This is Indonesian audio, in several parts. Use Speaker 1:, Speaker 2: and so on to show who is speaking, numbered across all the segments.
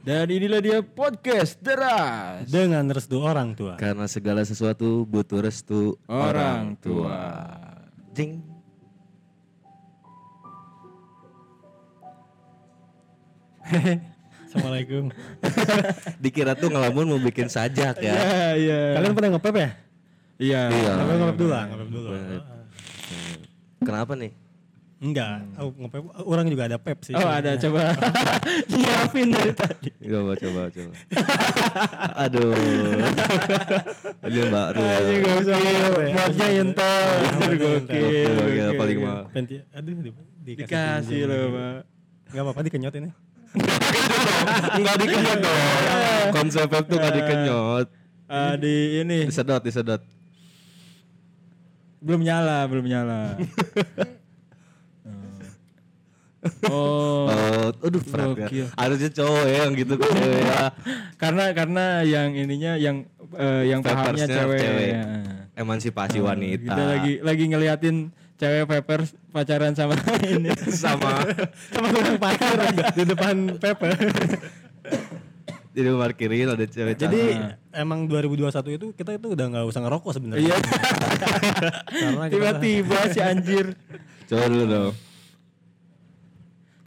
Speaker 1: Dan inilah dia podcast deras
Speaker 2: dengan restu orang tua.
Speaker 3: Karena segala sesuatu butuh restu
Speaker 1: orang tua.
Speaker 3: Jing.
Speaker 2: Assalamualaikum.
Speaker 3: Dikira tuh ngelamun mau bikin sajak ya.
Speaker 1: Ya, ya.
Speaker 2: Kalian pernah ngepep ya?
Speaker 1: Iya.
Speaker 3: Iya.
Speaker 2: Ngepep ngepep dulu lah, ngepep dulu.
Speaker 3: Kenapa nih?
Speaker 2: Enggak, aku ngepep. Orang juga ada pep sih.
Speaker 1: Oh ada coba nyiapin dari tadi.
Speaker 3: Coba coba coba. Aduh. Aduh Mbak Rul.
Speaker 1: Aja gak
Speaker 3: Iya,
Speaker 1: usah modnya yentel. Gokil.
Speaker 2: modnya
Speaker 3: Gokil, gokil,
Speaker 1: gokil.
Speaker 3: paling mahal.
Speaker 2: Iya. Penti, aduh, di,
Speaker 1: Dikasih loh pak.
Speaker 2: Enggak apa-apa ya. dikenyot ini.
Speaker 3: Enggak dikenyot dong. Konsepnya tuh enggak dikenyot.
Speaker 1: Ah, di ini
Speaker 3: Disedot, disedot.
Speaker 1: belum nyala, belum nyala. Oh.
Speaker 3: Oh, aduh berat
Speaker 1: Gokil.
Speaker 3: ya. Harusnya cowok ya yang gitu kan ya.
Speaker 1: karena karena yang ininya yang eh, yang pahamnya
Speaker 3: Pampersnya
Speaker 1: cewek.
Speaker 3: cewek.
Speaker 1: Ya.
Speaker 3: Emansipasi wanita.
Speaker 1: Kita lagi lagi ngeliatin cewek peppers pacaran sama ini.
Speaker 3: sama
Speaker 2: Sama orang pacar di depan pep. ya.
Speaker 3: di rumah kiri ada cewek
Speaker 2: Jadi Nah, emang 2021 itu kita itu udah nggak usah ngerokok sebenarnya.
Speaker 1: Iya.
Speaker 2: Karena kita-
Speaker 1: Tiba-tiba si anjir.
Speaker 3: Coba dulu dong.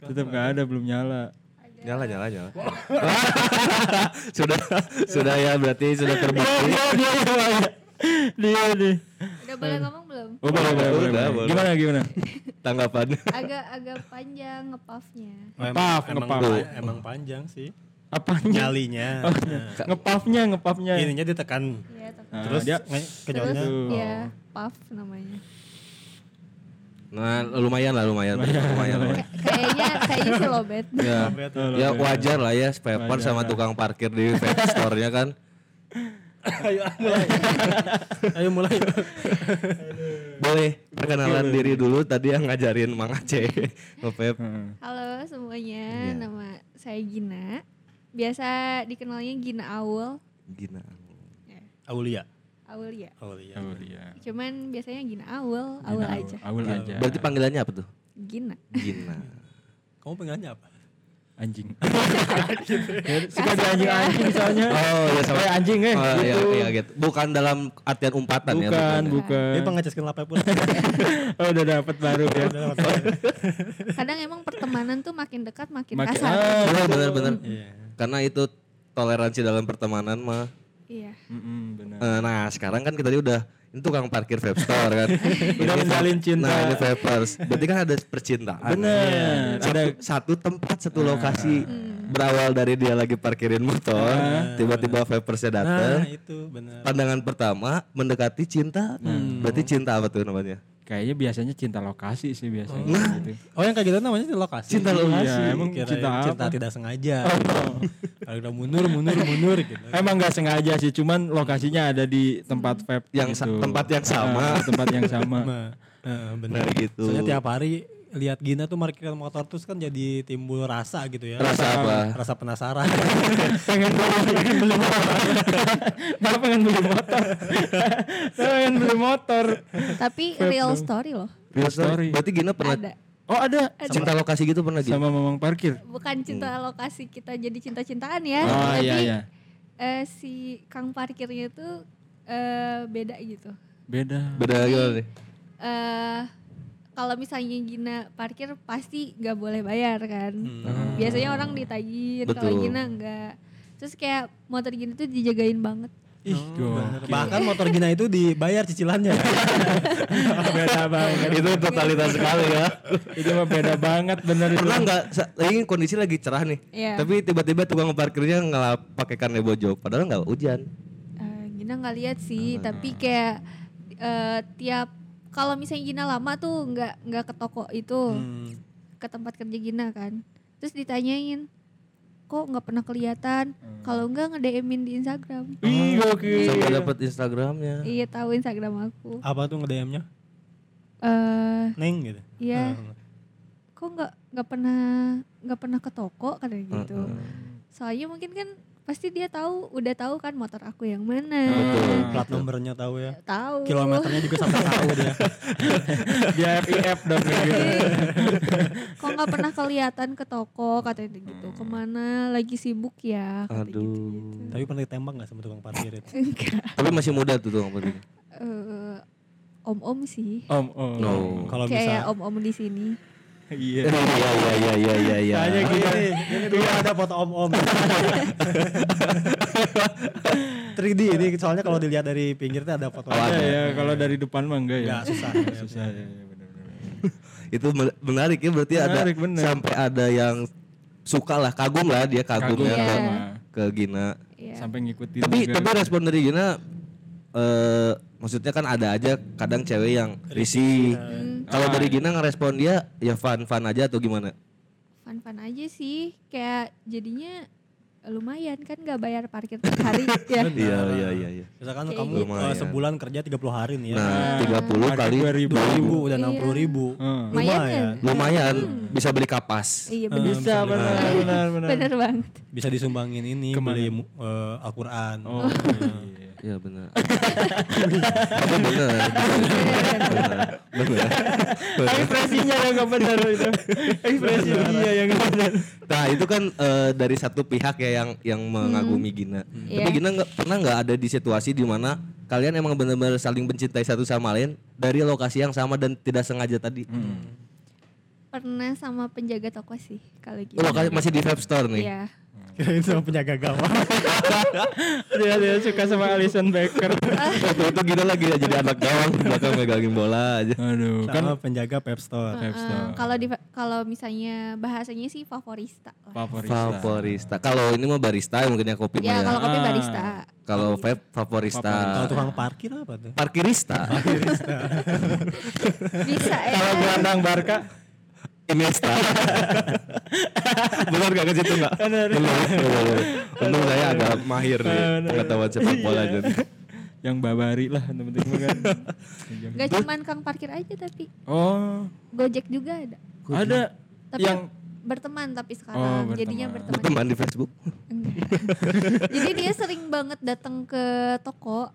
Speaker 1: Tetap gak ada belum nyala.
Speaker 3: Nyala nyala nyala. sudah sudah ya berarti sudah terbukti.
Speaker 1: Dia nih.
Speaker 4: Udah boleh ngomong belum?
Speaker 1: Oh, boleh, boleh, boleh,
Speaker 3: Udah,
Speaker 1: boleh.
Speaker 3: boleh.
Speaker 1: Gimana gimana?
Speaker 3: Tanggapan.
Speaker 4: Agak agak panjang ngepuffnya.
Speaker 2: Oh, emang-
Speaker 1: Ngepaf,
Speaker 2: emang,
Speaker 1: ngepaf.
Speaker 2: pa- emang panjang sih
Speaker 1: Apanya? Oh,
Speaker 2: nyalinya. Nah,
Speaker 1: Ngepafnya, ngepafnya.
Speaker 2: ininya ditekan.
Speaker 4: Iya, tapi-
Speaker 1: Nah,
Speaker 2: Terus
Speaker 1: dia
Speaker 2: dia
Speaker 4: terus
Speaker 2: kenyotnya.
Speaker 4: ya puff namanya.
Speaker 3: Nah lumayan lah lumayan lumayan. lumayan,
Speaker 4: Ka- Kayaknya kayaknya sih lobet.
Speaker 3: Ya.
Speaker 2: Betul.
Speaker 3: ya wajar lah ya paper sama tukang parkir di vape store-nya kan.
Speaker 2: Ayo mulai. Ayo mulai.
Speaker 3: Boleh perkenalan diri dulu tadi yang ngajarin Mang Aceh ngevape.
Speaker 1: Heeh.
Speaker 4: Halo semuanya, nama saya Gina. Biasa dikenalnya Gina Awul.
Speaker 3: Gina.
Speaker 2: Aulia.
Speaker 4: Awul ya.
Speaker 2: Aulia.
Speaker 1: Oh, iya.
Speaker 4: Cuman biasanya Gina Awul, Awul aja.
Speaker 1: Awal aja.
Speaker 3: Berarti panggilannya apa tuh?
Speaker 4: Gina.
Speaker 3: Gina.
Speaker 2: Kamu pengennya apa?
Speaker 1: anjing. Gitu. Suka ada anjing-anjing soalnya.
Speaker 3: Oh ya sama.
Speaker 1: Eh, anjing eh.
Speaker 3: Oh, iya,
Speaker 1: gitu.
Speaker 3: iya, gitu. Bukan dalam artian umpatan ya.
Speaker 1: Bukan,
Speaker 3: ya.
Speaker 1: bukan.
Speaker 2: Dia pengeceskan lapai pun.
Speaker 1: Oh, udah dapat baru ya.
Speaker 4: Kadang emang pertemanan tuh makin dekat makin Ah.
Speaker 1: Makin-
Speaker 4: kasar.
Speaker 3: ya. Bener bener bener.
Speaker 2: Iya.
Speaker 3: Karena itu toleransi dalam pertemanan mah.
Speaker 4: Iya.
Speaker 1: Mm-mm, benar.
Speaker 3: Eh, Nah sekarang kan kita udah ini tukang parkir vape store kan.
Speaker 1: Udah
Speaker 3: Ini
Speaker 1: menjalin
Speaker 3: vape-
Speaker 1: cinta.
Speaker 3: Nah ini vapers. Berarti kan ada percintaan.
Speaker 1: Bener,
Speaker 3: Satu,
Speaker 1: ada-
Speaker 3: satu tempat satu lokasi. Berawal dari dia lagi parkirin motor. Tiba-tiba vapersnya datang.
Speaker 2: Nah, itu benar.
Speaker 3: Pandangan pertama mendekati cinta. Berarti cinta apa tuh namanya?
Speaker 1: Kayaknya biasanya cinta lokasi sih biasanya gitu.
Speaker 2: Oh yang kayak gitu namanya di lokasi.
Speaker 3: Cinta lokasi.
Speaker 1: Iya, emang
Speaker 2: Kirain
Speaker 1: cinta apa?
Speaker 2: cinta tidak sengaja. Kalau udah mundur, mundur, mundur gitu.
Speaker 1: Emang nggak sengaja sih, cuman lokasinya ada di tempat vape gitu.
Speaker 3: Yang sa- tempat yang sama.
Speaker 1: Ah, tempat yang sama.
Speaker 2: Nah, eh, benar.
Speaker 3: Nah gitu.
Speaker 2: Soalnya tiap hari lihat Gina tuh parkir motor terus kan jadi timbul rasa gitu ya.
Speaker 3: Rasa apa?
Speaker 2: Rasa penasaran.
Speaker 1: pengen beli, beli motor. Malah pengen beli motor. pengen beli motor.
Speaker 4: Tapi real story loh.
Speaker 3: Real
Speaker 1: story.
Speaker 3: story. Berarti Gina pernah
Speaker 4: Ada.
Speaker 1: Oh ada
Speaker 3: cinta lokasi gitu pernah gitu.
Speaker 1: sama mamang parkir.
Speaker 4: Bukan cinta lokasi kita jadi cinta-cintaan ya.
Speaker 1: Hmm. Oh
Speaker 4: tapi
Speaker 1: iya iya.
Speaker 4: eh, si kang parkirnya tuh eh, beda gitu.
Speaker 1: Beda.
Speaker 3: Beda gimana nih?
Speaker 4: eh kalau misalnya Gina parkir pasti nggak boleh bayar kan.
Speaker 1: Hmm.
Speaker 4: Biasanya orang ditagih, kalau
Speaker 3: Betul.
Speaker 4: Gina nggak. Terus kayak motor Gina tuh dijagain banget.
Speaker 1: Ih, gokil.
Speaker 2: Bahkan motor Gina itu dibayar cicilannya.
Speaker 1: beda banget.
Speaker 3: itu totalitas sekali ya.
Speaker 1: Itu mah beda banget bener itu.
Speaker 3: Pernah nggak sa- lagi kondisi lagi cerah nih,
Speaker 4: Iya.
Speaker 3: tapi tiba-tiba tukang parkirnya ngelap pakai karne bojo, padahal nggak hujan.
Speaker 4: Eh, Gina nggak lihat sih, tapi kayak eh, tiap kalau misalnya Gina lama tuh nggak nggak ke toko itu, ke tempat kerja Gina kan. Terus ditanyain, kok nggak pernah kelihatan? Kalau nggak nge DM-in di Instagram.
Speaker 1: Ih, gokil.
Speaker 3: Sampai dapat Instagramnya.
Speaker 4: Iya tahu Instagram aku.
Speaker 2: apa tuh ngedm-nya?
Speaker 4: Eh,
Speaker 2: Neng gitu.
Speaker 4: Iya. Hmm, Kok nggak nggak pernah nggak pernah ke toko katanya gitu. Soalnya mungkin kan pasti dia tahu udah tahu kan motor aku yang mana
Speaker 3: Betul.
Speaker 2: Plat nomornya tahu ya.
Speaker 4: tahu
Speaker 2: Kilometernya juga sampai tahu dia.
Speaker 1: Dia FIF dong kayak gitu.
Speaker 3: Iya.
Speaker 4: kok nggak pernah kelihatan ke toko katanya gitu kemana lagi sibuk ya kata
Speaker 3: Hmm. Aduh.
Speaker 4: gitu-gitu.
Speaker 2: Tapi pernah ditembak gak sama tukang parkir itu?
Speaker 4: enggak
Speaker 3: Tapi masih muda tuh tuh Bang.
Speaker 4: Eh, om-om sih
Speaker 1: Om, om.
Speaker 3: No.
Speaker 2: Kalau
Speaker 4: kayak
Speaker 2: bisa
Speaker 4: om-om di sini
Speaker 1: Iya.
Speaker 3: Iya iya iya iya iya. iya.
Speaker 2: Tanya gini, ini dulu ada foto om-om. 3D ini soalnya kalau dilihat dari pinggir tuh ada foto.
Speaker 3: Oh, ada.
Speaker 2: Enggak,
Speaker 1: Iya, ya, kalau dari depan mah enggak ya.
Speaker 2: susah.
Speaker 1: Susah ya, ya, benar-benar.
Speaker 3: Itu men- menarik ya berarti
Speaker 1: Menarik,
Speaker 3: ada
Speaker 1: bener.
Speaker 3: sampai ada yang suka lah, kagum lah dia kagum,
Speaker 1: Kagum
Speaker 3: ya
Speaker 4: Iya.
Speaker 3: ke,
Speaker 4: sama.
Speaker 3: ke Gina.
Speaker 4: Iya.
Speaker 1: Sampai ngikutin
Speaker 3: Tapi
Speaker 1: juga.
Speaker 3: tapi respon dari Gina eh maksudnya kan ada aja kadang cewek yang risih. iya.
Speaker 4: Hmm.
Speaker 3: Ah, Kalau dari Gina ngerespon dia ya fun-fun aja atau gimana?
Speaker 4: fun-fun aja sih kayak jadinya lumayan kan nggak bayar parkir per hari
Speaker 3: Iya
Speaker 4: ya
Speaker 3: iya iya iya.
Speaker 2: Misalkan
Speaker 4: Kayak
Speaker 2: kamu
Speaker 4: gitu.
Speaker 2: eh,
Speaker 3: Lumayan.
Speaker 2: sebulan kerja 30 hari nih ya.
Speaker 3: Nah, 30 kali
Speaker 1: Dua ribu.
Speaker 2: 2000 udah
Speaker 4: Iya.
Speaker 2: 60 ribu.
Speaker 1: Heeh.
Speaker 4: Lumayan
Speaker 2: Lumayan.
Speaker 4: kan?
Speaker 3: lumayan bisa beli kapas.
Speaker 4: iya bener
Speaker 1: Bisa benar benar benar.
Speaker 4: bener banget
Speaker 2: Bisa disumbangin ini
Speaker 1: Kemana?
Speaker 2: beli mu- eh, Al-Qur'an.
Speaker 1: Oh. iya.
Speaker 3: Iya benar. Tapi benar. Benar.
Speaker 1: Ekspresinya yang gak benar itu. Ekspresi dia yang gak benar.
Speaker 3: Nah itu kan eh, dari satu pihak ya yang yang mengagumi Gina. Tapi
Speaker 4: Hmm. Iya.
Speaker 3: Gina nggak pernah nggak ada di situasi di mana kalian emang benar-benar saling mencintai satu sama lain dari lokasi yang sama dan tidak sengaja tadi.
Speaker 4: pernah sama penjaga toko sih kalau gitu
Speaker 3: Lokasi masih di vape store nih.
Speaker 4: Iya.
Speaker 2: Kirain sama penjaga gawang.
Speaker 1: Dia dia suka sama Alison Becker.
Speaker 3: Waktu itu Gina lagi jadi anak gawang di belakang megangin bola aja.
Speaker 1: Aduh, kan
Speaker 2: Sama penjaga Pep Store.
Speaker 1: Vape store.
Speaker 4: Eh, kalau di kalau misalnya bahasanya sih favorista lah.
Speaker 1: Favorista.
Speaker 3: Favorista. Kalau ini mah barista mungkin ya kopi mah
Speaker 4: ya
Speaker 3: ya.
Speaker 4: kalau kopi
Speaker 1: Ah.
Speaker 4: barista.
Speaker 3: Kalau vape
Speaker 2: Kalau
Speaker 3: favorista.
Speaker 2: tukang parkir apa tuh?
Speaker 3: Parkirista.
Speaker 4: Bisa ya.
Speaker 1: Kalau gelandang Barca,
Speaker 3: Iniesta. Benar gak ke situ gak? Benar. benar. Iya. Untung saya agak mahir nih pengetahuan sepak bola jadi.
Speaker 1: yang babari lah yang penting mah kan.
Speaker 4: Gak cuman kang parkir aja tapi
Speaker 1: Oh,
Speaker 4: Gojek juga ada.
Speaker 1: ada
Speaker 4: Tapi
Speaker 1: yang
Speaker 4: berteman tapi sekarang
Speaker 1: berteman.
Speaker 4: jadinya berteman.
Speaker 3: Berteman di Facebook.
Speaker 4: Enggak. jadi dia sering banget datang ke toko.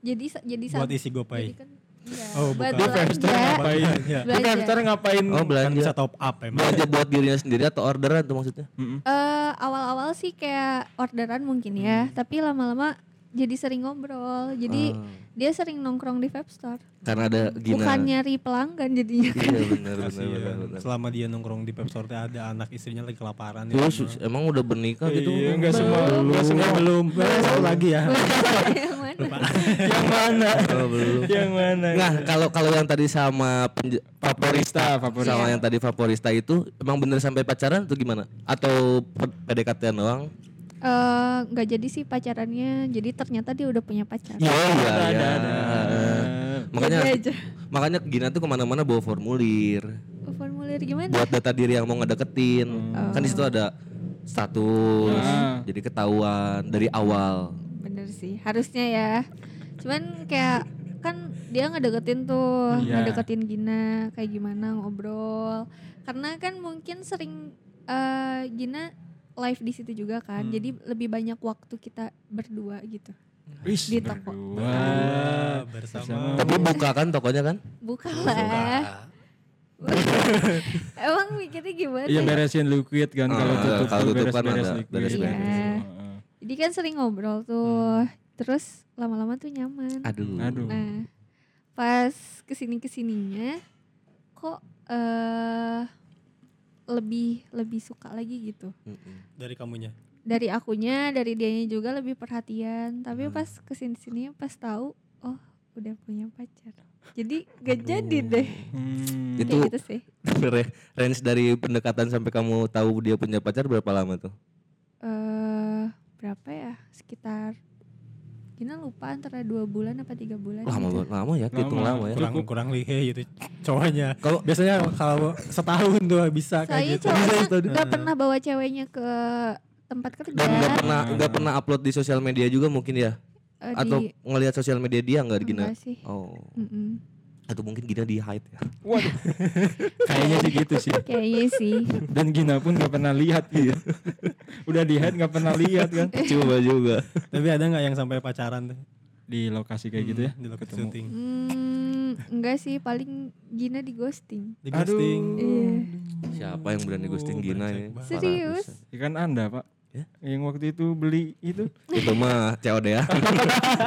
Speaker 4: Jadi sa- jadi sa-
Speaker 2: Buat isi GoPay.
Speaker 4: jadi kan, iya,
Speaker 2: Oh,
Speaker 4: buat
Speaker 2: bukan.
Speaker 4: belanja.
Speaker 1: ngapain?
Speaker 2: Iya.
Speaker 1: Di vape store ngapain?
Speaker 3: Oh
Speaker 2: Kan bisa
Speaker 3: belanja.
Speaker 2: top up emang.
Speaker 3: Belanja buat dirinya sendiri atau orderan tuh maksudnya?
Speaker 1: Mm-mm.
Speaker 4: Eh, awal-awal sih kayak orderan mungkin ya, tapi lama-lama jadi sering ngobrol. Jadi dia sering nongkrong di vape store.
Speaker 3: Karena ada Gina.
Speaker 4: Bukan nyari pelanggan jadinya.
Speaker 3: Iya benar benar benar.
Speaker 2: Kasian.
Speaker 3: benar.
Speaker 2: Selama dia nongkrong di Pep Store tuh ada anak istrinya lagi kelaparan. ya.
Speaker 3: Lu su- emang udah bernikah gitu?
Speaker 1: Iya, enggak semua, enggak semua belum.
Speaker 2: Satu lagi ya.
Speaker 4: yang mana?
Speaker 1: yang mana?
Speaker 3: Oh, belum.
Speaker 1: yang mana?
Speaker 3: Nah, kalau kalau yang tadi sama penj-
Speaker 1: Favorista, favorista.
Speaker 3: sama yang tadi favorista itu emang bener sampai pacaran atau gimana? Atau PDKT doang?
Speaker 4: Eh, nggak jadi sih pacarannya. Jadi ternyata dia udah punya pacar.
Speaker 1: Ya.
Speaker 3: Iya, iya,
Speaker 1: Ada,
Speaker 3: iya.
Speaker 1: ada, ada.
Speaker 3: Makanya
Speaker 4: Jadi aja.
Speaker 3: makanya Gina tuh kemana-mana bawa formulir
Speaker 4: Formulir gimana?
Speaker 3: buat data diri yang mau ngedeketin. Kan di situ ada
Speaker 1: Oh.
Speaker 3: status,
Speaker 1: Ah.
Speaker 3: jadi ketahuan dari awal.
Speaker 4: Bener sih, harusnya ya. Cuman kayak kan dia ngedeketin tuh,
Speaker 1: Iya.
Speaker 4: ngedeketin Gina kayak gimana ngobrol. Karena kan mungkin sering eh, Gina live di situ juga
Speaker 1: Hmm.
Speaker 4: kan. Jadi lebih banyak waktu kita berdua gitu.
Speaker 1: Wis,
Speaker 4: Di toko.
Speaker 1: berdua. Oh.
Speaker 2: bersama.
Speaker 3: Tapi buka kan tokonya kan?
Speaker 4: Buka lah. Emang mikirnya gimana? ya?
Speaker 1: Iya beresin liquid kan kalau
Speaker 3: Ah,
Speaker 1: tutup
Speaker 3: kalau
Speaker 1: tuh
Speaker 3: tutup kan
Speaker 1: beres-beres
Speaker 3: ada,
Speaker 1: liquid.
Speaker 3: beres-beres.
Speaker 4: Iya.
Speaker 1: Heeh.
Speaker 4: Jadi kan sering ngobrol tuh.
Speaker 1: Hmm.
Speaker 4: Terus lama-lama tuh nyaman.
Speaker 3: Aduh.
Speaker 1: Aduh.
Speaker 3: Hmm.
Speaker 4: Nah, pas kesini kesininya kok eh lebih lebih suka lagi gitu.
Speaker 3: Mm-mm.
Speaker 2: Dari kamunya.
Speaker 4: Dari akunya, dari dianya juga lebih perhatian. Tapi
Speaker 3: Hmm.
Speaker 4: pas kesini sini pas tahu, oh udah punya pacar. Jadi gak jadi deh.
Speaker 1: Hmm.
Speaker 4: Kayak
Speaker 3: Itu
Speaker 4: gitu sih.
Speaker 3: re- range dari pendekatan sampai kamu tahu dia punya pacar berapa lama tuh?
Speaker 4: eh berapa ya? Sekitar Gina lupa antara dua bulan apa tiga bulan.
Speaker 3: Lama
Speaker 4: gitu.
Speaker 3: banget, lama ya, hitung
Speaker 1: Lama.
Speaker 3: lama ya.
Speaker 2: Kurang kurang lihe gitu cowoknya.
Speaker 3: Kalau
Speaker 2: Biasanya kalau setahun tuh bisa
Speaker 4: Soalnya
Speaker 2: kayak gitu.
Speaker 4: cowoknya
Speaker 3: Bisa itu.
Speaker 4: gak pernah bawa ceweknya ke tempat kerja.
Speaker 3: dan nggak pernah nggak pernah upload di sosial media juga mungkin ya?
Speaker 4: eh,
Speaker 3: Atau
Speaker 4: di,
Speaker 3: ngelihat sosial media dia nggak Gina?
Speaker 4: enggak sih.
Speaker 3: Oh.
Speaker 4: Mm-mm.
Speaker 3: atau mungkin Gina di hide ya.
Speaker 1: Waduh. Kayaknya sih gitu sih.
Speaker 4: Kayaknya iya sih.
Speaker 1: Dan Gina pun gak pernah lihat gitu. Udah di head gak pernah lihat kan.
Speaker 3: Coba juga.
Speaker 2: Tapi ada nggak yang sampai pacaran tuh?
Speaker 1: Di lokasi kayak gitu ya.
Speaker 2: Di lokasi
Speaker 1: ketemu.
Speaker 2: syuting.
Speaker 4: Hmm, enggak sih, paling Gina di ghosting.
Speaker 2: Di
Speaker 1: Aduh.
Speaker 2: ghosting.
Speaker 4: Iya.
Speaker 3: Siapa yang berani ghosting Gina ya?
Speaker 2: Brengsek
Speaker 3: ini?
Speaker 2: banget.
Speaker 3: Parah
Speaker 4: Serius?
Speaker 3: pisan.
Speaker 1: Ikan anda pak. Yang waktu itu beli itu.
Speaker 3: Itu mah COD ya.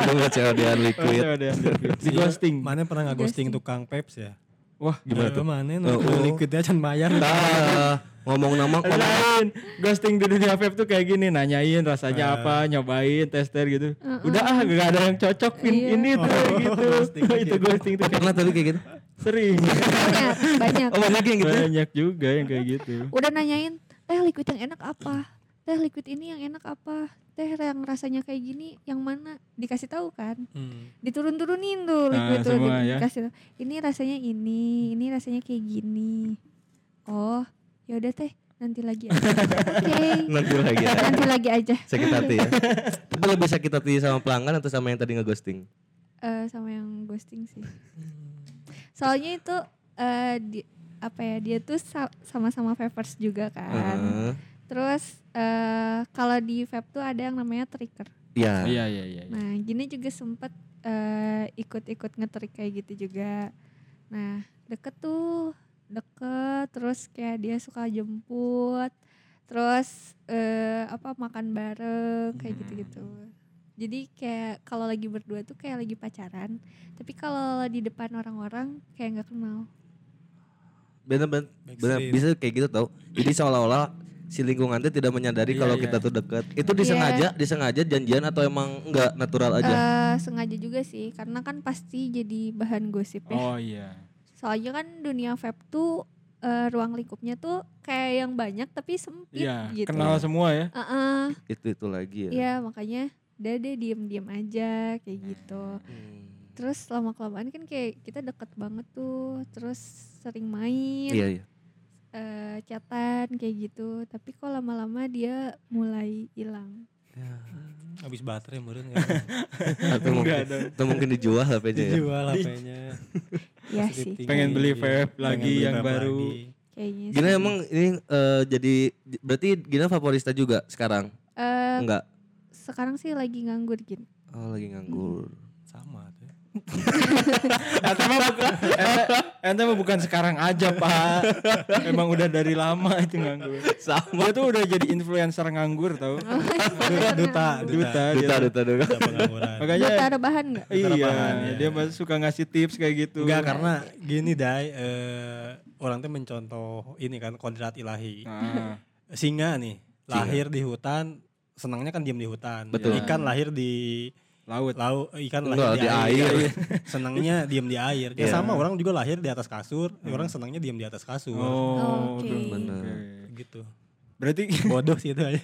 Speaker 3: Itu mah COD ya, liquid.
Speaker 1: Oh, ada- ada. Di
Speaker 2: Iya,
Speaker 1: ghosting.
Speaker 2: Mana pernah nggak ghosting tukang peps ya?
Speaker 1: Wah
Speaker 3: Gimana tuh?
Speaker 2: Mana
Speaker 3: Oh,
Speaker 2: no,
Speaker 3: oh.
Speaker 2: liquidnya can bayar.
Speaker 3: Nah, ngomong nama ngomong
Speaker 1: lain ghosting di dunia vape tuh kayak gini nanyain rasanya apa nyobain tester gitu udah ah gak ada yang cocok pin
Speaker 4: Uh-uh. Iya.
Speaker 1: ini tuh gitu
Speaker 2: ghosting
Speaker 1: itu
Speaker 2: aja.
Speaker 1: ghosting tuh
Speaker 3: Oh, pernah tapi kayak gitu.
Speaker 1: sering
Speaker 4: Banyak, banyak.
Speaker 3: Oh, banyak yang gitu. ya?
Speaker 1: banyak juga yang kayak gitu
Speaker 4: Udah nanyain, teh liquid yang enak apa? Teh liquid ini yang enak apa? Teh yang rasanya kayak gini, yang mana? Dikasih tahu kan?
Speaker 2: Hmm.
Speaker 4: Diturun-turunin tuh liquid
Speaker 1: Nah,
Speaker 4: tuh.
Speaker 1: semua
Speaker 4: di-
Speaker 1: ya.
Speaker 4: Dikasih tahu. Ini rasanya ini, ini rasanya kayak gini. Oh, ya udah teh, nanti lagi aja. Oke.
Speaker 3: Nanti
Speaker 1: Nah,
Speaker 3: lagi
Speaker 1: iya.
Speaker 3: ya.
Speaker 4: Nanti lagi aja
Speaker 3: Sakit hati ya. Tapi lebih sakit hati sama pelanggan atau sama yang tadi ngeghosting?
Speaker 4: Eh, sama yang ghosting sih. Soalnya itu eh di, apa ya dia tuh sa- sama-sama vapers juga kan.
Speaker 3: Heeh.
Speaker 4: Terus eh kalau di vape tuh ada yang namanya trigger.
Speaker 3: Iya.
Speaker 1: iya iya iya
Speaker 4: Nah, gini juga sempet eh, ikut-ikut ngetrik kayak gitu juga. Nah, deket tuh, deket. Terus kayak dia suka jemput, terus eh, apa makan bareng kayak gitu-gitu. Jadi kayak kalau lagi berdua tuh kayak lagi pacaran, tapi kalau di depan orang-orang kayak nggak kenal.
Speaker 3: Bener-bener bener,
Speaker 2: Backstreet.
Speaker 3: bisa kayak gitu tau. Jadi seolah-olah si lingkungan tuh tidak menyadari
Speaker 2: Iya,
Speaker 3: kalau
Speaker 2: iya.
Speaker 3: kita tuh dekat. Itu disengaja, disengaja janjian atau emang enggak natural aja?
Speaker 4: Eh, sengaja juga sih, karena kan pasti jadi bahan gosip ya.
Speaker 1: oh iya
Speaker 4: soalnya kan dunia vape tuh eh, ruang lingkupnya tuh kayak yang banyak tapi sempit
Speaker 1: iya
Speaker 4: gitu.
Speaker 1: kenal semua ya
Speaker 4: Heeh,
Speaker 3: Itu itu lagi ya.
Speaker 4: Iya makanya udah deh diem-diem aja kayak gitu.
Speaker 3: Hmm.
Speaker 4: Terus lama kelamaan kan kayak kita deket banget tuh, terus sering main,
Speaker 3: Iya, iya.
Speaker 4: eh, chatan kayak gitu. Tapi kok lama-lama dia mulai hilang.
Speaker 2: Habis baterai meureun nggak ada.
Speaker 3: Atau mungkin,
Speaker 1: Enggak dong.
Speaker 3: atau mungkin dijual HP-nya ya.
Speaker 2: dijual HP-nya.
Speaker 4: Ya
Speaker 2: Positif
Speaker 4: sih,
Speaker 2: thinking.
Speaker 1: Pengen beli vape
Speaker 2: Pengen
Speaker 1: lagi
Speaker 2: beli
Speaker 1: yang
Speaker 2: vape
Speaker 1: baru.
Speaker 2: lagi.
Speaker 4: kayaknya.
Speaker 3: Gina
Speaker 4: sih.
Speaker 3: emang ini eh, jadi berarti Gina favorista juga sekarang?
Speaker 4: Eh,
Speaker 3: Enggak.
Speaker 4: sekarang sih lagi nganggur gitu.
Speaker 3: Oh, lagi nganggur.
Speaker 2: Sama tuh. ya.
Speaker 1: Ente mah bukan, ente- ente mah bukan sekarang aja pak Emang udah dari lama itu nganggur Sama Dia tuh udah jadi influencer nganggur tau
Speaker 4: Oh,
Speaker 2: Duta, duta, duta.
Speaker 1: Duta, dia.
Speaker 3: Duta, duta, duta.
Speaker 2: Duta pengangguran.
Speaker 1: Makanya
Speaker 4: Buat ada bahan nggak?
Speaker 1: Iya,
Speaker 2: Penerapahan, ya.
Speaker 1: dia masih suka ngasih tips kayak gitu.
Speaker 2: Enggak karena gini dai eh, orang tuh mencontoh ini kan kodrat ilahi.
Speaker 1: Nah,
Speaker 2: Singa nih lahir di hutan senangnya kan diam di hutan.
Speaker 3: Betul.
Speaker 2: Ikan lahir di
Speaker 1: laut.
Speaker 2: laut ikan lahir
Speaker 3: Enggak,
Speaker 2: di,
Speaker 3: di
Speaker 2: air,
Speaker 3: air.
Speaker 2: senangnya diem di air ya
Speaker 3: Iya.
Speaker 2: sama orang juga lahir di atas kasur ya orang senangnya diem di atas kasur
Speaker 1: Oh,
Speaker 4: Oke.
Speaker 1: aduh,
Speaker 3: Bener.
Speaker 1: oke.
Speaker 2: gitu
Speaker 1: Berarti
Speaker 2: bodoh sih itu aja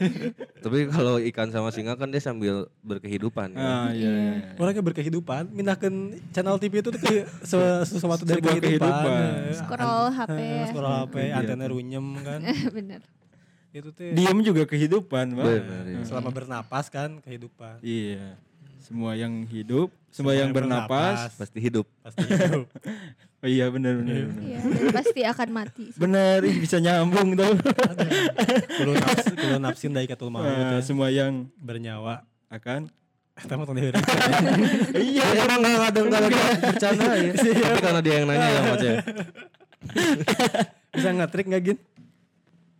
Speaker 3: Tapi kalau ikan sama singa kan dia sambil berkehidupan. ya.
Speaker 1: ah iya. iya.
Speaker 2: orangnya berkehidupan pindahkan channel TV itu tuh ke se- sesuatu dari
Speaker 1: Sebuah
Speaker 2: kehidupan,
Speaker 1: kehidupan.
Speaker 2: Eh,
Speaker 4: Scroll
Speaker 2: an-
Speaker 4: HP.
Speaker 2: eh, scroll HP antena runyem kan
Speaker 4: Bener.
Speaker 2: itu tuh
Speaker 1: Diam juga kehidupan, Pak.
Speaker 3: Benar. ya.
Speaker 2: selama bernapas kan kehidupan
Speaker 1: Iya. Semua yang hidup, semua, yang, bernapas.
Speaker 3: Pasti hidup.
Speaker 2: pasti hidup
Speaker 1: Oh, iya, benar benar. benar.
Speaker 4: Iya, dan pasti akan mati.
Speaker 1: Benar, ih, bisa nyambung tuh.
Speaker 2: kulo nafsin kulo nafsin dari katul
Speaker 1: Nah,
Speaker 2: maut
Speaker 1: semua yang
Speaker 2: bernyawa
Speaker 1: akan
Speaker 2: Tamu tadi udah.
Speaker 3: Iya, emang enggak ada enggak ada bercanda ya.
Speaker 1: Iya.
Speaker 3: Tapi karena dia yang nanya ya Mas ya.
Speaker 2: bisa ngetrik nggak gin?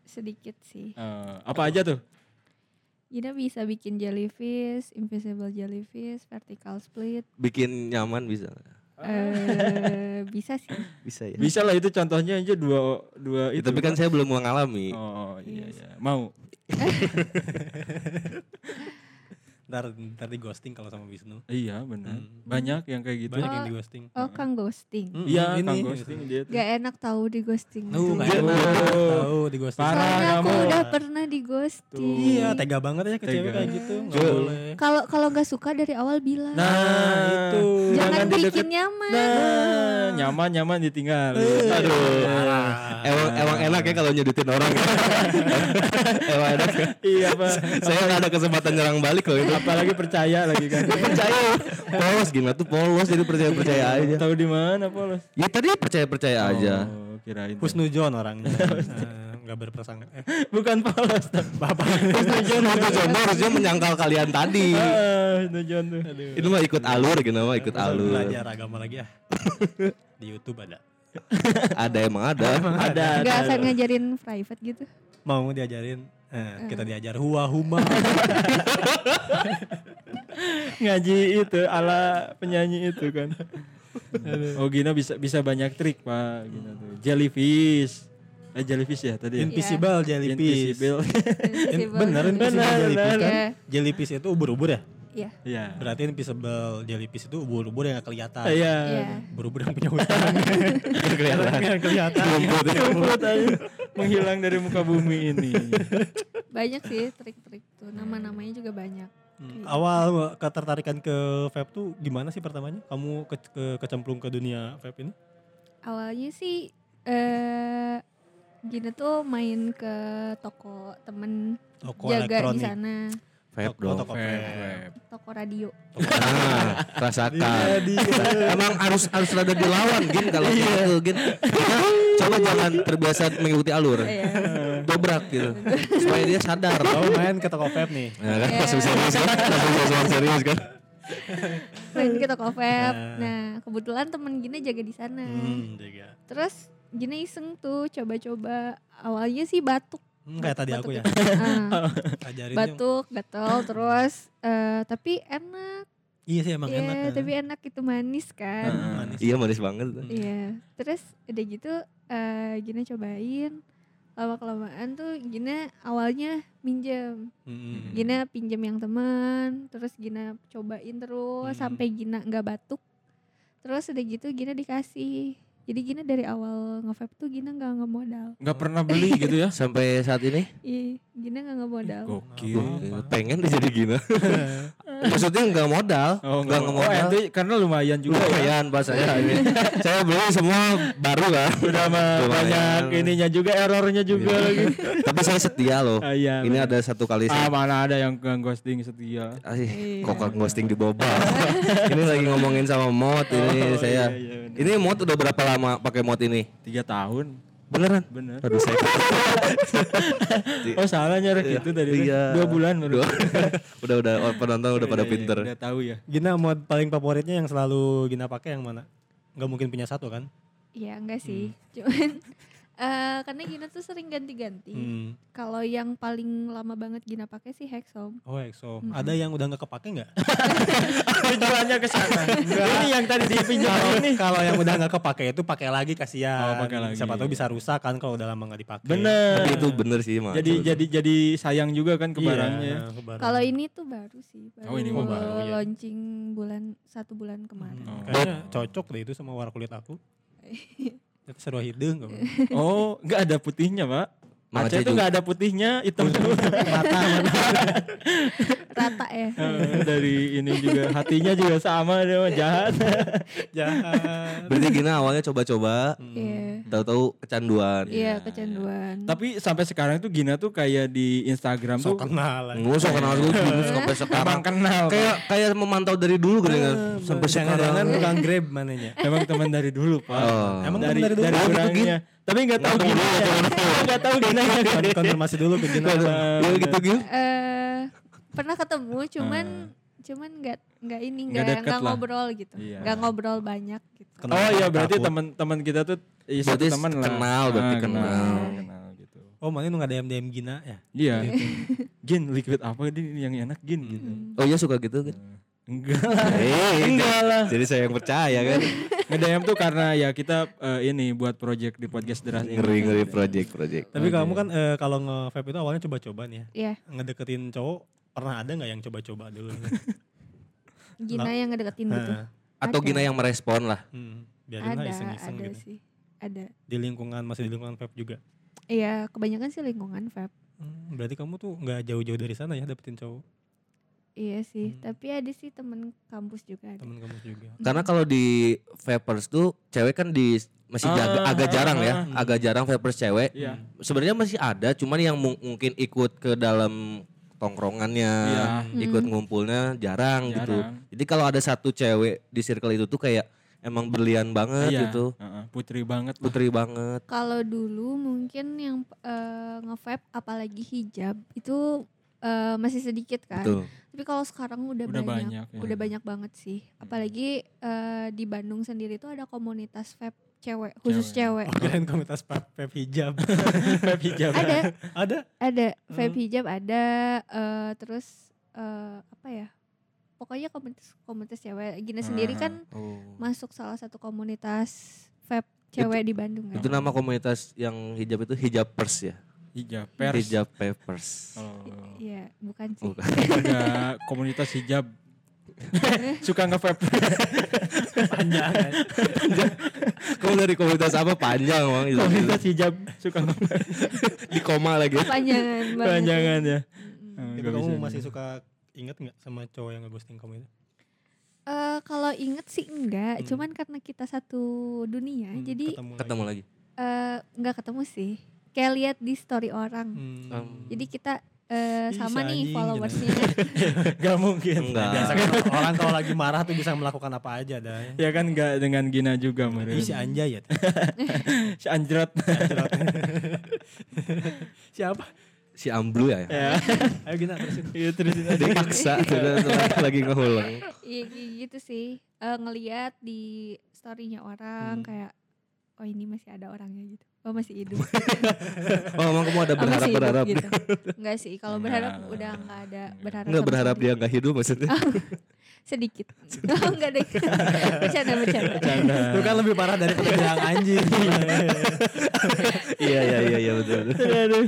Speaker 4: Sedikit sih.
Speaker 1: eh, apa aja tuh?
Speaker 4: Gina bisa bikin jellyfish, invisible jellyfish, vertical split.
Speaker 3: Bikin nyaman bisa. nggak?
Speaker 1: Ah.
Speaker 4: eh bisa sih.
Speaker 1: Hmm.
Speaker 3: Bisa ya.
Speaker 1: Bisa lah itu contohnya aja dua dua
Speaker 3: Ya,
Speaker 1: itu.
Speaker 3: Tapi kan saya belum mengalami.
Speaker 1: Oh, iya iya. Mau.
Speaker 2: Ntar ntar di ghosting kalau sama Wisnu.
Speaker 1: Iya, benar. Banyak yang kayak gitu.
Speaker 2: Banyak yang di ghosting.
Speaker 4: Oh, Kang Ghosting.
Speaker 2: Mm,
Speaker 1: Iya, Kang Ghosting dia tuh.
Speaker 4: Gak enak tahu di ghosting.
Speaker 2: Lu nggak
Speaker 1: Iya,
Speaker 2: enak.
Speaker 1: bener.
Speaker 2: Tahu di ghosting.
Speaker 1: Parah.
Speaker 4: Soalnya aku
Speaker 1: kamu.
Speaker 4: udah pernah di ghosting.
Speaker 2: Iya, tega banget ya ke cewek
Speaker 1: Tega.
Speaker 2: kayak gitu. Nggak
Speaker 3: Tuh.
Speaker 2: boleh.
Speaker 4: Kalau kalau nggak suka dari awal bilang.
Speaker 1: Nah,
Speaker 2: itu.
Speaker 4: jangan,
Speaker 1: jangan di
Speaker 4: bikin
Speaker 1: deket-
Speaker 4: nyaman.
Speaker 1: Nah, nyaman-nyaman ditinggal.
Speaker 3: Aduh.
Speaker 1: Ah.
Speaker 3: Emang emang enak ya kalau nyudutin orang. emang enak.
Speaker 1: iya, Pak.
Speaker 3: Saya nggak ada kesempatan nyerang balik loh itu.
Speaker 1: apalagi percaya lagi kan
Speaker 3: percaya polos gimana tuh polos jadi percaya percaya aja
Speaker 1: tahu di mana polos
Speaker 3: ya tadi percaya percaya aja
Speaker 1: oh, kirain
Speaker 2: Husnujon orangnya. Eh, Nggak berprasangka. Eh,
Speaker 1: bukan polos tapi
Speaker 2: bapak.
Speaker 3: Waktu coba harusnya menyangkal kalian tadi
Speaker 1: ah, tujuan tuh aduh
Speaker 3: itu mah ikut alur gitu mah ikut alur
Speaker 2: Belajar agama lagi ya. Di YouTube ada.
Speaker 3: ada emang ada
Speaker 1: ada
Speaker 4: Gak akan ngajarin private gitu.
Speaker 2: Mau diajarin eh, kita diajar hua huma.
Speaker 1: ngaji itu ala penyanyi itu kan oh Gina bisa bisa banyak trik pak Gina tuh jellyfish eh jellyfish ya tadi ya?
Speaker 2: Invisible jellyfish.
Speaker 1: Invisible.
Speaker 2: In- bener invisible
Speaker 1: Bener,
Speaker 2: jellyfish kan.
Speaker 4: bener.
Speaker 2: Jellyfish itu ubur-ubur ya?
Speaker 4: Iya.
Speaker 1: ya
Speaker 2: Berarti invisible jellyfish itu ubur-ubur yang gak kelihatan.
Speaker 1: iya
Speaker 4: Iya.
Speaker 2: Ubur-ubur yang punya hutang. yang kelihatan.
Speaker 1: rumput aja menghilang dari muka bumi ini
Speaker 4: Banyak sih trik-trik tuh. Nama-namanya juga banyak.
Speaker 2: Hmm, Awal ketertarikan ke vape tuh gimana sih pertamanya? Kamu ke, ke- kecemplung ke dunia vape ini?
Speaker 4: Awalnya sih eh Gina tuh main ke toko temen
Speaker 2: Toko
Speaker 4: jaga di
Speaker 2: elektronik.
Speaker 4: sana,
Speaker 3: vape
Speaker 2: Toko-
Speaker 3: dong
Speaker 2: Toko vape.
Speaker 4: toko radio.
Speaker 3: Nah,
Speaker 1: Iya,
Speaker 3: rasakan. Emang harus harus rada dilawan gin kalau gitu gin. Coba jangan terbiasa mengikuti alur.
Speaker 2: Iya.
Speaker 3: Dobrak gitu. Supaya dia sadar.
Speaker 1: Iya.
Speaker 2: Kamu main ke toko vape nih.
Speaker 3: Nah, kan langsung serius kan? Langsung serius, serius kan?
Speaker 4: Main ke toko vape.
Speaker 2: Nah.
Speaker 4: Nah, kebetulan temen Gina jaga di sana.
Speaker 2: Hmm, jaga.
Speaker 4: Terus Gina iseng tuh coba-coba. Awalnya sih batuk.
Speaker 2: Hmm, kayak tadi aku ya.
Speaker 4: Ah,
Speaker 2: Ajarin
Speaker 4: batuk, gatel terus eh, tapi enak.
Speaker 2: Iya sih emang
Speaker 4: Iya,
Speaker 2: enak. kan.
Speaker 4: tapi enak itu manis kan.
Speaker 2: Hmm, manis.
Speaker 3: Iya manis banget.
Speaker 4: Iya,
Speaker 2: Hmm.
Speaker 4: terus udah gitu eh Gina cobain lama kelamaan tuh Gina awalnya minjem,
Speaker 2: Hmm.
Speaker 4: Gina pinjem yang teman, terus Gina cobain terus
Speaker 2: Hmm.
Speaker 4: sampai Gina nggak batuk, terus udah gitu Gina dikasih. Jadi Gina dari awal nge tuh Gina nggak nggak modal,
Speaker 1: nggak pernah beli gitu ya
Speaker 3: Sampai saat ini
Speaker 4: iya Gina nggak nggak modal.
Speaker 1: gokil
Speaker 3: gua pengen dia jadi gini. Maksudnya nggak modal,
Speaker 1: oh
Speaker 3: nggak
Speaker 1: nggak mau oh,
Speaker 3: modal.
Speaker 1: ente karena lumayan juga ya
Speaker 3: Lumayan pas saya ini. Saya beli semua baru kan.
Speaker 1: udah mah
Speaker 3: Lumayan. Iya.
Speaker 1: banyak ininya juga errornya juga lagi
Speaker 3: Tapi saya setia loh.
Speaker 1: Ah, iya,
Speaker 3: Ini
Speaker 1: bener.
Speaker 3: ada satu kali
Speaker 1: ah
Speaker 3: saya
Speaker 1: mana ada yang nggak ghosting setia
Speaker 3: Asih,
Speaker 1: Iya.
Speaker 3: kokak iya. ghosting di boba. ini lagi ngomongin sama Mot ini
Speaker 1: Oh,
Speaker 3: saya.
Speaker 1: iya, iya, bener.
Speaker 3: ini Mot udah berapa lama pakai Mot ini?
Speaker 1: tiga tahun
Speaker 3: Beneran?
Speaker 1: bener
Speaker 3: Aduh saya
Speaker 1: oh salahnya rek itu dari
Speaker 3: Iya.
Speaker 1: dua bulan baru.
Speaker 3: Dua- udah udah oh, penonton udah pada
Speaker 1: Iya, iya,
Speaker 3: pinter.
Speaker 1: udah tahu ya
Speaker 2: Gina mod paling favoritnya yang selalu Gina pakai yang mana? Gak mungkin punya satu kan?
Speaker 4: Iya enggak sih,
Speaker 2: Hmm.
Speaker 4: cuman eh karena Gina tuh sering ganti-ganti.
Speaker 2: Hmm.
Speaker 4: Kalau yang paling lama banget Gina pakai sih Hexom.
Speaker 2: Oh EXO. Ada yang udah nggak kepake nggak?
Speaker 1: tujuannya ke sana ini yang tadi dipinjam ini
Speaker 2: kalau yang udah nggak kepake itu pakai lagi kasihan.
Speaker 1: Oh, pakai lagi.
Speaker 2: Siapa tahu bisa rusak kan kalau udah lama nggak dipakai.
Speaker 1: bener
Speaker 3: Tapi itu bener sih Mat.
Speaker 1: jadi jadi jadi sayang juga
Speaker 2: Iya,
Speaker 1: kan ke barangnya
Speaker 4: Kalau ini tuh baru sih, baru,
Speaker 1: Oh, ini mah baru Hmm,
Speaker 2: ya.
Speaker 4: launching bulan satu bulan kemarin.
Speaker 2: Kayaknya cocok deh itu sama warna kulit aku. Tapi seru hidung kamu.
Speaker 1: oh nggak ada putihnya pak
Speaker 3: Mata
Speaker 1: Aceh itu
Speaker 3: juga.
Speaker 1: nggak ada putihnya hitam semua.
Speaker 4: Rata ya.
Speaker 1: Eh, dari ini juga hatinya juga sama dia mah jahat
Speaker 2: Jahat.
Speaker 3: Berarti Gina awalnya coba-coba,
Speaker 4: Iya.
Speaker 3: tahu-tahu kecanduan.
Speaker 4: Iya, kecanduan.
Speaker 1: tapi sampai sekarang tuh Gina tuh kayak di Instagram
Speaker 2: So
Speaker 1: tuh
Speaker 2: Hmm. kenal.
Speaker 3: Nggak usah kenal dulu
Speaker 1: Iya.
Speaker 3: sampai sekarang.
Speaker 1: emang kan- kenal Pak.
Speaker 3: Kayak kayak memantau dari dulu
Speaker 1: Iya,
Speaker 3: gitu kan. Sampai
Speaker 2: Jangan-jangan
Speaker 3: sekarang. Iya,
Speaker 2: tukang grab mananya.
Speaker 1: Emang teman dari dulu, Pak.
Speaker 3: Oh.
Speaker 1: Emang
Speaker 2: Emang
Speaker 1: dari
Speaker 2: teman
Speaker 1: dari,
Speaker 2: dari dulu? Oh, gitu,
Speaker 1: orangnya. Tapi nggak tahu gini. Enggak tahu gini.
Speaker 2: Kon- Konfirmasi dulu ke Gina.
Speaker 3: Ya gitu gitu.
Speaker 4: Eh, pernah ketemu cuman cuman nggak nggak ini
Speaker 1: Hmm. Nggak
Speaker 4: nggak
Speaker 1: deket
Speaker 4: nggak
Speaker 1: lah.
Speaker 4: ngobrol gitu.
Speaker 1: Iya.
Speaker 4: Nggak ngobrol banyak gitu.
Speaker 2: Kenal.
Speaker 1: Oh iya,
Speaker 2: Takut.
Speaker 1: berarti teman-teman kita tuh iya, satu
Speaker 3: Berarti
Speaker 1: teman lah.
Speaker 3: kenal, berarti
Speaker 1: Ah,
Speaker 3: kenal.
Speaker 1: kenal gitu.
Speaker 2: Oh mana nu nggak DM DM Gina ya?
Speaker 1: Iya. Gin liquid apa din yang enak gin gitu.
Speaker 3: Oh iya suka gitu kan.
Speaker 1: Enggak lah.
Speaker 3: Eh,
Speaker 1: Enggak lah.
Speaker 3: Jadi saya yang percaya kan.
Speaker 1: Ngedayam tuh karena ya kita eh, ini buat project di podcast deras ini.
Speaker 3: Ngeri ngeri project project.
Speaker 2: Tapi kamu kan eh, kalau nge vape itu awalnya coba-coba nih ya.
Speaker 4: Iya,
Speaker 2: Ngedeketin cowok pernah ada nggak yang coba-coba dulu?
Speaker 4: Gina yang ngedeketin gitu.
Speaker 2: nah,
Speaker 3: Atau
Speaker 4: Ada.
Speaker 3: Gina yang merespon lah.
Speaker 2: hmm,
Speaker 1: iya,
Speaker 2: biarin lah
Speaker 4: Ada,
Speaker 2: iseng-iseng
Speaker 4: ada
Speaker 2: gitu.
Speaker 4: sih. Ada.
Speaker 2: Di lingkungan masih di lingkungan vape juga.
Speaker 4: Iya, kebanyakan sih lingkungan vape.
Speaker 2: Hmm, berarti kamu tuh nggak jauh-jauh dari sana ya dapetin cowok
Speaker 4: Iya
Speaker 2: Hmm.
Speaker 4: sih, tapi ada sih temen kampus juga ada.
Speaker 2: teman kamu juga.
Speaker 3: Karena kalau di vapers tuh cewek kan di masih jaga,
Speaker 1: Ah,
Speaker 3: agak
Speaker 1: ah,
Speaker 3: jarang ya,
Speaker 1: ah,
Speaker 3: agak jarang vapers cewek.
Speaker 1: Iya.
Speaker 3: Sebenarnya masih ada, cuman yang mung- mungkin ikut ke dalam tongkrongannya,
Speaker 1: Iya.
Speaker 3: ikut ngumpulnya jarang, Nah, gitu.
Speaker 1: Jarang.
Speaker 3: Jadi kalau ada satu cewek di circle itu tuh kayak emang berlian banget
Speaker 1: Iya,
Speaker 3: gitu,
Speaker 1: heeh, putri banget lah.
Speaker 3: putri banget.
Speaker 4: Kalau dulu mungkin yang eh, nge-vape apalagi hijab itu eh, masih sedikit kan.
Speaker 3: Betul.
Speaker 4: Tapi kalau sekarang udah,
Speaker 1: Udah banyak,
Speaker 4: banyak,
Speaker 1: ya.
Speaker 4: udah banyak banget sih. Apalagi eh, di Bandung sendiri tuh ada komunitas vape cewek, khusus cewek.
Speaker 2: Oh,
Speaker 4: Oh,
Speaker 2: kirain komunitas vape vape hijab.
Speaker 1: Vape hijab.
Speaker 4: Ada, Hmm.
Speaker 2: Ada.
Speaker 4: ada vape hijab, ada eh, terus eh, apa ya? Pokoknya komunitas komunitas cewek. Gina sendiri
Speaker 1: Ah,
Speaker 4: kan masuk salah satu komunitas vape cewek di Bandung kan.
Speaker 3: Itu nama komunitas yang hijab itu hijapers ya.
Speaker 1: Hijab pers.
Speaker 3: Hijab papers.
Speaker 1: Oh.
Speaker 4: Iya, bukan sih.
Speaker 3: Oh, Bukan.
Speaker 1: ada komunitas hijab suka nge-vape
Speaker 3: Kamu dari komunitas apa panjang bang? Itu-
Speaker 1: komunitas hijab suka nge-vape
Speaker 3: Di koma lagi.
Speaker 4: Panjangan banget. ya.
Speaker 1: panjangan ya Eh,
Speaker 2: Tapi
Speaker 1: nggak
Speaker 2: kamu
Speaker 1: bisa.
Speaker 2: masih suka inget nggak sama cowok yang ngeghosting kamu itu?
Speaker 4: Eh, kalau inget sih enggak,
Speaker 2: Hmm.
Speaker 4: cuman karena kita satu dunia,
Speaker 2: Hmm,
Speaker 4: jadi
Speaker 2: ketemu.
Speaker 3: Ketemu lagi.
Speaker 4: eh, nggak ketemu sih. Kayak lihat di story orang.
Speaker 2: Hmm.
Speaker 3: Um,
Speaker 4: Jadi kita
Speaker 2: Ih,
Speaker 4: eh,
Speaker 2: si
Speaker 4: sama nih
Speaker 2: anjing,
Speaker 4: followersnya.
Speaker 1: nggak mungkin
Speaker 3: Enggak.
Speaker 2: biasa kan orang kalau lagi marah tuh bisa melakukan apa aja dah.
Speaker 1: ya kan nggak dengan Gina juga
Speaker 2: Ih,
Speaker 1: Marin
Speaker 2: si Anjay ya.
Speaker 1: si anjrot
Speaker 2: Siapa?
Speaker 3: Si Amblu ya.
Speaker 4: Eh.
Speaker 3: ya.
Speaker 1: ya
Speaker 2: Ayo Gina terusin.
Speaker 1: Iya, terusin aja.
Speaker 3: Dipaksa terus lagi ngehulang.
Speaker 4: Iya kayak gitu sih. Eh, ngeliat di storynya orang kayak oh ini masih ada orangnya gitu. Oh masih hidup.
Speaker 3: Oh emang kamu ada
Speaker 4: Oh, masih
Speaker 3: berharap
Speaker 4: hidup
Speaker 3: berharap.
Speaker 4: gitu. Enggak sih, kalau berharap
Speaker 1: Enggak.
Speaker 4: udah enggak ada berharap.
Speaker 3: Enggak
Speaker 4: sama
Speaker 3: berharap
Speaker 4: sekali.
Speaker 3: dia nggak hidup maksudnya.
Speaker 4: Ah. sedikit. Oh, enggak deh. bercanda bercanda.
Speaker 2: Itu kan lebih parah dari bilang anjing.
Speaker 3: Iya iya iya iya betul. betul.
Speaker 2: Aduh.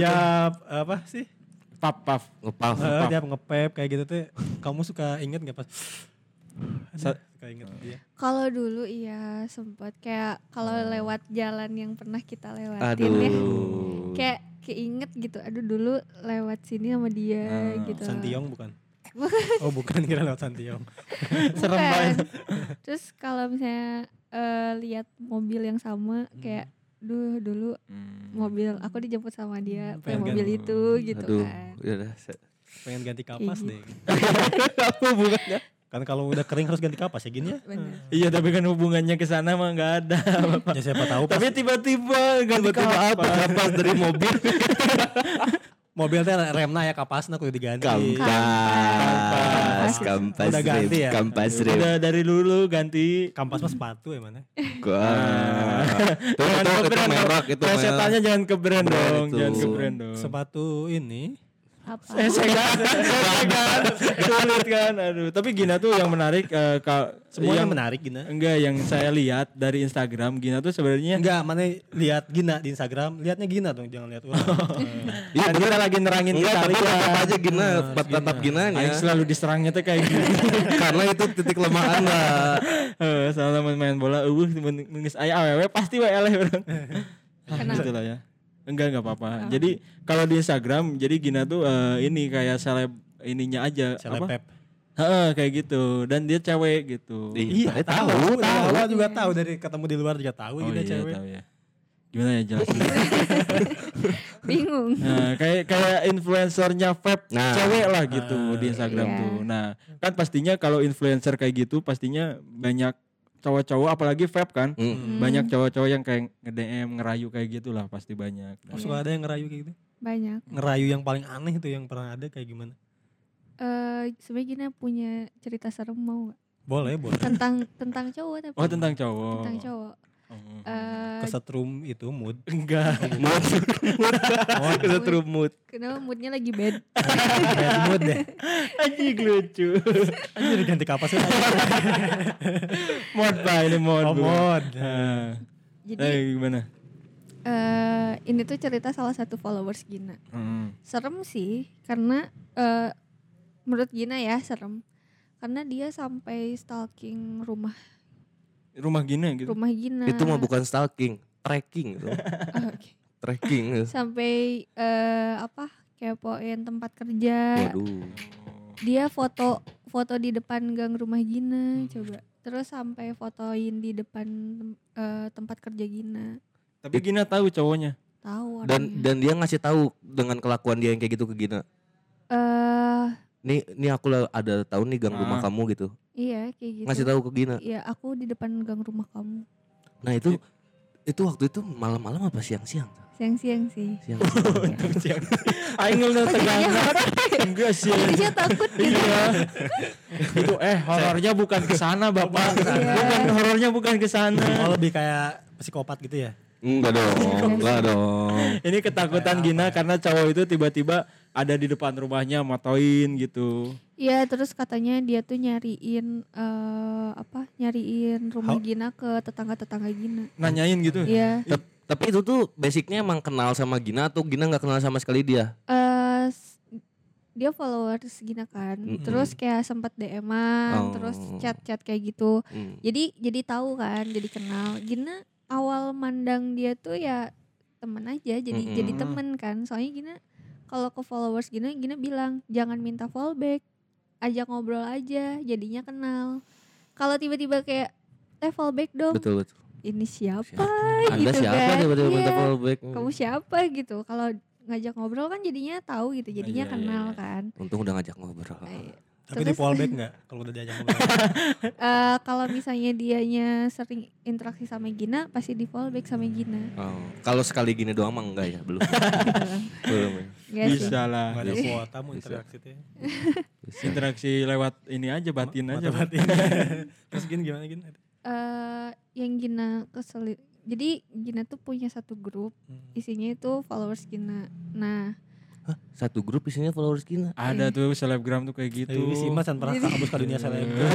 Speaker 2: Tiap apa sih?
Speaker 1: pap pap
Speaker 3: Ngepaf.
Speaker 2: Eh, tiap ngepep kayak gitu tuh kamu suka inget nggak pas?
Speaker 1: Sa-
Speaker 2: suka inget dia.
Speaker 4: Kalau dulu iya sempat kayak kalau
Speaker 1: Hmm.
Speaker 4: lewat jalan yang pernah kita lewatin
Speaker 3: Aduh.
Speaker 4: ya. Kayak keinget gitu. Aduh dulu lewat sini sama dia
Speaker 1: Hmm,
Speaker 4: gitu.
Speaker 2: Santiong bukan?
Speaker 4: Bukan.
Speaker 2: Oh bukan kira lewat Santiong.
Speaker 1: Serem
Speaker 4: Bukan.
Speaker 1: banget.
Speaker 4: Terus kalau misalnya eh, lihat mobil yang sama
Speaker 1: Hmm.
Speaker 4: kayak duh dulu mobil aku dijemput sama dia
Speaker 1: Hmm,
Speaker 4: pakai
Speaker 2: Pengen
Speaker 4: mobil
Speaker 2: ganti.
Speaker 4: itu gitu
Speaker 3: Aduh.
Speaker 4: kan.
Speaker 3: Ya udah. se-
Speaker 2: Pengen ganti kapas deh.
Speaker 1: apa hubungannya
Speaker 2: Kan kalau udah kering harus ganti kapas ya gini ya.
Speaker 4: Bener.
Speaker 1: iya tapi kan hubungannya ke sana mah nggak ada
Speaker 2: Ya siapa tahu pas
Speaker 1: tapi tiba-tiba
Speaker 3: Tiba-tiba apa? Kapas dari mobil.
Speaker 2: mobil teh remna ya kapasnya kudu diganti.
Speaker 3: Kampas. Kampas.
Speaker 2: Udah ganti
Speaker 3: rib,
Speaker 2: ya?
Speaker 3: Kampas rib.
Speaker 1: udah dari dulu ganti
Speaker 2: Kampas mah sepatu ya mana?
Speaker 3: Gua.
Speaker 2: Ah.
Speaker 3: Tuh,
Speaker 1: Jangan
Speaker 3: tuh,
Speaker 1: ke
Speaker 3: itu
Speaker 1: brand dong.
Speaker 3: merek itu merek.
Speaker 1: Plesetannya jangan ke brand
Speaker 3: Brand
Speaker 1: dong,
Speaker 3: itu.
Speaker 1: jangan ke brand dong.
Speaker 2: Sepatu ini
Speaker 4: Apa?
Speaker 1: Eh, saya kan, saya kan, sulit kan, aduh. Tapi Gina tuh yang menarik, eh, ka-
Speaker 2: semuanya
Speaker 1: yang
Speaker 2: menarik ya. Gina.
Speaker 1: enggak yang saya lihat dari Instagram Gina tuh sebenarnya
Speaker 2: Enggak, mana lihat Gina di Instagram, lihatnya Gina dong, jangan lihat orang.
Speaker 1: Iya, kita lagi nerangin
Speaker 3: Enggak,
Speaker 1: kita
Speaker 3: tapi
Speaker 2: ya.
Speaker 3: Iya.
Speaker 1: lihat.
Speaker 3: tetap aja gina, tetap tetap ginanya.
Speaker 1: Aing selalu diserangnya tuh kayak gini.
Speaker 3: Karena itu titik lemah anda.
Speaker 1: Eh, sama teman main bola, uh, temen nangis ayah awewe pasti wae eleh orang.
Speaker 4: Kenapa?
Speaker 1: gitu lah ya. Enggak enggak apa-apa.
Speaker 2: Oh.
Speaker 1: Jadi kalau di Instagram, jadi Gina tuh eh, ini kayak seleb ininya aja apa?
Speaker 2: Selepep.
Speaker 1: Heeh, kayak gitu. Dan dia cewek gitu.
Speaker 3: Iya,
Speaker 2: Tahu, tahu juga tahu dari ketemu di luar juga tahu
Speaker 1: Oh
Speaker 2: Gina
Speaker 1: iya,
Speaker 2: cewek.
Speaker 1: tahu ya. Gimana ya jelasin?
Speaker 4: Bingung.
Speaker 1: nah, kayak kayak influencernya vape
Speaker 3: Nah.
Speaker 1: cewek lah gitu di Instagram
Speaker 4: Iya.
Speaker 1: tuh. Nah, kan pastinya kalau influencer kayak gitu pastinya banyak cowok-cowok apalagi vape kan.
Speaker 3: Hmm.
Speaker 1: Banyak cowok-cowok yang kayak nge-DM, ngerayu kayak gitulah pasti banyak.
Speaker 2: Oh, suka ada yang ngerayu kayak gitu.
Speaker 4: Banyak.
Speaker 2: Ngerayu yang paling aneh itu yang pernah ada kayak gimana?
Speaker 4: eh sebenarnya Gina punya cerita serem mau gak?
Speaker 2: Boleh, boleh.
Speaker 4: tentang tentang cowok tapi
Speaker 1: Oh, tentang cowok.
Speaker 4: Iya. tentang cowok
Speaker 1: Oh.
Speaker 4: Eh,
Speaker 2: Kesetrum itu mood.
Speaker 1: Enggak.
Speaker 3: Mood.
Speaker 1: Oh,
Speaker 3: Kita terumut.
Speaker 4: kenapa moodnya lagi bad
Speaker 2: Bad mood deh.
Speaker 1: Anjing lucu.
Speaker 2: Anjir ganti kapasnya.
Speaker 1: mod Pak, ini mod.
Speaker 2: Oh,
Speaker 1: Bu.
Speaker 2: mod.
Speaker 1: Nah.
Speaker 4: jadi
Speaker 1: Eh, gimana?
Speaker 4: eh ini tuh cerita salah satu followers Gina
Speaker 1: Hmm.
Speaker 4: serem sih karena eh menurut Gina ya serem karena dia sampai stalking rumah
Speaker 1: Rumah Gina gitu.
Speaker 4: rumah Gina
Speaker 3: Itu mah bukan stalking, tracking itu.
Speaker 4: Oh, oke.
Speaker 3: Tracking.
Speaker 4: sampai eh apa kepoin tempat kerja
Speaker 3: Waduh.
Speaker 1: Oh.
Speaker 4: dia foto foto di depan gang rumah
Speaker 3: Hmm.
Speaker 4: Gina coba terus sampai fotoin di depan tem- eh, tempat kerja Gina
Speaker 1: Tapi Gina tahu cowoknya.
Speaker 4: tahu
Speaker 3: Dan
Speaker 4: orangnya
Speaker 3: dan dia ngasih tahu dengan kelakuan dia yang kayak gitu ke Gina.
Speaker 4: eh
Speaker 3: Nih, nih aku lah ada tahun nih gang
Speaker 1: Ah.
Speaker 3: rumah kamu gitu.
Speaker 4: iya kayak gitu.
Speaker 3: Ngasih tahu ke Gina.
Speaker 4: Iya, aku di depan gang rumah kamu.
Speaker 3: Nah, itu itu waktu itu malam-malam apa siang-siang?
Speaker 4: Siang-siang sih.
Speaker 3: Siang.
Speaker 1: Aing udah tegang.
Speaker 4: Iya,
Speaker 1: Enggak sih.
Speaker 4: Iya takut gitu.
Speaker 1: Itu eh horornya bukan ke sana, Bapak.
Speaker 4: Iya.
Speaker 1: Bukan horornya bukan ke sana.
Speaker 2: Oh lebih kayak psikopat gitu ya?
Speaker 3: Enggak dong, enggak dong.
Speaker 1: Ini ketakutan Gina karena cowok itu tiba-tiba ada di depan rumahnya matoin gitu.
Speaker 4: Iya, terus katanya dia tuh nyariin eh apa? Nyariin rumah
Speaker 2: How-
Speaker 4: Gina ke tetangga-tetangga Gina.
Speaker 1: Nanyain gitu.
Speaker 4: Iya.
Speaker 3: Tep- Tapi itu tuh basicnya emang kenal sama Gina atau Gina nggak kenal sama sekali dia?
Speaker 4: eh s- dia followers Gina kan.
Speaker 3: Mm-mm.
Speaker 4: Terus kayak sempat DM-an,
Speaker 3: Oh.
Speaker 4: terus chat-chat kayak gitu.
Speaker 3: Hmm.
Speaker 4: Jadi jadi tahu kan, jadi kenal. Gina awal mandang dia tuh ya temen aja, jadi
Speaker 3: Mm-mm.
Speaker 4: jadi temen kan. Soalnya Gina kalau ke followers Gina, Gina bilang jangan minta fallback, ajak ngobrol aja, jadinya kenal. Kalau tiba-tiba kayak eh fallback dong,
Speaker 3: Betul betul.
Speaker 4: ini siapa?
Speaker 3: Anda
Speaker 4: gitu
Speaker 3: siapa
Speaker 4: kan.
Speaker 3: tiba-tiba
Speaker 4: Iya.
Speaker 3: minta follow back?
Speaker 4: Kamu siapa gitu? Kalau ngajak ngobrol kan jadinya tahu gitu,
Speaker 1: Iya,
Speaker 4: jadinya
Speaker 1: iya,
Speaker 4: kenal
Speaker 1: iya.
Speaker 4: kan.
Speaker 3: Untung udah ngajak ngobrol.
Speaker 4: Eh,
Speaker 2: Tapi di
Speaker 4: Terus-
Speaker 2: fallback nggak? Kalau udah diajak ngobrol.
Speaker 4: eh, kalau misalnya dianya sering interaksi sama Gina, pasti di fallback sama Gina.
Speaker 3: Oh, kalau sekali gini doang mah enggak ya, belum. belum. ya.
Speaker 4: Gak Iya sih?
Speaker 1: Bisa lah.
Speaker 2: Nggak ada
Speaker 3: Bisa.
Speaker 2: kuota mau
Speaker 3: Bisa.
Speaker 2: interaksi tuh. ya.
Speaker 1: Interaksi lewat ini aja batin aja. Pak.
Speaker 2: Mata-matiin. Terus gini gimana gini?
Speaker 4: Eh, yang Gina keselin. Jadi Gina tuh punya satu grup,
Speaker 1: Hmm.
Speaker 4: isinya itu followers Gina. Nah,
Speaker 3: Satu grup isinya followers Gina.
Speaker 4: Iya.
Speaker 1: Ada tuh selebgram tuh kayak
Speaker 2: Itu
Speaker 1: gitu.
Speaker 2: si Mas dan pernah kabus ke
Speaker 1: Iya.
Speaker 2: dunia selebgram.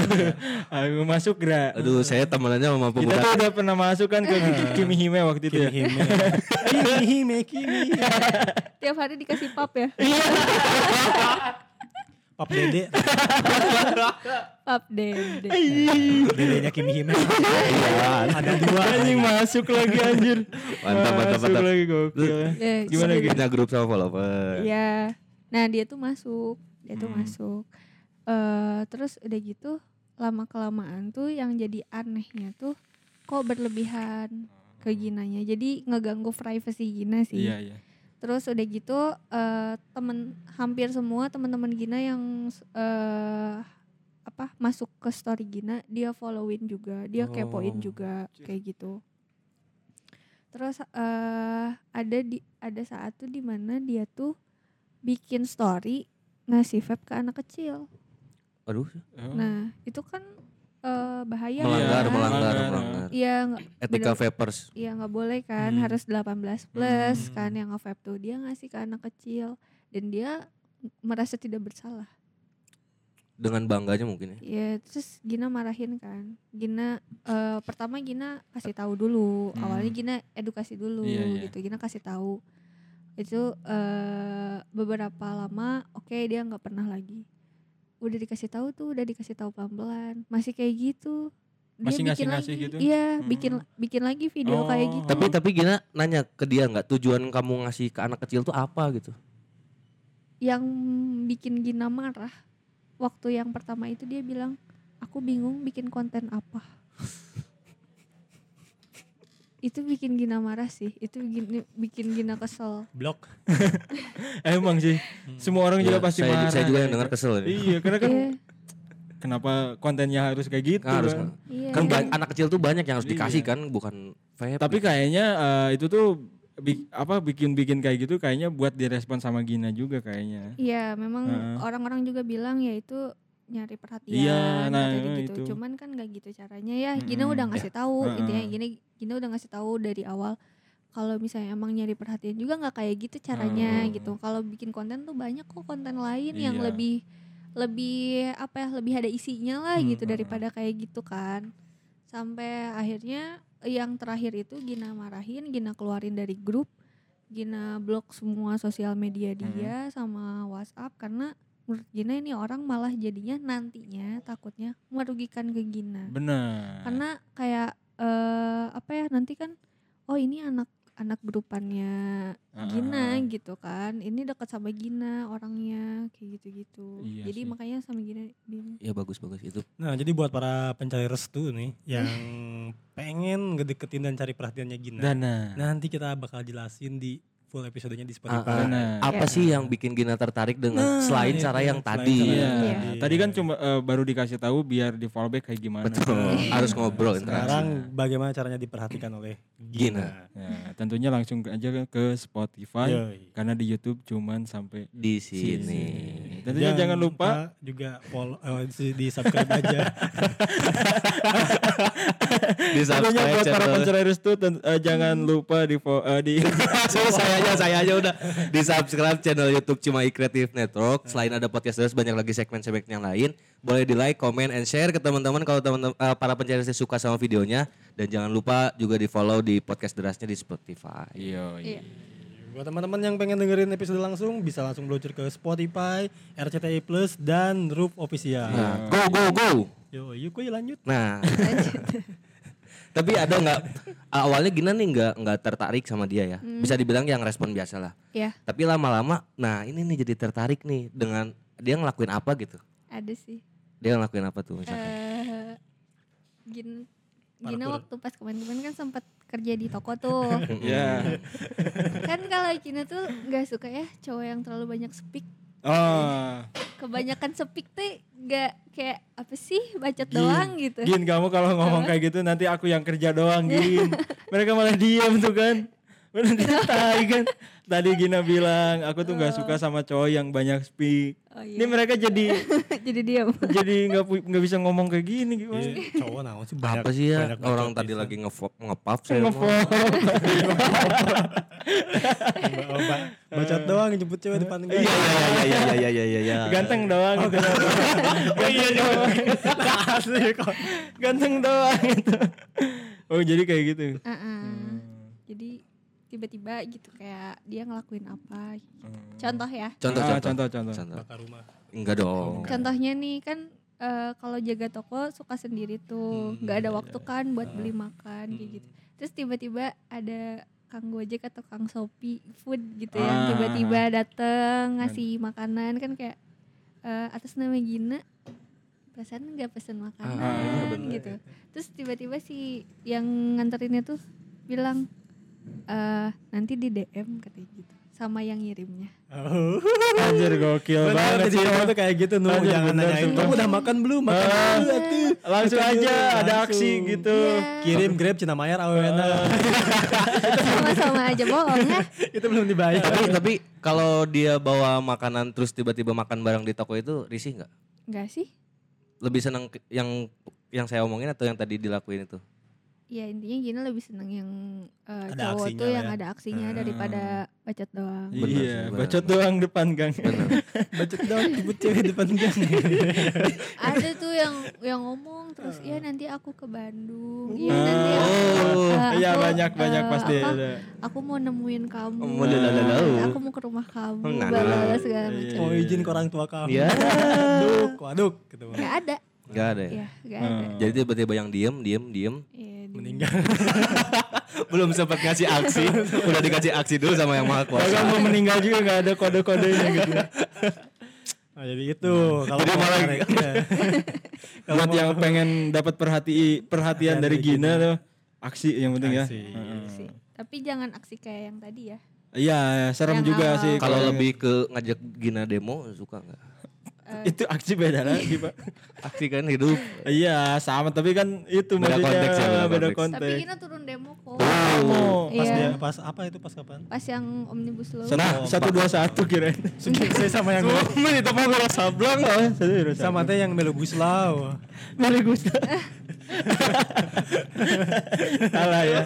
Speaker 1: Ayo masuk gra.
Speaker 3: Aduh, saya temenannya sama
Speaker 1: Kita
Speaker 3: pemuda.
Speaker 1: tuh udah pernah masuk kan ke Kimi Hime waktu itu ya.
Speaker 2: Kimi Hime. Kimi Hime, Iya. Kimi.
Speaker 4: tiap hari dikasih pap ya,
Speaker 2: Pap Dede,
Speaker 4: pap dede.
Speaker 2: Dedenya Kimi Hime.
Speaker 3: Iya.
Speaker 2: Ada dua.
Speaker 1: Iya, Anjing masuk lagi anjir.
Speaker 3: Mantap, mantap,
Speaker 1: Masuk
Speaker 3: mantap.
Speaker 1: Ah, lagi gokil. ya.
Speaker 4: Eh,
Speaker 1: Gimana
Speaker 4: jadi-
Speaker 3: Punya grup sama follower.
Speaker 4: Iya. Nah dia tuh masuk, dia tuh
Speaker 1: Hmm.
Speaker 4: masuk. eh terus udah gitu lama kelamaan tuh yang jadi anehnya tuh kok berlebihan ke Ginanya. Jadi ngeganggu privacy Gina sih.
Speaker 1: Iya, iya.
Speaker 4: Terus udah gitu eh temen hampir semua teman-teman Gina yang eh apa masuk ke story Gina dia followin juga, dia kepoin
Speaker 3: Oh.
Speaker 4: juga kayak gitu. Terus eh ada di ada saat tuh di mana dia tuh bikin story ngasih vape ke anak kecil.
Speaker 3: Aduh,
Speaker 1: Hmm.
Speaker 4: Nah, itu kan eh bahaya
Speaker 3: Iya. melanggar,
Speaker 4: kan?
Speaker 3: melanggar,
Speaker 1: Melanggar.
Speaker 3: melanggar.
Speaker 4: Iya, nggak-
Speaker 3: Etika
Speaker 4: Bener.
Speaker 3: vapers.
Speaker 4: Iya nggak boleh kan
Speaker 1: Hmm.
Speaker 4: harus 18 plus
Speaker 2: Hmm.
Speaker 4: kan yang nge-vape tuh dia ngasih ke anak kecil dan dia merasa tidak bersalah.
Speaker 3: Dengan bangganya mungkin ya.
Speaker 4: Ya terus Gina marahin kan. Gina eh, pertama Gina kasih tahu dulu
Speaker 1: Hmm.
Speaker 4: awalnya Gina edukasi dulu
Speaker 1: Iya, iya.
Speaker 4: gitu Gina kasih tahu itu eh, beberapa lama oke dia nggak pernah lagi udah dikasih tahu tuh udah dikasih tahu pelan pelan masih kayak gitu dia
Speaker 1: Masih
Speaker 4: bikin
Speaker 1: ngasih-ngasih
Speaker 4: lagi
Speaker 1: gitu?
Speaker 4: iya
Speaker 1: Hmm.
Speaker 4: bikin bikin lagi video kayak
Speaker 1: Oh.
Speaker 4: gitu
Speaker 3: Tapi tapi Gina nanya ke dia nggak tujuan kamu ngasih ke anak kecil tuh apa gitu?
Speaker 4: yang bikin Gina marah waktu yang pertama itu dia bilang aku bingung bikin konten apa itu bikin Gina marah sih itu bikin bikin Gina kesel
Speaker 2: Blok.
Speaker 1: Eh, Emang sih. Semua orang juga
Speaker 3: Iya,
Speaker 1: pasti
Speaker 3: saya,
Speaker 1: marah.
Speaker 3: Saya juga yang dengar kesel. ini.
Speaker 1: Iya, karena kan
Speaker 4: Iya,
Speaker 1: kenapa kontennya harus kayak gitu
Speaker 3: Nah, harus
Speaker 1: kan.
Speaker 4: iya.
Speaker 3: kan ba- anak kecil tuh banyak yang harus
Speaker 1: Iya.
Speaker 3: dikasih kan, bukan vape.
Speaker 1: Tapi kayaknya eh, itu tuh bi- apa bikin-bikin kayak gitu kayaknya buat direspon sama Gina juga kayaknya.
Speaker 4: Iya, memang
Speaker 1: ya. Heeh.
Speaker 4: orang-orang juga bilang ya itu nyari perhatian
Speaker 1: Iya, nah,
Speaker 4: katanya
Speaker 1: nah, itu.
Speaker 4: gitu. Cuman kan nggak gitu caranya ya. Gina
Speaker 1: Mm-mm. Iya.
Speaker 4: udah ngasih tahu
Speaker 1: Heeh.
Speaker 4: intinya Gina Gina udah ngasih tahu dari awal kalau misalnya emang nyari perhatian juga nggak kayak gitu caranya
Speaker 1: Hmm.
Speaker 4: gitu. Kalau bikin konten tuh banyak kok konten lain yang
Speaker 1: Iya.
Speaker 4: lebih lebih apa ya, lebih ada isinya lah
Speaker 1: Hmm,
Speaker 4: gitu
Speaker 1: heeh.
Speaker 4: daripada kayak gitu kan. Sampai akhirnya yang terakhir itu Gina marahin, Gina keluarin dari grup Gina blok semua sosial media
Speaker 1: Hmm.
Speaker 4: dia sama WhatsApp karena menurut Gina ini orang malah jadinya nantinya takutnya merugikan ke
Speaker 1: Nah.
Speaker 4: Gina.
Speaker 1: Benar.
Speaker 4: Karena kayak eh apa ya nanti kan oh ini anak anak grupannya
Speaker 1: Ah,
Speaker 4: Gina
Speaker 1: Heeh.
Speaker 4: gitu kan. Ini dekat sama Gina orangnya kayak gitu-gitu.
Speaker 1: Iya
Speaker 4: Jadi
Speaker 1: sih.
Speaker 4: makanya sama Gina bingung.
Speaker 3: ya bagus bagus itu.
Speaker 2: Nah jadi buat para pencari restu nih yang pengen ngedeketin dan cari perhatiannya Gina.
Speaker 3: Nah,
Speaker 1: Dana.
Speaker 2: Nanti kita bakal jelasin di full episodenya di
Speaker 3: Ah,
Speaker 2: Spotify.
Speaker 3: ah.
Speaker 1: Benar.
Speaker 3: Apa sih yang bikin Gina tertarik dengan selain cara yang tadi?
Speaker 1: Iya.
Speaker 4: Iya.
Speaker 1: Tadi kan cuma eh, baru dikasih tahu biar di fallback kayak gimana.
Speaker 3: Betul. Harus ngobrol interaksi.
Speaker 2: Sekarang bagaimana caranya diperhatikan oleh
Speaker 3: Gina
Speaker 1: Ya, tentunya langsung aja ke Spotify
Speaker 3: Iya.
Speaker 2: Yoi.
Speaker 1: karena di YouTube cuman sampai
Speaker 3: di sini.
Speaker 1: Tentunya jangan lupa
Speaker 2: juga follow eh, si- di subscribe aja.
Speaker 3: Di
Speaker 1: tentunya
Speaker 3: subscribe
Speaker 1: buat para
Speaker 3: channel.
Speaker 1: pencerai restu ten- eh, jangan
Speaker 4: Hmm.
Speaker 1: lupa di fo- eh, di
Speaker 3: Saya- saya aja, saya aja udah di subscribe channel YouTube Cimahi Creative Network. Selain ada podcast terus banyak lagi segmen-segmen yang lain. Boleh di like, comment, and share ke teman-teman kalau teman-teman eh, para pencari saya suka sama videonya dan jangan lupa juga di follow di podcast derasnya di Spotify.
Speaker 4: Iya,
Speaker 1: Yoi.
Speaker 3: iya.
Speaker 2: Buat teman-teman yang pengen dengerin episode langsung bisa langsung meluncur ke Spotify, RCTI Plus dan Roof Official.
Speaker 3: Nah, go go go.
Speaker 2: Yo, yuk kuy, lanjut.
Speaker 3: Nah. Tapi ada nggak awalnya Gina nih nggak nggak tertarik sama dia ya? Bisa dibilang yang respon biasa lah.
Speaker 4: ya
Speaker 3: Tapi lama-lama, nah ini nih jadi tertarik nih dengan dia ngelakuin apa gitu?
Speaker 4: ada sih
Speaker 3: Dia ngelakuin apa tuh misalkan?
Speaker 4: eh Gin Gina
Speaker 2: Parkour.
Speaker 4: waktu pas kemarin-kemarin kan sempat kerja di toko tuh
Speaker 3: Eh,
Speaker 1: Ya.
Speaker 3: iya. Hmm.
Speaker 4: kan kalau Gina tuh nggak suka ya cowok yang terlalu banyak speak
Speaker 1: Oh.
Speaker 4: kebanyakan speak tuh nggak kayak apa sih bacot doang gitu
Speaker 1: Gin kamu kalau ngomong kayak gitu nanti aku yang kerja doang Gin. Mereka malah diam tuh kan. Berhenti tai kan. Tadi Gina bilang aku tuh nggak suka sama cowok yang banyak speak.
Speaker 4: Oh, iya.
Speaker 1: Ini mereka jadi
Speaker 4: jadi diam
Speaker 1: jadi nggak pu- nggak bisa ngomong kayak gini gimana?
Speaker 2: Iya, cowok naon sih banyak-
Speaker 3: apa sih ya
Speaker 2: banyak
Speaker 3: orang
Speaker 2: bacot
Speaker 3: tadi
Speaker 2: pisan.
Speaker 3: lagi nge ngepap saya mau.
Speaker 1: Ngepop.
Speaker 2: Ba- gitu. Oh, ba- bacot doang jemput cewek depan enggak.
Speaker 3: Iya iya iya iya iya iya iya.
Speaker 1: Ganteng doang gitu. Ganteng doang.
Speaker 2: Asli kok.
Speaker 1: Ganteng doang gitu. Oh jadi kayak gitu.
Speaker 4: Ah-ah. Hmm. jadi tiba-tiba gitu kayak dia ngelakuin apa contoh ya
Speaker 3: Contoh
Speaker 1: Ah,
Speaker 3: contoh.
Speaker 1: contoh, contoh.
Speaker 3: Contoh.
Speaker 2: Ke rumah.
Speaker 3: Enggak dong.
Speaker 4: contohnya nih kan eh, kalau jaga toko suka sendiri tuh nggak ada waktu kan buat beli makan kayak gitu terus tiba-tiba ada kang gojek atau kang shopee food gitu yang
Speaker 1: Ah.
Speaker 4: tiba-tiba dateng ngasih makanan kan kayak eh, atas nama Gina perasaan nggak pesen makanan gitu terus tiba-tiba si yang nganterinnya tuh bilang eh nanti di DM katanya gitu sama yang ngirimnya
Speaker 2: Oh.
Speaker 1: Anjir gokil
Speaker 2: Bener,
Speaker 1: banget
Speaker 2: jadi
Speaker 1: sih.
Speaker 2: cowok tuh kayak gitu nuh
Speaker 1: Lanjut,
Speaker 2: jangan
Speaker 1: bener,
Speaker 2: nanyain
Speaker 1: sumpah.
Speaker 2: kamu udah makan belum makan
Speaker 3: Ah.
Speaker 2: dulu atuh."
Speaker 1: Langsung
Speaker 2: Makan dulu,
Speaker 1: aja ada
Speaker 2: langsung.
Speaker 1: aksi gitu.
Speaker 4: Iya,
Speaker 2: kirim grab Cina Mayer
Speaker 3: Ah.
Speaker 2: awena
Speaker 4: sama-sama aja bohong ya
Speaker 2: itu belum dibayar
Speaker 3: Tapi tapi kalau dia bawa makanan terus tiba-tiba makan barang di toko itu risih nggak?
Speaker 4: Enggak sih.
Speaker 3: Lebih seneng ke- yang yang saya omongin atau yang tadi dilakuin itu?
Speaker 4: Ya intinya Gina lebih seneng yang eh,
Speaker 2: Ada
Speaker 4: cowok
Speaker 2: aksinya
Speaker 4: tuh
Speaker 2: lah
Speaker 4: yang
Speaker 2: ya.
Speaker 4: ada aksinya daripada bacot doang.
Speaker 3: Bener sih,
Speaker 1: Iya,
Speaker 3: bener,
Speaker 1: bacot
Speaker 3: bener.
Speaker 1: doang depan gang.
Speaker 2: bacot dong jemput cewek depan gang
Speaker 4: Iya, ada tuh yang yang ngomong terus iya nanti aku ke Bandung. Iya nanti aku. eh,
Speaker 1: Iya
Speaker 4: aku,
Speaker 1: banyak banyak
Speaker 4: eh,
Speaker 1: pasti
Speaker 4: apa,
Speaker 1: ada.
Speaker 4: Aku mau nemuin kamu.
Speaker 3: Oh, lalalalau.
Speaker 4: Aku mau ke rumah kamu.
Speaker 3: Nah, nah.
Speaker 4: Bla segala macam.
Speaker 2: mau izin ke orang tua kamu
Speaker 3: Iya.
Speaker 2: aduk aduk gitu
Speaker 4: Enggak ada.
Speaker 3: Enggak ada. Ya?
Speaker 4: Iya, enggak ada.
Speaker 3: Jadi tiba-tiba yang diem diem diem
Speaker 4: Iya, di-
Speaker 2: meninggal
Speaker 3: belum sempat ngasih aksi udah dikasih aksi dulu sama yang maha
Speaker 1: Bahkan
Speaker 3: kuasa.
Speaker 1: mau meninggal juga nggak ada kode-kodenya gitu.
Speaker 2: Nah, jadi itu kalau
Speaker 3: Jadi
Speaker 2: mau
Speaker 3: malah- gitu.
Speaker 2: tarik- iya. Kalau
Speaker 1: Buat
Speaker 2: mau-
Speaker 1: yang pengen dapat perhati perhatian dari Gina tuh aksi yang penting ya.
Speaker 2: Aksi.
Speaker 4: sih. Tapi jangan aksi kayak yang tadi ya.
Speaker 1: Iya, serem
Speaker 4: Yang
Speaker 1: juga
Speaker 4: awal.
Speaker 1: sih.
Speaker 3: Kalau lebih ke ngajak Gina demo suka nggak?
Speaker 4: Eh.
Speaker 1: itu aksi beda lagi, Pak.
Speaker 3: Aksi kan hidup.
Speaker 1: Iya, sama tapi kan itu maksudnya
Speaker 3: Beda konteks ya,
Speaker 1: beda
Speaker 3: beda konteks.
Speaker 4: Tapi
Speaker 1: konteks.
Speaker 4: Gina turun demo kok.
Speaker 1: Oh,
Speaker 2: pas dia
Speaker 4: Iya.
Speaker 2: pas apa itu pas kapan
Speaker 4: Pas yang omnibus law.
Speaker 1: Nah, satu dua satu kirain.
Speaker 2: saya sama yang
Speaker 1: Sumpah itu mau kalau sableng loh. Satu dua satu.
Speaker 2: sama teh yang melu Guslau
Speaker 1: Mari Gusta. Salah ya.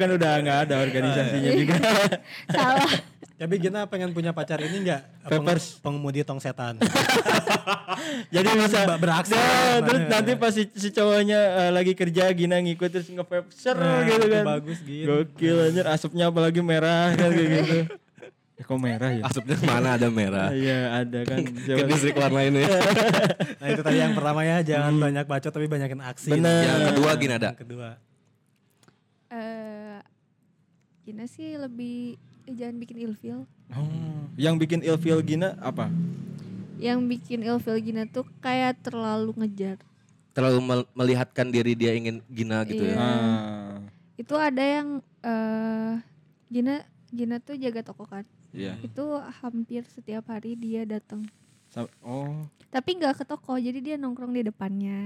Speaker 1: Kan udah nggak ada organisasinya juga.
Speaker 4: Salah.
Speaker 2: tapi Gina pengen punya pacar ini enggak
Speaker 1: Peppers.
Speaker 2: pengemudi tong setan
Speaker 1: Jadi bisa
Speaker 2: Mbak beraksi.
Speaker 1: Nah, terus nanti pas si, si cowoknya eh, lagi kerja Gina ngikut terus ngevape ser
Speaker 2: Nah,
Speaker 1: gitu
Speaker 2: itu
Speaker 1: kan.
Speaker 2: bagus, Gin.
Speaker 1: Gokil anjir asapnya apalagi merah kan kayak gitu. Eh kok merah ya?
Speaker 3: Asapnya mana ada merah.
Speaker 1: Iya ada kan.
Speaker 3: Ke distrik warna ini.
Speaker 2: Nah itu tadi yang pertama ya, jangan banyak bacot tapi banyakin aksi.
Speaker 1: Hmm. Bener.
Speaker 3: yang kedua gini ada.
Speaker 2: Yang kedua.
Speaker 4: eh Gina sih lebih eh, jangan bikin ilfil.
Speaker 1: Oh, yang bikin ilfeel Gina apa?
Speaker 4: Yang bikin ilfil Gina tuh kayak terlalu ngejar.
Speaker 3: Terlalu mel- melihatkan diri dia ingin Gina gitu ya.
Speaker 4: Iya.
Speaker 1: Ah.
Speaker 4: Itu ada yang eh Gina Gina tuh jaga toko kan
Speaker 1: Iya.
Speaker 4: itu hampir setiap hari dia datang
Speaker 1: Sam- Oh.
Speaker 4: tapi nggak ke toko jadi dia nongkrong di depannya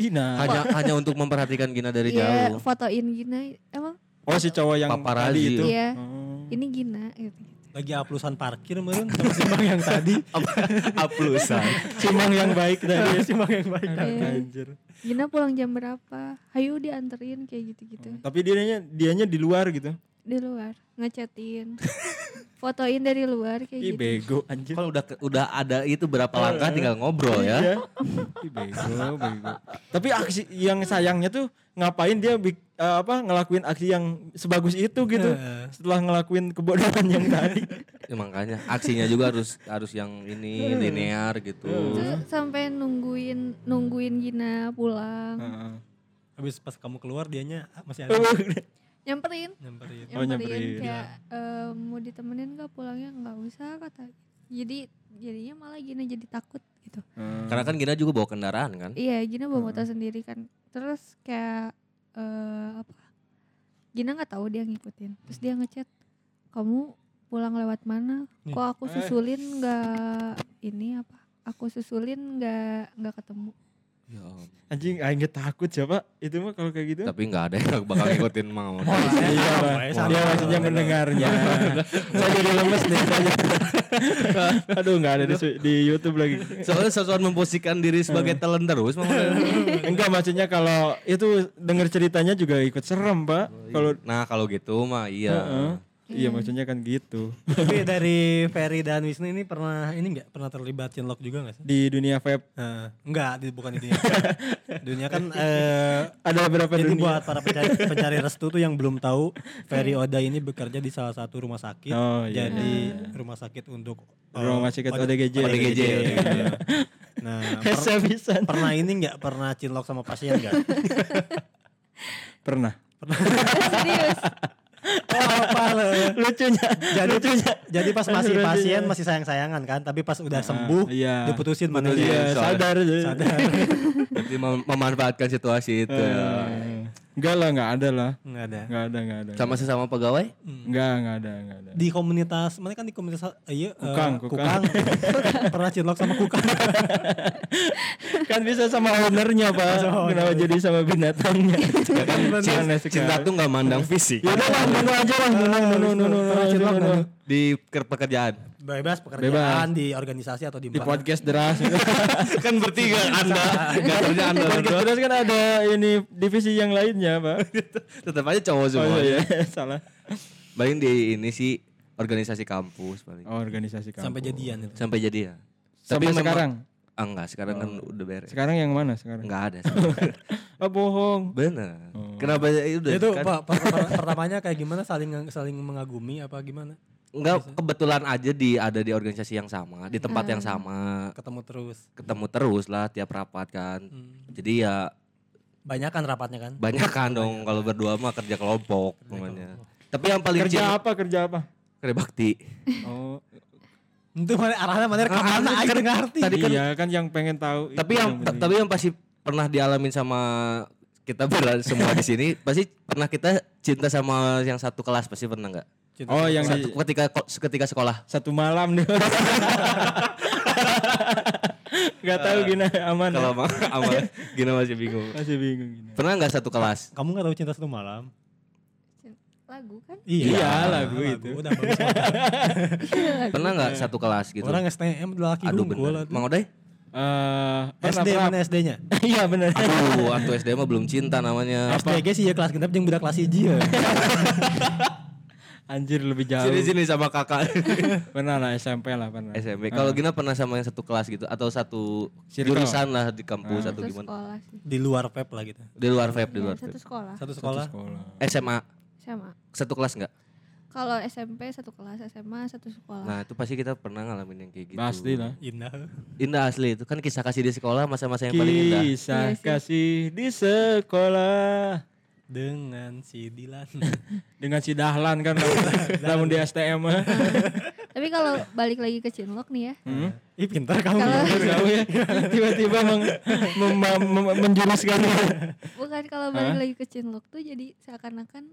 Speaker 1: Ina.
Speaker 3: Hanya hanya untuk memperhatikan Gina dari
Speaker 4: Iya,
Speaker 3: jauh.
Speaker 4: fotoin Gina emang
Speaker 1: Oh si cowok yang
Speaker 3: Paparazzi.
Speaker 1: tadi itu.
Speaker 4: Iya.
Speaker 1: Oh.
Speaker 4: ini Gina gitu.
Speaker 2: Lagi aplusan parkir meren sama si Bang yang tadi.
Speaker 3: Aplusan.
Speaker 1: Simang yang baik tadi.
Speaker 2: si Bang yang baik.
Speaker 1: Anak
Speaker 4: Iya.
Speaker 1: Anjir.
Speaker 4: Gina pulang jam berapa hayu dianterin kayak gitu-gitu
Speaker 1: Tapi dianya dianya di luar gitu.
Speaker 4: di luar ngechatin fotoin dari luar kayak
Speaker 1: Ih
Speaker 4: gitu
Speaker 1: bego anjir.
Speaker 3: Kalau udah ke- udah ada itu berapa
Speaker 4: Iya.
Speaker 3: langkah tinggal ngobrol ya.
Speaker 1: Iya. Ih bego, bego. Tapi aksi yang sayangnya tuh ngapain dia bik- eh, apa ngelakuin aksi yang sebagus itu gitu. Setelah ngelakuin kebodohan yang tadi.
Speaker 3: Ya, makanya aksinya juga harus harus yang ini
Speaker 1: Hmm.
Speaker 3: linear gitu.
Speaker 4: Terus sampai nungguin nungguin Gina pulang
Speaker 1: Heeh.
Speaker 2: Habis pas kamu keluar dianya ah, masih ada
Speaker 1: Oh,
Speaker 4: nyamperin
Speaker 2: nyamperin.
Speaker 1: Oh, nyamperin.
Speaker 4: kayak "Eh, mau ditemenin nggak pulangnya nggak usah kata jadi jadinya malah Gina jadi takut gitu
Speaker 1: Hmm.
Speaker 3: Karena kan Gina juga bawa kendaraan kan.
Speaker 1: Ya
Speaker 4: iya Gina bawa motor sendiri kan terus kayak eh, apa Gina nggak tahu dia ngikutin terus dia ngechat kamu pulang lewat mana
Speaker 2: Nih.
Speaker 4: kok aku
Speaker 1: Eh.
Speaker 4: susulin nggak ini apa aku susulin nggak nggak ketemu
Speaker 3: Ya ampun.
Speaker 1: anjing aing ge takut siapa? Itu mah kalau kayak gitu.
Speaker 3: Tapi nggak ada yang bakal ngikutin mau.
Speaker 1: Iya,
Speaker 2: Sama,
Speaker 1: Pak.
Speaker 2: ya, sama.
Speaker 1: Dia maksudnya mendengarnya. saya jadi lemes nih. Saya jadi... Aduh, nggak ada di, su- di YouTube lagi.
Speaker 3: Soalnya sesuatu memposisikan diri
Speaker 1: Hmm.
Speaker 3: sebagai talent terus makanya.
Speaker 1: Enggak, maksudnya kalau itu denger ceritanya juga ikut serem, Pak. Kalau
Speaker 3: Nah kalau gitu mah iya.
Speaker 1: Heeh. Iya, maksudnya kan gitu.
Speaker 2: Tapi dari Ferry dan Wisnu ini pernah ini enggak pernah terlibat cinlok juga enggak sih?
Speaker 1: Di dunia vape
Speaker 2: Nah, enggak, di- bukan di dunia. dunia kan eh,
Speaker 1: ada berapa
Speaker 2: Jadi
Speaker 1: dunia?
Speaker 2: buat para pencari, pencari restu tuh yang belum tahu, Ferry Oda ini bekerja di salah satu rumah sakit.
Speaker 1: Oh, iya,
Speaker 2: jadi rumah sakit untuk eh,
Speaker 1: Rumah sakit
Speaker 2: pada-
Speaker 1: ODGJ.
Speaker 3: ODGJ.
Speaker 2: Nah, per-
Speaker 1: Iya, Saya bisa.
Speaker 2: pernah ini nggak pernah cinlok sama pasien nggak?
Speaker 1: Pernah.
Speaker 4: serius
Speaker 2: oh, apa lo?
Speaker 1: Lucunya.
Speaker 2: Jadi jadi pas masih pasien masih sayang-sayangan kan, tapi pas udah sembuh
Speaker 1: iya.
Speaker 2: diputusin mana
Speaker 1: Iya,
Speaker 3: Iya, soalnya-
Speaker 1: sadar.
Speaker 2: Sadar.
Speaker 3: Jadi mem- memanfaatkan situasi itu. ya.
Speaker 1: Eh, Enggak lah, enggak ada lah.
Speaker 2: Nggak ada.
Speaker 1: Enggak ada, enggak ada.
Speaker 3: Sama sesama pegawai?
Speaker 1: Enggak, enggak ada, enggak ada.
Speaker 2: Di komunitas, mana kan di komunitas eh, iya, eh,
Speaker 1: Kukang, kukang.
Speaker 2: pernah cinlok sama kukang.
Speaker 1: kan bisa sama ownernya pak kenapa jadi sama binatangnya
Speaker 3: Ya kan, cinta, cinta tuh nggak mandang fisik.
Speaker 1: ya udah lah bunuh aja lah bunuh bunuh bunuh
Speaker 2: Pernah cinlok nggak
Speaker 1: bunuh
Speaker 2: lu?
Speaker 3: Di ker- pekerjaan.
Speaker 2: bebas pekerjaan di organisasi atau di,
Speaker 1: di
Speaker 2: mana.
Speaker 1: podcast deras
Speaker 3: kan bertiga Anda. Gak kerja Anda
Speaker 1: podcast
Speaker 3: berdua.
Speaker 1: deras kan ada ini divisi yang lainnya pak
Speaker 3: Tetap aja cowok
Speaker 1: oh
Speaker 3: semua.
Speaker 1: iya iya, salah
Speaker 3: Paling di ini sih organisasi kampus paling.
Speaker 1: oh, organisasi kampus
Speaker 2: sampai jadian
Speaker 1: Kan.
Speaker 2: itu.
Speaker 3: Sampai jadi ya.
Speaker 1: sampai
Speaker 3: memang-
Speaker 1: sekarang
Speaker 3: Ah, enggak, sekarang kan udah beres.
Speaker 1: sekarang yang mana sekarang
Speaker 3: Enggak ada.
Speaker 1: oh bohong
Speaker 3: Bener. Kenapa itu udah
Speaker 2: Itu
Speaker 3: kan?
Speaker 2: Pak, per- per- pertamanya kayak gimana saling saling mengagumi apa gimana?
Speaker 3: Enggak kebetulan aja di ada di organisasi yang sama, di tempat yang sama,
Speaker 2: Ketemu terus.
Speaker 3: ketemu terus lah tiap rapat kan. Jadi ya
Speaker 2: Banyak kan rapatnya kan?
Speaker 3: banyak kan dong kalau berdua mah kerja kelompok namanya. Tapi yang paling
Speaker 1: kerja
Speaker 3: cinlok-
Speaker 1: apa kerja apa
Speaker 3: kerja bakti.
Speaker 1: oh
Speaker 2: Itu mana arahnya mana ke mana aja ngerti.
Speaker 3: Tadi kan
Speaker 1: iya kan yang pengen tahu itu
Speaker 3: tapi yang ta- tapi yang pasti pernah dialamin sama kita ber- semua di sini pasti pernah kita cinta sama yang satu kelas pasti pernah nggak?
Speaker 2: Cinta
Speaker 1: oh yang
Speaker 3: Satu
Speaker 1: di,
Speaker 3: ketika ko- ketika sekolah.
Speaker 1: satu malam nih nggak tahu gina aman ya?
Speaker 3: Kalau mah amal gini masih bingung.
Speaker 1: masih bingung gina
Speaker 3: Pernah nggak satu kelas?
Speaker 2: Kamu gak tahu cinta satu malam?
Speaker 4: lagu kan
Speaker 1: Iya, lagu itu.
Speaker 2: Udah bagus. banget.
Speaker 3: Pernah nggak satu kelas gitu?
Speaker 2: Orang STM laki
Speaker 3: Aduh
Speaker 2: unggul lah.
Speaker 3: bener. Mang Oday?
Speaker 1: Eh, pernah,
Speaker 2: SD
Speaker 1: pernah.
Speaker 2: mana SD-nya?
Speaker 1: Iya benar.
Speaker 3: Aduh, waktu SD mah belum cinta namanya.
Speaker 2: SDG sih ya kelas genap jeung budak kelas 1 ya.
Speaker 1: Anjir lebih jauh.
Speaker 3: Sini sini sama kakak.
Speaker 1: Pernah lah SMP lah pernah.
Speaker 3: SMP. Kalau Gina pernah sama yang satu kelas gitu atau satu
Speaker 1: Circle.
Speaker 3: jurusan lah di kampus atau
Speaker 4: satu
Speaker 3: gimana?
Speaker 4: sekolah sih
Speaker 2: Di luar pep lah gitu.
Speaker 3: Di luar vape, di
Speaker 4: Ya,
Speaker 3: luar
Speaker 4: satu
Speaker 3: vape.
Speaker 4: sekolah
Speaker 2: Satu sekolah.
Speaker 1: Sekolah.
Speaker 3: SMA
Speaker 4: sama
Speaker 3: satu kelas nggak?
Speaker 4: kalau SMP satu kelas SMA satu sekolah
Speaker 3: Nah itu pasti kita pernah ngalamin yang kayak gitu.
Speaker 1: Pasti lah.
Speaker 2: Indah.
Speaker 3: Indah asli itu kan kisah kasih di sekolah masa-masa yang paling indah.
Speaker 1: Kisah
Speaker 4: Iya sih.
Speaker 1: kasih di sekolah
Speaker 2: Dengan si Dilan.
Speaker 1: dengan si Dahlan kan lamun- lamun di STM. mah.
Speaker 4: tapi kalau balik lagi ke Cinlok nih ya
Speaker 1: Hmm.
Speaker 2: Ih pintar kamu.
Speaker 4: Kalau-
Speaker 1: Bener kamu ya? Tiba-tiba meng- mem- mem- mem- menjurus kan.
Speaker 4: Bukan kalau balik lagi ke Cinlok tuh jadi seakan-akan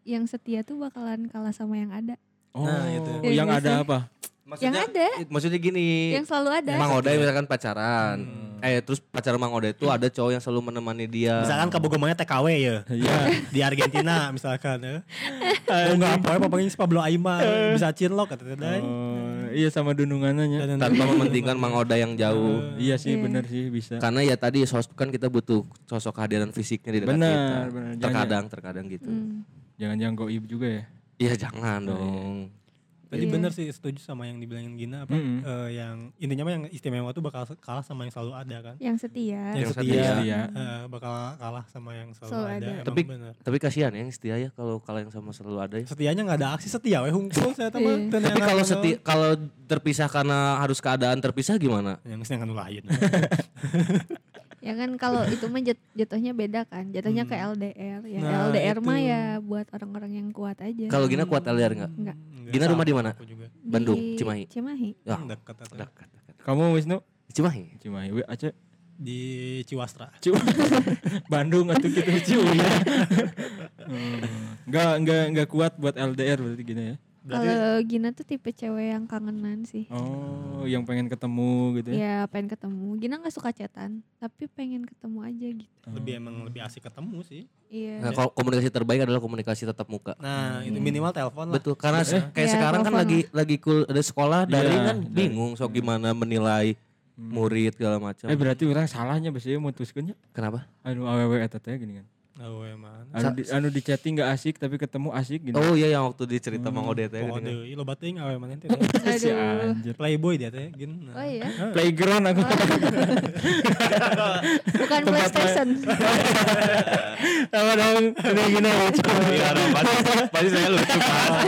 Speaker 4: yang setia tuh bakalan kalah sama yang ada.
Speaker 1: Oh,
Speaker 2: Nah, itu.
Speaker 4: Yang
Speaker 1: yang ada
Speaker 4: biasa.
Speaker 1: apa?
Speaker 4: yang ada,
Speaker 3: Maksudnya gini.
Speaker 4: yang selalu ada.
Speaker 3: Mang Odai
Speaker 1: Iya.
Speaker 3: misalkan pacaran.
Speaker 1: Hmm.
Speaker 3: Eh terus pacar Mang Odai itu ada cowok yang selalu menemani dia.
Speaker 2: Misalkan kabogomannya TKW ya.
Speaker 1: Iya.
Speaker 2: Di Argentina misalkan ya. Oh enggak apa apa pokoknya si Pablo Aimar bisa cinlok kata tadi.
Speaker 1: Oh, iya sama dunungannya. ya.
Speaker 2: Dan-
Speaker 3: tanpa mementingkan Mang Odai yang jauh.
Speaker 1: Iya sih bener sih bisa.
Speaker 3: Karena ya tadi sosok kan kita butuh sosok kehadiran fisiknya di dekat
Speaker 1: Benar,
Speaker 3: kita.
Speaker 1: benar. Jangan-
Speaker 3: Terkadang terkadang gitu.
Speaker 4: Hmm.
Speaker 1: Jangan-jangan goib juga ya.
Speaker 3: Iya jangan dong.
Speaker 1: iya.
Speaker 2: Tadi
Speaker 3: Iya.
Speaker 2: bener sih setuju sama yang dibilangin Gina apa eh, yang intinya mah yang istimewa tuh bakal kalah sama yang selalu ada kan.
Speaker 4: yang setia.
Speaker 2: Yang
Speaker 3: Yang
Speaker 2: setia
Speaker 1: setia.
Speaker 2: eh, bakal kalah sama yang selalu,
Speaker 4: Selalu
Speaker 2: ada.
Speaker 4: ada.
Speaker 2: Emang
Speaker 3: Tapi
Speaker 2: bener.
Speaker 3: tapi kasihan ya yang setia ya kalau kalau yang sama selalu ada ya.
Speaker 2: Setianya nggak ada aksi setia weh hungkul saya
Speaker 4: Iya.
Speaker 2: teman.
Speaker 1: ya,
Speaker 3: Tapi kalau seti kalau terpisah karena harus keadaan terpisah gimana?
Speaker 2: yang seneng kan lain.
Speaker 4: Ya kan kalau itu mah jat- jatuhnya beda kan. Jatuhnya ke LDR ya.
Speaker 2: Nah,
Speaker 4: LDR mah
Speaker 2: itu.
Speaker 4: ya buat orang-orang yang kuat aja.
Speaker 3: Kalau Gina kuat LDR
Speaker 1: Iya.
Speaker 3: nggak?
Speaker 4: Enggak.
Speaker 3: Gina rumah di mana?
Speaker 2: Aku juga.
Speaker 4: Di
Speaker 3: Bandung, Cimahi.
Speaker 4: Cimahi.
Speaker 3: Ya,
Speaker 2: Dekat atau-
Speaker 3: dekat, dekat.
Speaker 1: Kamu Wisnu?
Speaker 3: Cimahi.
Speaker 1: Cimahi, we aja.
Speaker 2: di Ciwastra.
Speaker 1: Bandung atau gitu Ciu ya. Enggak enggak enggak kuat buat LDR berarti gini ya.
Speaker 2: Eh,
Speaker 4: Kalau Gina tuh tipe cewek yang kangenan sih.
Speaker 1: Oh, yang pengen ketemu gitu ya.
Speaker 4: Ya pengen ketemu. Gina nggak suka chatan, tapi pengen ketemu aja gitu.
Speaker 3: Oh.
Speaker 2: lebih emang lebih asik ketemu sih.
Speaker 4: Iya.
Speaker 3: Nah, kalau komunikasi terbaik adalah komunikasi tatap muka.
Speaker 2: Nah, itu minimal telepon lah.
Speaker 3: Betul, karena se- kayak
Speaker 4: Ya,
Speaker 3: sekarang kan
Speaker 4: telepon
Speaker 3: lagi lagi cool ada sekolah dari Hmm.
Speaker 1: Iya,
Speaker 3: kan bingung so gimana menilai murid segala macam.
Speaker 1: Eh berarti orang salahnya biasanya mutuskeun ya.
Speaker 3: Kenapa?
Speaker 1: Anu awewe eta teh gini kan.
Speaker 2: Oh, emang.
Speaker 1: Anu di, anu di chatting gak asik tapi ketemu asik gini.
Speaker 3: Oh iya yang waktu dicerita Mang Odet ya.
Speaker 2: Pokoknya deui lo bating awe mana teh.
Speaker 1: si
Speaker 4: Aduh.
Speaker 1: anjir.
Speaker 2: Playboy dia teh gin.
Speaker 4: Oh iya.
Speaker 1: Playground aku.
Speaker 4: Bukan PlayStation.
Speaker 1: Sama dong. Ini gini lucu.
Speaker 3: Pasti saya lucu banget.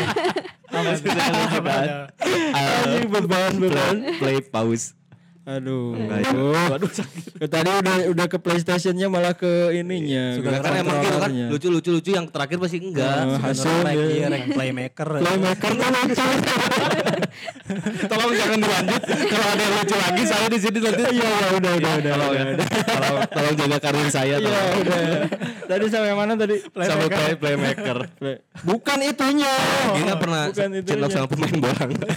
Speaker 1: Anjing beban beban.
Speaker 3: Play pause.
Speaker 1: Aduh.
Speaker 3: Enggak, itu-
Speaker 1: Aduh. Ya, Tadi udah udah ke PlayStationnya malah ke ininya.
Speaker 3: Enggak,
Speaker 1: ke
Speaker 3: kan Hmm. emang gitu kan
Speaker 1: controllernya.
Speaker 3: lucu-lucu-lucu yang terakhir pasti
Speaker 1: Eh,
Speaker 3: enggak.
Speaker 1: hasil ya.
Speaker 2: playmaker.
Speaker 1: Playmaker tuh lucu.
Speaker 3: Tolong jangan dilanjut. Kalau ada yang lucu lagi saya di sini nanti.
Speaker 1: Iya iya, udah udah udah.
Speaker 3: Tolong ya. Tolong, tolong jaga karir saya.
Speaker 1: Iya
Speaker 3: tolong.
Speaker 1: udah. Tadi sampai mana tadi?
Speaker 3: Sampai play playmaker.
Speaker 1: Play- Bukan itunya.
Speaker 3: Gina pernah
Speaker 1: Bukan itu
Speaker 3: cinlok
Speaker 1: ya.
Speaker 3: sama pemain bola. nggak?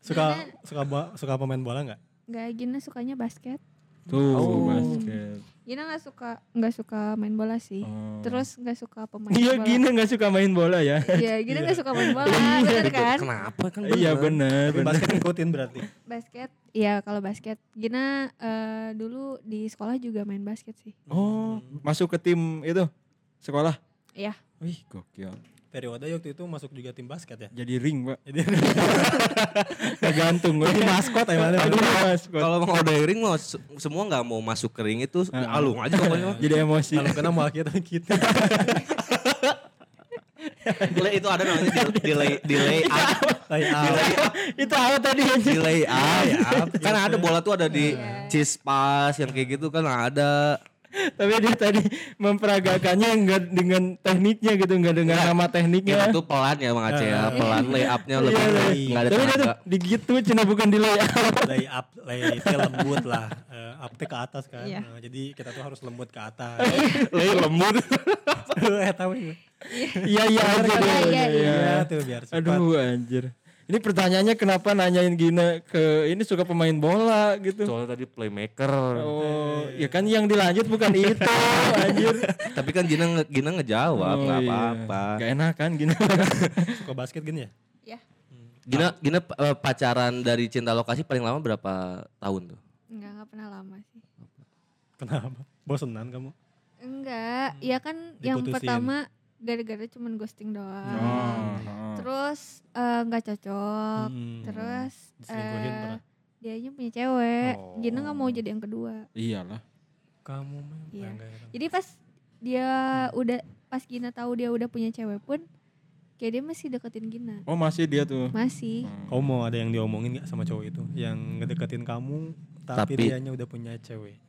Speaker 2: Suka suka bo- suka pemain bola enggak?
Speaker 4: Enggak, Gina sukanya basket.
Speaker 1: Tuh basket.
Speaker 4: Gina nggak suka nggak suka main bola sih.
Speaker 1: Oh.
Speaker 4: Terus nggak suka pemain
Speaker 1: Iya
Speaker 4: bola.
Speaker 1: Gina Iya. nggak suka main bola ya.
Speaker 4: Iya, Gina nggak suka main bola, bener kan?
Speaker 3: Kenapa kan?
Speaker 1: Iya benar.
Speaker 2: Tapi
Speaker 1: benar.
Speaker 2: basket ngikutin berarti.
Speaker 4: Basket. Iya, kalau basket. Gina eh, dulu di sekolah juga main basket sih.
Speaker 1: Oh, masuk ke tim itu sekolah.
Speaker 4: Iya.
Speaker 1: Wih, gokil.
Speaker 2: Periode waktu itu masuk juga tim basket ya.
Speaker 1: Jadi ring, Pak.
Speaker 2: Jadi
Speaker 1: Tergantung.
Speaker 2: jadi maskot emang.
Speaker 1: Jadi maskot.
Speaker 3: Kalau mau order ring mau se- semua nggak mau masuk ke ring itu
Speaker 1: Eh,
Speaker 3: alung
Speaker 1: ah.
Speaker 3: aja pokoknya.
Speaker 1: Jadi emosi.
Speaker 2: Kalau kena mau gitu. kita kita.
Speaker 3: Delay itu ada namanya del- delay delay up,
Speaker 2: Tai out.
Speaker 3: delay up,
Speaker 1: itu apa tadi?
Speaker 3: delay up. Kan ada bola tuh ada di
Speaker 1: Iya.
Speaker 3: cheese pass yang kayak gitu kan ada.
Speaker 1: Tapi dia tadi memperagakannya enggak dengan tekniknya gitu, enggak dengan
Speaker 3: Iya.
Speaker 1: nama tekniknya. Iya,
Speaker 3: Itu pelan ya Mang Aceh ya, pelan lay up-nya lebih nggak ada
Speaker 1: Tapi dia tuh
Speaker 3: tenaga.
Speaker 1: digitu cina bukan di layout.
Speaker 2: lay up, lay itu lembut lah. Eh, up teh ke atas kan.
Speaker 4: Iya.
Speaker 2: Nah, jadi kita tuh harus lembut ke atas.
Speaker 3: Lay lembut.
Speaker 2: eh tahu ya.
Speaker 1: Iya iya aja
Speaker 4: Iya,
Speaker 1: deh.
Speaker 4: iya, iya.
Speaker 2: Iya, tuh biar cepat.
Speaker 1: Aduh anjir. Ini pertanyaannya kenapa nanyain Gina ke ini suka pemain bola gitu.
Speaker 3: Soalnya tadi playmaker.
Speaker 1: Oh, ya kan yang dilanjut bukan itu anjir.
Speaker 3: Tapi kan Gina nge- Gina ngejawab
Speaker 1: Oh,
Speaker 3: nggak
Speaker 1: iya.
Speaker 3: apa-apa.
Speaker 1: Gak enak kan Gina.
Speaker 2: Suka basket gini ya?
Speaker 4: Iya.
Speaker 3: Gina Gina eh, pacaran dari cinta lokasi paling lama berapa tahun tuh?
Speaker 4: Enggak, enggak pernah lama sih.
Speaker 2: Kenapa? Bosenan kamu?
Speaker 4: Enggak,
Speaker 1: Hmm.
Speaker 4: ya kan yang
Speaker 2: Diputusin.
Speaker 4: pertama gara-gara cuman ghosting doang.
Speaker 1: Oh.
Speaker 3: Hmm.
Speaker 4: Terus eh, nggak cocok.
Speaker 2: Mm-mm.
Speaker 4: Terus
Speaker 2: Hmm. Diselingkuhin
Speaker 4: Oh, eh,
Speaker 2: pernah?
Speaker 4: dianya punya cewek.
Speaker 3: Oh.
Speaker 4: Gina nggak mau jadi yang kedua.
Speaker 1: Iyalah.
Speaker 2: Kamu ya, memang
Speaker 4: Iya.
Speaker 2: nggak enak.
Speaker 4: Jadi pas dia
Speaker 3: Hmm.
Speaker 4: udah pas Gina tahu dia udah punya cewek pun kayak dia masih deketin Gina.
Speaker 1: Oh masih dia tuh.
Speaker 4: Masih.
Speaker 2: Kamu mau ada yang diomongin gak sama cowok itu? Yang ngedeketin kamu tapi,
Speaker 3: Tapi-
Speaker 2: dianya udah punya cewek.
Speaker 3: Hmm. Hmm.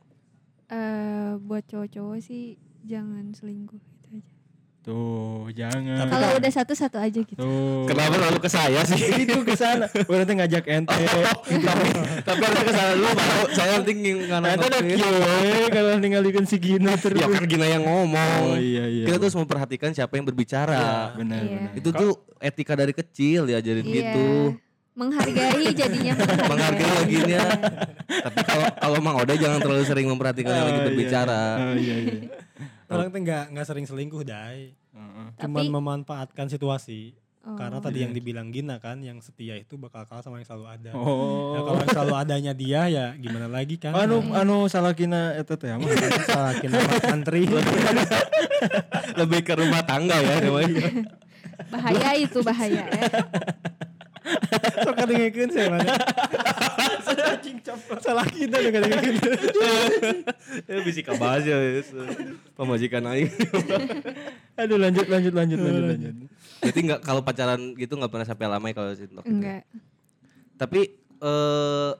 Speaker 4: eh buat cowok-cowok sih jangan selingkuh itu aja.
Speaker 1: Tuh, jangan.
Speaker 4: Kalau
Speaker 3: kan
Speaker 4: udah satu-satu aja gitu.
Speaker 1: Tuh.
Speaker 3: Kenapa lalu ke saya sih?
Speaker 1: Itu ke sana. Orang tuh ngajak ente.
Speaker 3: tapi tapi harusnya ke sana dulu baru saya nanti ngingkan
Speaker 1: Ente udah kieu kalau ninggalikeun si Gina terus.
Speaker 3: Ya kan Gina yang
Speaker 1: Oh
Speaker 3: ngomong.
Speaker 1: iya iya.
Speaker 3: Kita terus memperhatikan siapa yang berbicara.
Speaker 1: benar
Speaker 4: Iya.
Speaker 1: benar.
Speaker 3: Itu tuh etika dari kecil diajarin gitu.
Speaker 4: Menghargai Iya. jadinya.
Speaker 3: Menghargai laginya. Tapi kalau kalau Mang Oda jangan terlalu sering memperhatikan yang lagi
Speaker 1: Oh, iya,
Speaker 3: berbicara.
Speaker 1: Oh iya iya.
Speaker 2: Orang tuh nggak nggak sering selingkuh, Dai.
Speaker 1: Heeh.
Speaker 2: Cuman
Speaker 4: Tapi-
Speaker 2: memanfaatkan situasi.
Speaker 4: Oh.
Speaker 2: Karena tadi yang dibilang Gina kan, yang setia itu bakal kalah sama yang selalu ada. Ya,
Speaker 1: Oh.
Speaker 2: kalau yang selalu adanya dia ya gimana lagi kan?
Speaker 1: Anu
Speaker 4: Iya.
Speaker 1: anu salah kina eta teh mah.
Speaker 2: Sakin sama antri.
Speaker 3: Lebih ke rumah tangga ya namanya.
Speaker 4: Bahaya itu bahaya. ya.
Speaker 2: Sok kadengekeun saya mana. Salah kita juga kadengekeun.
Speaker 3: Ya bisik kabas ya. Pemajikan aing.
Speaker 1: Aduh lanjut lanjut lanjut lanjut lanjut.
Speaker 3: Jadi nggak kalau pacaran gitu nggak pernah sampai lama ya kalau sintok. gitu.
Speaker 4: Enggak.
Speaker 3: Tapi eh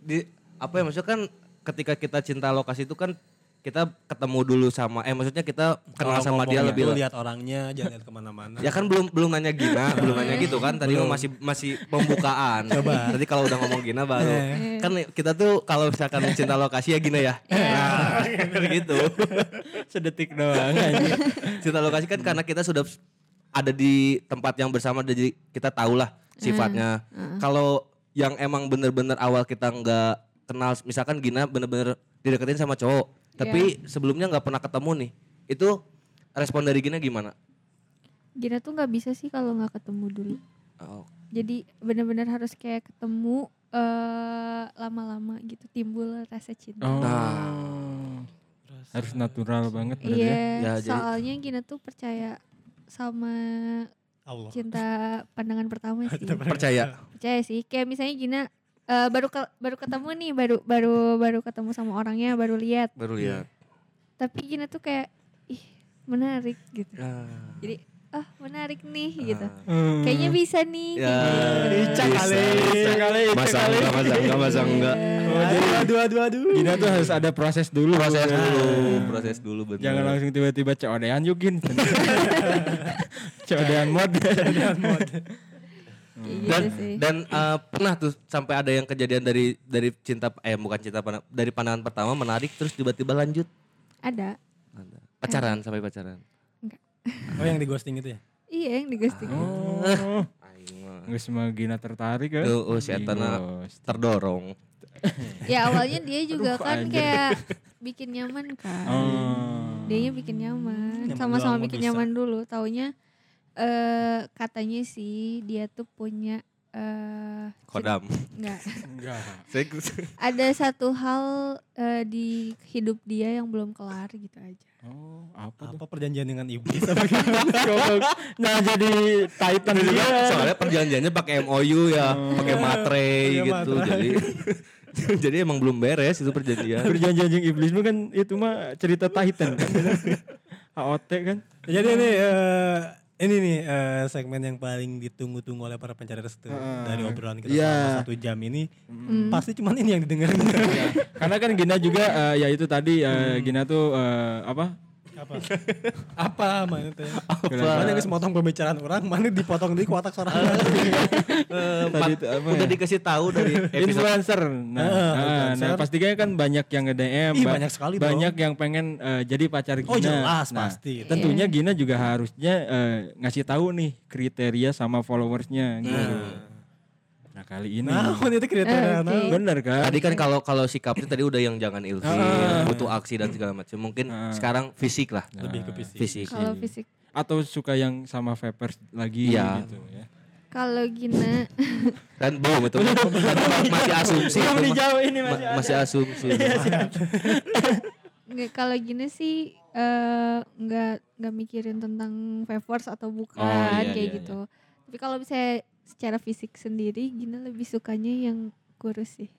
Speaker 3: di apa ya maksudnya kan ketika kita cinta lokasi itu kan kita ketemu dulu sama eh maksudnya kita kenal sama dia lebih lah.
Speaker 2: lihat orangnya, jangan lihat kemana-mana.
Speaker 3: Ya kan belum belum nanya Gina, belum nanya gitu kan. Tadi mah masih masih pembukaan.
Speaker 2: Coba.
Speaker 3: Tadi kalau udah ngomong Gina baru. kan kita tuh kalau misalkan cinta lokasi ya Gina ya. Nah, gitu.
Speaker 1: Sedetik doang anjing.
Speaker 3: Cinta lokasi kan karena kita sudah ada di tempat yang bersama jadi kita tahulah sifatnya.
Speaker 2: Ah,
Speaker 3: Kalau yang emang bener-bener awal kita nggak kenal misalkan Gina bener-bener dideketin sama cowok
Speaker 2: Iya.
Speaker 3: tapi sebelumnya nggak pernah ketemu nih. Itu respon dari Gina gimana?
Speaker 4: Gina tuh nggak bisa sih kalau nggak ketemu dulu.
Speaker 3: Oh,
Speaker 4: Jadi benar-benar harus kayak ketemu eh lama-lama gitu timbul rasa cinta.
Speaker 1: Oh.
Speaker 3: Nah.
Speaker 1: Harus natural banget berarti ya.
Speaker 4: Iya,
Speaker 3: Ya, jadi-
Speaker 4: soalnya Gina tuh percaya sama
Speaker 2: Allah.
Speaker 4: cinta pandangan pertama sih.
Speaker 3: percaya.
Speaker 4: percaya sih kayak misalnya Gina eh, baru ke- baru ketemu nih baru baru baru ketemu sama orangnya baru lihat
Speaker 3: Baru lihat.
Speaker 4: tapi Gina tuh kayak ih menarik gitu
Speaker 3: Ah.
Speaker 4: jadi ah menarik nih gitu
Speaker 1: Hmm.
Speaker 4: kayaknya bisa nih
Speaker 3: Ya.
Speaker 4: kayak gitu.
Speaker 2: Ica kali, Ica kali, Ica
Speaker 3: Masa
Speaker 2: kali. Iya.
Speaker 3: enggak, masa enggak, masa enggak.
Speaker 2: Aduh, aduh, aduh, aduh.
Speaker 1: Gina tuh harus ada proses dulu. Nah.
Speaker 3: Proses dulu, proses dulu benar.
Speaker 1: Jangan langsung tiba-tiba codean yuk Gin. codean mod.
Speaker 4: Kayak gitu
Speaker 3: dan
Speaker 4: sih
Speaker 3: dan eh, pernah tuh sampai ada yang kejadian dari dari cinta eh bukan cinta pandang- dari pandangan pertama menarik terus tiba-tiba lanjut
Speaker 4: ada
Speaker 3: Ada. pacaran sampai pacaran.
Speaker 2: Oh yang di ghosting itu ya?
Speaker 4: iya yang di ghosting
Speaker 1: Oh.
Speaker 3: Aing mah.
Speaker 1: Nggak semua Gina tertarik kan?
Speaker 3: Tuh, oh, si Eta na- terdorong.
Speaker 4: ya awalnya dia juga
Speaker 1: Aduh,
Speaker 4: kan
Speaker 1: anjir.
Speaker 4: kayak bikin nyaman kan
Speaker 1: Oh.
Speaker 4: dianya bikin nyaman
Speaker 2: Nyaman
Speaker 4: sama-sama
Speaker 2: doang mah
Speaker 4: bikin
Speaker 2: bisa.
Speaker 4: nyaman dulu taunya eh katanya sih dia tuh punya eh
Speaker 3: Kodam.
Speaker 4: enggak
Speaker 1: Enggak.
Speaker 4: ada satu hal eh, di hidup dia yang belum kelar gitu aja.
Speaker 1: Oh, apa tuh?
Speaker 2: Apa perjanjian dengan iblis?
Speaker 1: Goblok. nah, jadi Titan
Speaker 3: Juga,
Speaker 1: dia.
Speaker 2: Iya.
Speaker 3: soalnya perjanjiannya pakai MOU ya, pakai matre
Speaker 2: Oh. Pakai
Speaker 3: gitu.
Speaker 2: matre.
Speaker 3: Jadi jadi emang belum beres itu
Speaker 2: Eh,
Speaker 3: perjanjian.
Speaker 1: Perjanjian jeng iblis mah kan itu mah cerita Titan kan. AOT kan.
Speaker 2: Jadi ini eh, ini nih eh, segmen yang paling ditunggu-tunggu oleh para pencari restu dari obrolan kita
Speaker 1: Iya.
Speaker 2: selama satu jam ini. Pasti cuman ini yang didengerin.
Speaker 1: Karena kan Gina juga eh, ya itu tadi eh, Gina tuh eh, apa?
Speaker 2: apa? apa mana teh?
Speaker 1: Kenapa?
Speaker 2: Mana yang semotong pembicaraan orang, mana dipotong di kotak suara orang.
Speaker 1: Tadi
Speaker 3: Eh, Pat,
Speaker 1: itu apa
Speaker 3: udah
Speaker 1: ya?
Speaker 3: dikasih tahu dari episode
Speaker 1: influencer. Nah,
Speaker 2: Heeh,
Speaker 1: nah,
Speaker 2: influencer.
Speaker 1: nah, pastinya kan banyak yang nge-DM,
Speaker 2: Ih,
Speaker 1: ba-
Speaker 2: banyak sekali dong.
Speaker 1: banyak yang pengen eh, jadi pacar Gina.
Speaker 2: Oh, jelas,
Speaker 1: Nah,
Speaker 2: pasti.
Speaker 1: Tentunya Gina juga harusnya eh, ngasih tahu nih kriteria sama followersnya gitu. Nah, kali ini
Speaker 2: Nah, itu
Speaker 4: Eh,
Speaker 2: kriteria. nah.
Speaker 1: bener kan?
Speaker 3: Tadi kan kalau kalau sikapnya tadi udah yang jangan ilfil, butuh aksi dan segala macam. Mungkin sekarang fisik lah.
Speaker 2: Ah. Lebih ke fisik.
Speaker 3: Fisik.
Speaker 4: Kalau fisik,
Speaker 1: Atau suka yang sama vapers lagi
Speaker 3: Iya.
Speaker 1: gitu ya.
Speaker 4: kalau Gina
Speaker 3: Dan belum itu masih asumsi.
Speaker 1: Belum
Speaker 3: itu mah.
Speaker 1: dijawab ini masih
Speaker 3: Ma- masih asumsi.
Speaker 4: nggak kalau Gina sih eh, nggak nggak mikirin tentang favors atau bukan
Speaker 3: iya,
Speaker 4: kayak
Speaker 3: iya,
Speaker 4: gitu. Tapi kalau misalnya secara fisik sendiri Gina lebih sukanya yang kurus sih.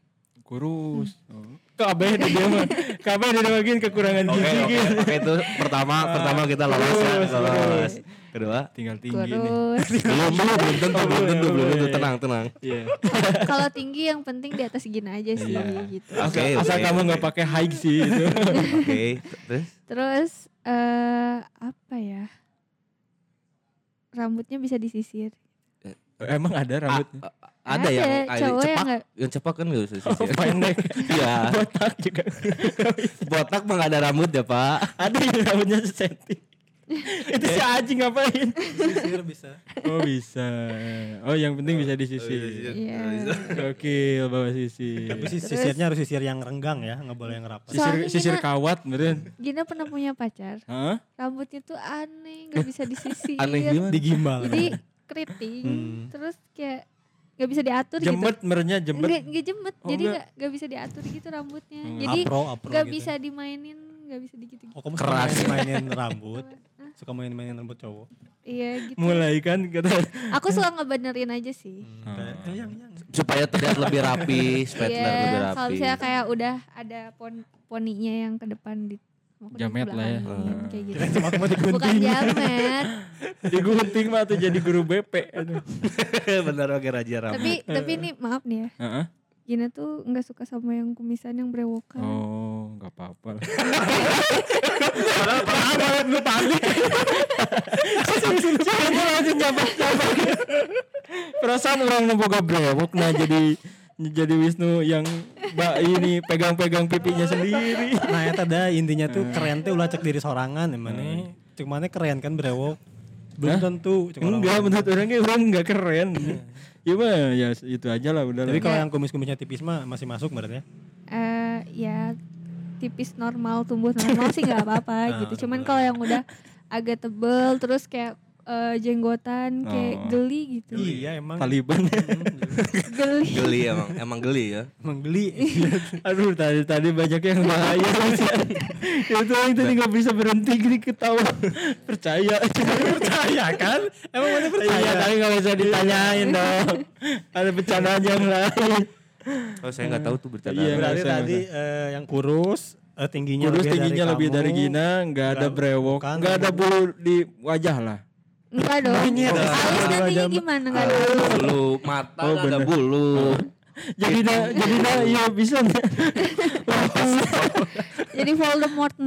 Speaker 1: kurus. Oh. Kabeh di dia mah. Kabeh di dia mah, Gin, kekurangan gitu.
Speaker 3: Oke,
Speaker 1: gizi
Speaker 3: oke,
Speaker 1: Gin.
Speaker 3: oke, itu pertama pertama kita lolos ya, lolos. Kedua
Speaker 1: Tinggal tinggi nih.
Speaker 4: Kurus.
Speaker 3: belum belum belum tentu belum tentu belum tentu tenang tenang.
Speaker 1: Iya.
Speaker 4: kalau tinggi yang penting di atas Gina aja sih
Speaker 3: Iya.
Speaker 4: gitu.
Speaker 3: Oke
Speaker 1: Asal, asal
Speaker 3: oke,
Speaker 1: kamu nggak
Speaker 3: oke.
Speaker 1: pakai gitu. high sih itu.
Speaker 3: Oke terus
Speaker 4: Terus eh apa ya? rambutnya bisa disisir.
Speaker 1: Emang ada rambut
Speaker 3: A- a- ada yang
Speaker 4: Ada, cowok yang
Speaker 3: cepak,
Speaker 4: nggak-
Speaker 3: yang cepak kan nggak usah sisir.
Speaker 1: pendek
Speaker 3: Iya,
Speaker 1: botak juga.
Speaker 3: botak mah nggak ada rambut ya pak.
Speaker 1: ada yang rambutnya sesenti. Itu si anjing ngapain?
Speaker 2: Sisir bisa.
Speaker 1: Oh bisa. Oh yang penting bisa disisir.
Speaker 4: Iya.
Speaker 1: Gokil bawa sisir.
Speaker 2: Tapi sis- sisirnya harus sisir yang renggang ya, nggak boleh yang rapat.
Speaker 1: Sisir,
Speaker 4: Soalnya
Speaker 1: sisir
Speaker 4: Gina-
Speaker 1: kawat meren.
Speaker 4: Gina pernah punya pacar,
Speaker 1: Hah?
Speaker 4: rambutnya tuh aneh, nggak bisa disisir.
Speaker 3: Aneh gimana?
Speaker 2: Digimbal.
Speaker 4: Jadi keriting, terus kayak nggak bisa diatur gitu.
Speaker 1: Jemet merenya jemet.
Speaker 4: Nggak- nggak jemet,
Speaker 1: Oh,
Speaker 4: jadi
Speaker 1: nggak.
Speaker 4: nggak nggak bisa diatur gitu rambutnya.
Speaker 1: Hmm.
Speaker 4: Jadi
Speaker 2: Apro, apro
Speaker 4: nggak
Speaker 2: gitu.
Speaker 4: bisa dimainin, nggak bisa digitu.
Speaker 2: Oh, kamu
Speaker 3: Keras.
Speaker 2: suka mainin rambut, suka main-mainin rambut cowok.
Speaker 4: Iya gitu.
Speaker 1: Mulai kan kata
Speaker 4: Aku suka ngebenerin aja sih.
Speaker 2: Kayak, eh, yang, yang.
Speaker 3: Supaya terlihat lebih rapi, supaya terlihat lebih
Speaker 4: Iya, kalau
Speaker 3: rapi.
Speaker 4: misalnya kayak udah ada pon poninya yang ke depan di maupun di
Speaker 1: Jamet lah ya.
Speaker 4: belakang, kan, kayak gitu.
Speaker 2: Kira cuma cuma
Speaker 4: Bukan
Speaker 2: digunting.
Speaker 4: jamet,
Speaker 1: digunting mah tuh jadi guru BP. Aduh.
Speaker 3: Bener oke raja rambut.
Speaker 4: tapi tapi nih maaf nih ya.
Speaker 1: Heeh.
Speaker 4: Gina tuh nggak suka sama yang kumisan yang brewokan.
Speaker 1: Oh, nggak apa-apa. lah. Perasaan orang nemboga brewok nah jadi jadi Wisnu yang mbak ini pegang-pegang pipinya sendiri.
Speaker 2: Nah, itu ada intinya tuh
Speaker 1: Hmm.
Speaker 2: keren teh ulah cek diri sorangan emane. Cek mana keren kan brewok. Belum tentu. cek orang
Speaker 1: Enggak,
Speaker 2: lain.
Speaker 1: menurut orangnya orang nggak keren. Ya mah ya itu aja lah udah.
Speaker 2: Tapi
Speaker 1: lah.
Speaker 2: kalau yang kumis-kumisnya tipis mah masih masuk berarti ya.
Speaker 4: Eh ya tipis normal tumbuh normal sih nggak apa-apa gitu. Cuman kalau yang udah agak tebel terus kayak eh, jenggotan
Speaker 1: Oh.
Speaker 4: kayak geli gitu.
Speaker 2: Iya, emang
Speaker 1: Taliban.
Speaker 4: Geli.
Speaker 3: Geli emang, emang geli ya.
Speaker 2: emang geli.
Speaker 1: Aduh tadi tadi banyak yang bahaya kasihan. Itu yang tadi nggak bisa berhenti gini ketawa. Percaya. Percaya kan? Emang mana percaya? Iya, tapi nggak bisa ditanyain dong. Ada bercandaan yang lain.
Speaker 3: Oh saya nggak tahu tuh bercanda.
Speaker 1: Iya,
Speaker 3: apa.
Speaker 2: Berarti
Speaker 1: nggak usah,
Speaker 2: tadi eh, yang kurus eh, tingginya
Speaker 1: Kurus
Speaker 2: lebih
Speaker 1: tingginya
Speaker 2: dari
Speaker 1: lebih
Speaker 2: kamu.
Speaker 1: dari Gina, nggak ada
Speaker 2: Bra-
Speaker 1: brewok,
Speaker 2: bukan,
Speaker 1: nggak ada bulu di wajah lah.
Speaker 4: Enggak dong.
Speaker 2: Monyet.
Speaker 4: Alis nantinya gimana enggak ada.
Speaker 3: bulu mata
Speaker 1: Oh,
Speaker 3: nggak ada
Speaker 1: bener.
Speaker 3: bulu.
Speaker 1: Jadi nah, jadi nah, ya bisa. nggak?
Speaker 4: Jadi Voldemort.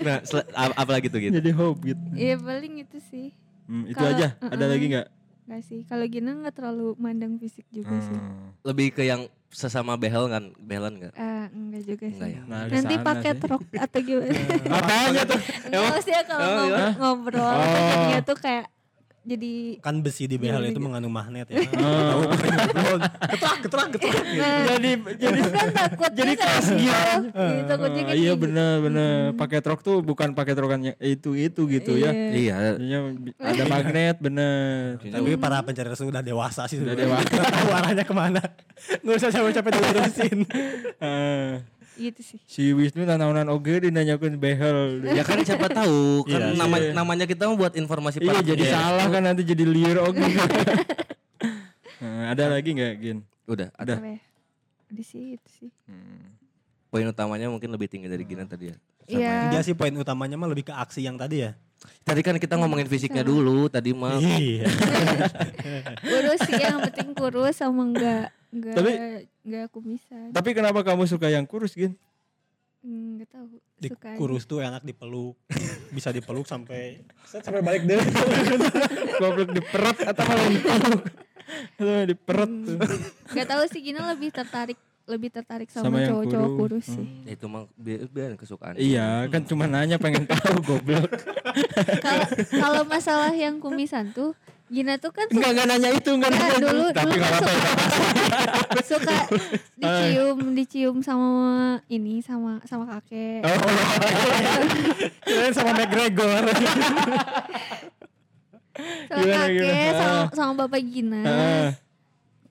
Speaker 3: Nah, sel- a- apa lagi tuh gitu?
Speaker 1: jadi hobbit.
Speaker 4: Iya paling itu sih.
Speaker 1: Hmm, itu
Speaker 4: Kalau-
Speaker 1: aja. Ada
Speaker 4: uh-uh.
Speaker 1: lagi nggak?
Speaker 4: Enggak sih. Kalau Gina enggak terlalu mandang fisik juga sih.
Speaker 3: Lebih ke yang sesama behel kan, behelan nggak?
Speaker 4: Eh enggak juga sih.
Speaker 3: Enggak ya.
Speaker 1: Nah, di
Speaker 4: Nanti
Speaker 1: sana
Speaker 4: pakai
Speaker 1: sih.
Speaker 4: truk atau gimana?
Speaker 1: Apanya tuh? Oh, iya?
Speaker 4: Enggak sih ya kalau
Speaker 3: emang
Speaker 4: ngob- ngobrol apa jadinya tuh kayak jadi
Speaker 2: kan besi di behel itu mengandung magnet ya.
Speaker 1: Oh.
Speaker 2: Ketrak, ketrak, ketrak.
Speaker 1: jadi Iya, jadi
Speaker 4: kan takut jadi keras gitu. Iya, takutnya
Speaker 1: Ah,
Speaker 4: kan
Speaker 1: iya
Speaker 4: kayak
Speaker 1: bener bener pakai truk tuh bukan pakai trokannya itu itu gitu ya
Speaker 3: Iya.
Speaker 1: Jadinya bi- ada magnet bener
Speaker 2: Tapi para pencari restu udah dewasa sih. Udah
Speaker 1: dewasa.
Speaker 2: Tahu arahnya kemana. Nggak usah capek-capek dilurusin.
Speaker 1: Eh,
Speaker 4: gitu sih.
Speaker 1: si Wisnu nanaunan oge dinanyakeun behel
Speaker 3: Ya kan siapa tahu
Speaker 2: Iya,
Speaker 3: kan nama- namanya kita mau buat informasi
Speaker 1: iya
Speaker 3: para
Speaker 1: jadi
Speaker 3: pendengar.
Speaker 1: salah kan nanti jadi liar oge Eh, ada lagi nggak Gin
Speaker 3: Udah, ada.
Speaker 4: Apa ya? Di situ sih.
Speaker 3: Poin utamanya mungkin lebih tinggi dari Gina tadi ya.
Speaker 2: Dia
Speaker 4: Iya.
Speaker 2: sih poin utamanya mah lebih ke aksi yang tadi ya.
Speaker 3: Tadi kan kita ngomongin fisiknya dulu, tadi mah
Speaker 2: Iya.
Speaker 4: Kurus sih yang penting kurus sama enggak enggak
Speaker 1: Tapi-
Speaker 4: enggak kumisan.
Speaker 1: tapi kenapa kamu suka yang kurus Gin
Speaker 4: Hmm, Enggak tahu.
Speaker 2: Di
Speaker 4: Suka aja.
Speaker 2: kurus tuh enak dipeluk. Bisa dipeluk sampai set sampai balik deh.
Speaker 1: goblok diperet atau malah dipeluk. Atau diperet tuh.
Speaker 4: Gak tahu sih Gina lebih tertarik lebih tertarik sama,
Speaker 1: Sama yang
Speaker 4: cowok-cowok
Speaker 1: kurus. Hmm.
Speaker 4: kurus, sih.
Speaker 3: ya itu mah bi- biar kesukaan.
Speaker 1: iya kan cuma nanya pengen tahu goblok
Speaker 4: Kalau kalau masalah yang kumisan tuh Gina tuh kan
Speaker 1: Enggak
Speaker 4: suka,
Speaker 1: enggak nanya itu, enggak nanya
Speaker 4: Enggak,
Speaker 1: itu.
Speaker 4: dulu
Speaker 1: Tapi
Speaker 4: dulu
Speaker 1: enggak
Speaker 4: kan
Speaker 1: apa-apa. ya.
Speaker 4: suka, suka dicium dicium sama ini sama sama kakek.
Speaker 1: Oh.
Speaker 2: Kirain sama McGregor.
Speaker 4: Sama
Speaker 1: Gimana,
Speaker 4: kakek
Speaker 1: gimana? Ah.
Speaker 4: sama sama bapak Gina.
Speaker 1: Heeh,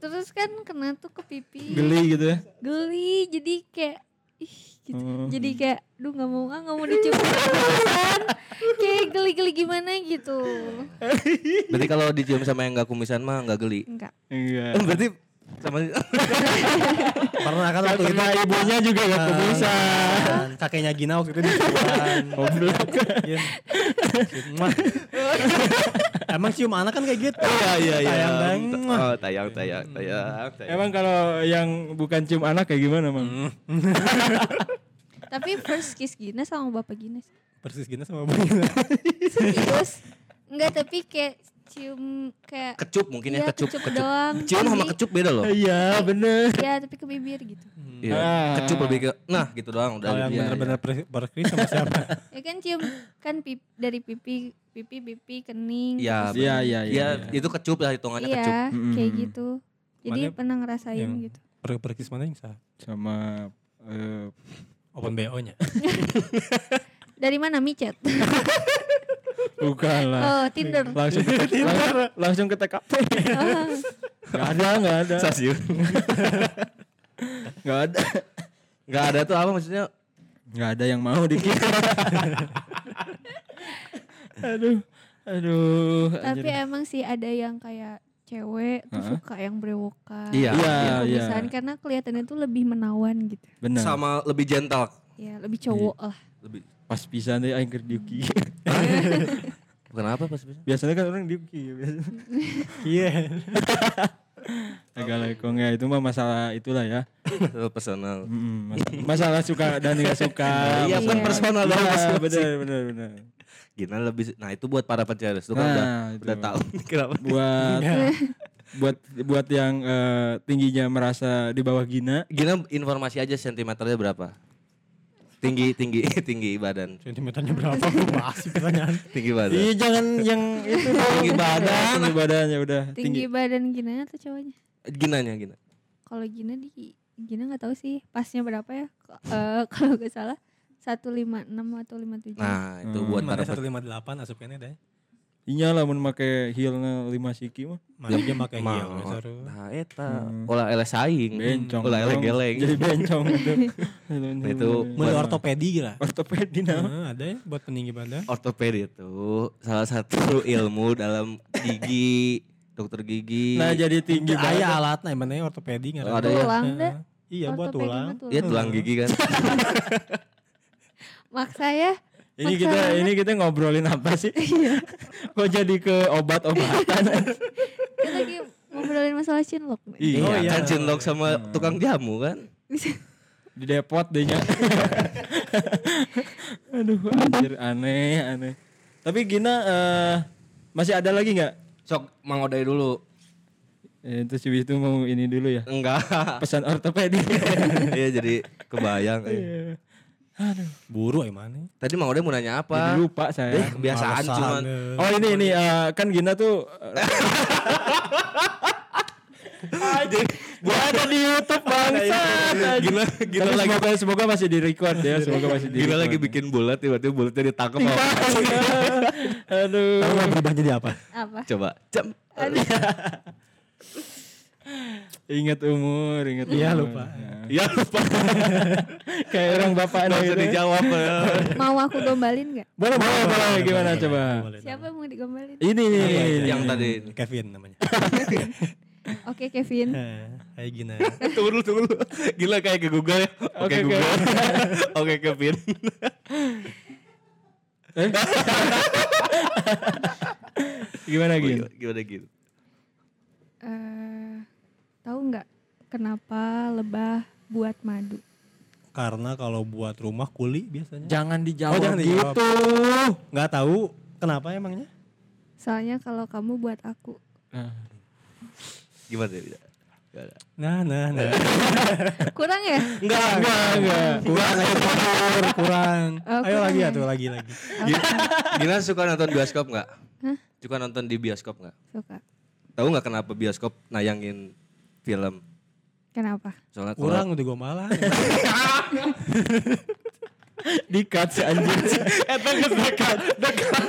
Speaker 4: Terus kan kena tuh ke pipi.
Speaker 1: Ah, Geli gitu ya.
Speaker 4: Geli, jadi kayak ih gitu.
Speaker 1: Hmm.
Speaker 4: Jadi kayak duh nggak mau ah nggak mau dicium kumisan. kayak geli-geli gimana gitu.
Speaker 3: Berarti kalau dicium sama yang nggak kumisan mah nggak geli.
Speaker 4: Enggak.
Speaker 1: Enggak.
Speaker 3: Eh, Berarti sama
Speaker 2: Pernah kan waktu itu
Speaker 1: Karena ibunya juga gak
Speaker 2: Ah,
Speaker 1: bisa.
Speaker 2: kan. Kakeknya Gina waktu itu diciuman.
Speaker 1: Goblok.
Speaker 2: Gin. Ciuman. Emang cium anak kan kayak gitu.
Speaker 3: Iya iya iya.
Speaker 2: Tayang dang.
Speaker 3: Oh, tayang tayang tayang. tayang.
Speaker 1: Emang kalau yang bukan cium Hmm. anak kayak gimana, Mang?
Speaker 4: Tapi first kiss Gina sama bapak Gina sih.
Speaker 2: persis Gina sama Bang Gina.
Speaker 4: Serius? Enggak tapi kayak cium kayak
Speaker 3: Kecup mungkin ya,
Speaker 4: Iya,
Speaker 3: kecup,
Speaker 4: kecup
Speaker 3: kecup.
Speaker 4: doang.
Speaker 3: Cium sama
Speaker 4: Tapi-
Speaker 3: kecup beda loh.
Speaker 1: Iya bener.
Speaker 4: ya tapi ke bibir gitu.
Speaker 3: Iya.
Speaker 1: Ah.
Speaker 3: Kecup lebih ke nah gitu iya. doang udah
Speaker 2: Kalau yang
Speaker 3: dia,
Speaker 2: benar-benar per- persis sama siapa?
Speaker 4: Ya kan cium kan pip, dari pipi pipi pipi kening.
Speaker 3: Iya.
Speaker 4: terus-
Speaker 1: Iya iya iya.
Speaker 3: Iya, itu kecup lah hitungannya
Speaker 4: Iya,
Speaker 3: kecup.
Speaker 4: kayak
Speaker 1: Mm-mm.
Speaker 4: gitu. Jadi
Speaker 2: Makanya-
Speaker 4: pernah ngerasain
Speaker 2: Yang-
Speaker 4: gitu.
Speaker 2: Per perkis mana yang sah?
Speaker 1: Sama eh,
Speaker 2: Open BO-nya.
Speaker 4: Dari mana micet?
Speaker 1: bukan lah.
Speaker 4: oh, Tinder.
Speaker 1: Langsung ke, langsung, langsung ke TKP. gak ada gak ada.
Speaker 3: Stasiun.
Speaker 1: Gak ada.
Speaker 3: Gak ada tuh apa maksudnya?
Speaker 1: Gak ada yang mau di kita. aduh, aduh.
Speaker 4: tapi emang sih ada yang kayak cewek tuh
Speaker 1: Heeh.
Speaker 4: suka yang berewokan.
Speaker 3: Iya.
Speaker 1: Iya,
Speaker 4: Yang
Speaker 1: iya.
Speaker 4: kebiasaan, karena kelihatannya tuh lebih menawan gitu.
Speaker 1: Benar.
Speaker 3: Sama lebih gentle.
Speaker 4: Ya, lebih cowok lah.
Speaker 3: Lebih.
Speaker 1: Pas pisan deh aing keur diuki.
Speaker 3: Kenapa pas bisa?
Speaker 1: Biasanya kan orang diuki. biasanya.
Speaker 2: Iya.
Speaker 1: Agak lekong ya itu mah masalah itulah ya.
Speaker 3: Personal.
Speaker 1: Mm-mm, mas- masalah suka dan nggak suka.
Speaker 3: Iya,
Speaker 4: bukan
Speaker 1: masalah-
Speaker 3: personal dong,
Speaker 1: Iya,
Speaker 3: masing-masing.
Speaker 1: benar benar benar.
Speaker 3: Gina lebih nah itu buat para penceris itu kan
Speaker 1: Nah,
Speaker 3: udah
Speaker 1: itu.
Speaker 3: udah tahu kenapa.
Speaker 1: Buat
Speaker 2: Ya,
Speaker 1: buat buat yang eh, tingginya merasa di bawah Gina.
Speaker 3: Gina informasi aja sentimeternya berapa? Tinggi tinggi tinggi badan.
Speaker 2: Sentimeternya berapa? Lu masih pertanyaan.
Speaker 3: Tinggi badan.
Speaker 1: Iya jangan yang itu tinggi badan. Tinggi badan ya udah
Speaker 4: Tinggi badan Gina atau cowoknya?
Speaker 3: Ginanya Gina.
Speaker 4: Kalau Gina di Gina nggak tahu sih pasnya berapa ya. K- eh, kalau gak salah 156 atau 57.
Speaker 3: Nah, itu buat para
Speaker 2: Mana
Speaker 3: pe-
Speaker 2: 158 asupannya deh.
Speaker 1: Iya lah mun make heelnya 5 siki mah.
Speaker 2: Mana dia pakai
Speaker 3: Mah,
Speaker 2: heel
Speaker 3: oh.
Speaker 2: seru.
Speaker 3: Nah, eta olah ele saing.
Speaker 1: Bencong.
Speaker 3: Ulah
Speaker 1: dong.
Speaker 3: eleng-eleng.
Speaker 1: Jadi bencong gitu.
Speaker 3: Nah, itu
Speaker 2: Mulu ortopedi lah.
Speaker 1: ortopedi nama.
Speaker 2: Heeh, ada ya buat peninggi badan.
Speaker 3: ortopedi itu salah satu ilmu dalam gigi, dokter gigi.
Speaker 1: Nah, jadi tinggi
Speaker 2: Aya
Speaker 1: banget.
Speaker 2: alatnya emangnya ortopedi nggak
Speaker 3: Oh,
Speaker 2: Heeh.
Speaker 3: ada ya?
Speaker 4: Tulang deh.
Speaker 2: Iya buat
Speaker 4: Ortopedi mah
Speaker 2: tulang.
Speaker 3: Dia tulang gigi kan.
Speaker 4: Maksa ya.
Speaker 1: Ini kita
Speaker 4: Maksa.
Speaker 1: ini kita ngobrolin apa sih? Iya. Kok jadi ke obat-obatan?
Speaker 4: Kita lagi ngobrolin masalah chinlock. nih.
Speaker 1: Iya. Hmm.
Speaker 3: iya,
Speaker 2: iya.
Speaker 3: kan cinlok sama tukang jamu kan.
Speaker 1: Di depot deh nya. Aduh, anjir aneh, aneh. Tapi Gina eh, masih ada lagi nggak?
Speaker 3: Sok Mang Odai dulu.
Speaker 1: Eh, terus habis itu mau ini dulu ya.
Speaker 3: Enggak.
Speaker 1: Pesan ortopedi.
Speaker 3: Iya jadi kebayang. eh.
Speaker 1: Iya. Aduh,
Speaker 2: Buru ya mana?
Speaker 3: Tadi Mang Odai mau nanya
Speaker 1: jadi
Speaker 3: apa?
Speaker 1: lupa saya.
Speaker 3: Eh, kebiasaan
Speaker 2: Malesan,
Speaker 3: cuman.
Speaker 2: eh.
Speaker 1: Oh ini ini eh, kan Gina tuh Gua ada di YouTube
Speaker 3: Nah,
Speaker 1: bangsa.
Speaker 3: Gila,
Speaker 1: Gila lagi semoga, semoga masih di record ya, semoga masih di.
Speaker 3: Gila lagi bikin bulat tiba-tiba bulatnya ditangkap
Speaker 1: Iya.
Speaker 3: sama
Speaker 1: Aduh.
Speaker 2: Tahu nggak Oh, berubah jadi apa?
Speaker 4: Apa?
Speaker 3: coba. Jam.
Speaker 1: Ingat umur, ingat
Speaker 2: Iya,
Speaker 1: umur.
Speaker 2: lupa.
Speaker 3: Iya lupa
Speaker 1: Kayak orang bapak
Speaker 3: nggak
Speaker 1: gitu
Speaker 3: usah
Speaker 1: ya.
Speaker 3: dijawab. ya.
Speaker 4: Mau aku gombalin nggak?
Speaker 1: Boleh, boleh, boleh.
Speaker 2: Eh,
Speaker 1: Gimana coba?
Speaker 2: Boleh.
Speaker 4: Siapa yang mau digombalin?
Speaker 3: Iya.
Speaker 1: Ini nih.
Speaker 3: Yang tadi.
Speaker 2: Kevin namanya.
Speaker 4: Oke Kevin.
Speaker 2: Eh, Hai Gina.
Speaker 3: Tunggu dulu, tunggu dulu. Gila kayak ke Google ya.
Speaker 1: Oke,
Speaker 3: Oke
Speaker 1: oke.
Speaker 3: Google. Oke Kevin.
Speaker 1: Gimana Gin?
Speaker 3: Gila, Gimana gitu?
Speaker 4: Eh, tahu nggak kenapa lebah buat madu?
Speaker 2: Karena kalau buat rumah kuli biasanya.
Speaker 1: Jangan dijawab
Speaker 2: Oh, jangan dijawab.
Speaker 1: gitu.
Speaker 2: Nggak tahu kenapa emangnya?
Speaker 4: Soalnya kalau kamu buat aku.
Speaker 3: Nah. Gimana ya? Gak ada.
Speaker 2: Nah, nah, nah.
Speaker 4: Kurang ya?
Speaker 1: Enggak, enggak, enggak.
Speaker 2: kurang, ayo kotor, kurang.
Speaker 4: Oh,
Speaker 2: ayo
Speaker 4: kurang
Speaker 2: lagi
Speaker 4: ya.
Speaker 2: ya tuh, lagi lagi.
Speaker 3: Gila, Gila suka nonton bioskop nggak? Suka nonton di bioskop nggak?
Speaker 4: Suka.
Speaker 3: Tahu nggak kenapa bioskop nayangin film?
Speaker 4: Kenapa?
Speaker 3: Soalnya kalau-
Speaker 2: Kurang udah gue malah.
Speaker 1: Dikat si anjing.
Speaker 3: Eta geus dekat, dekat,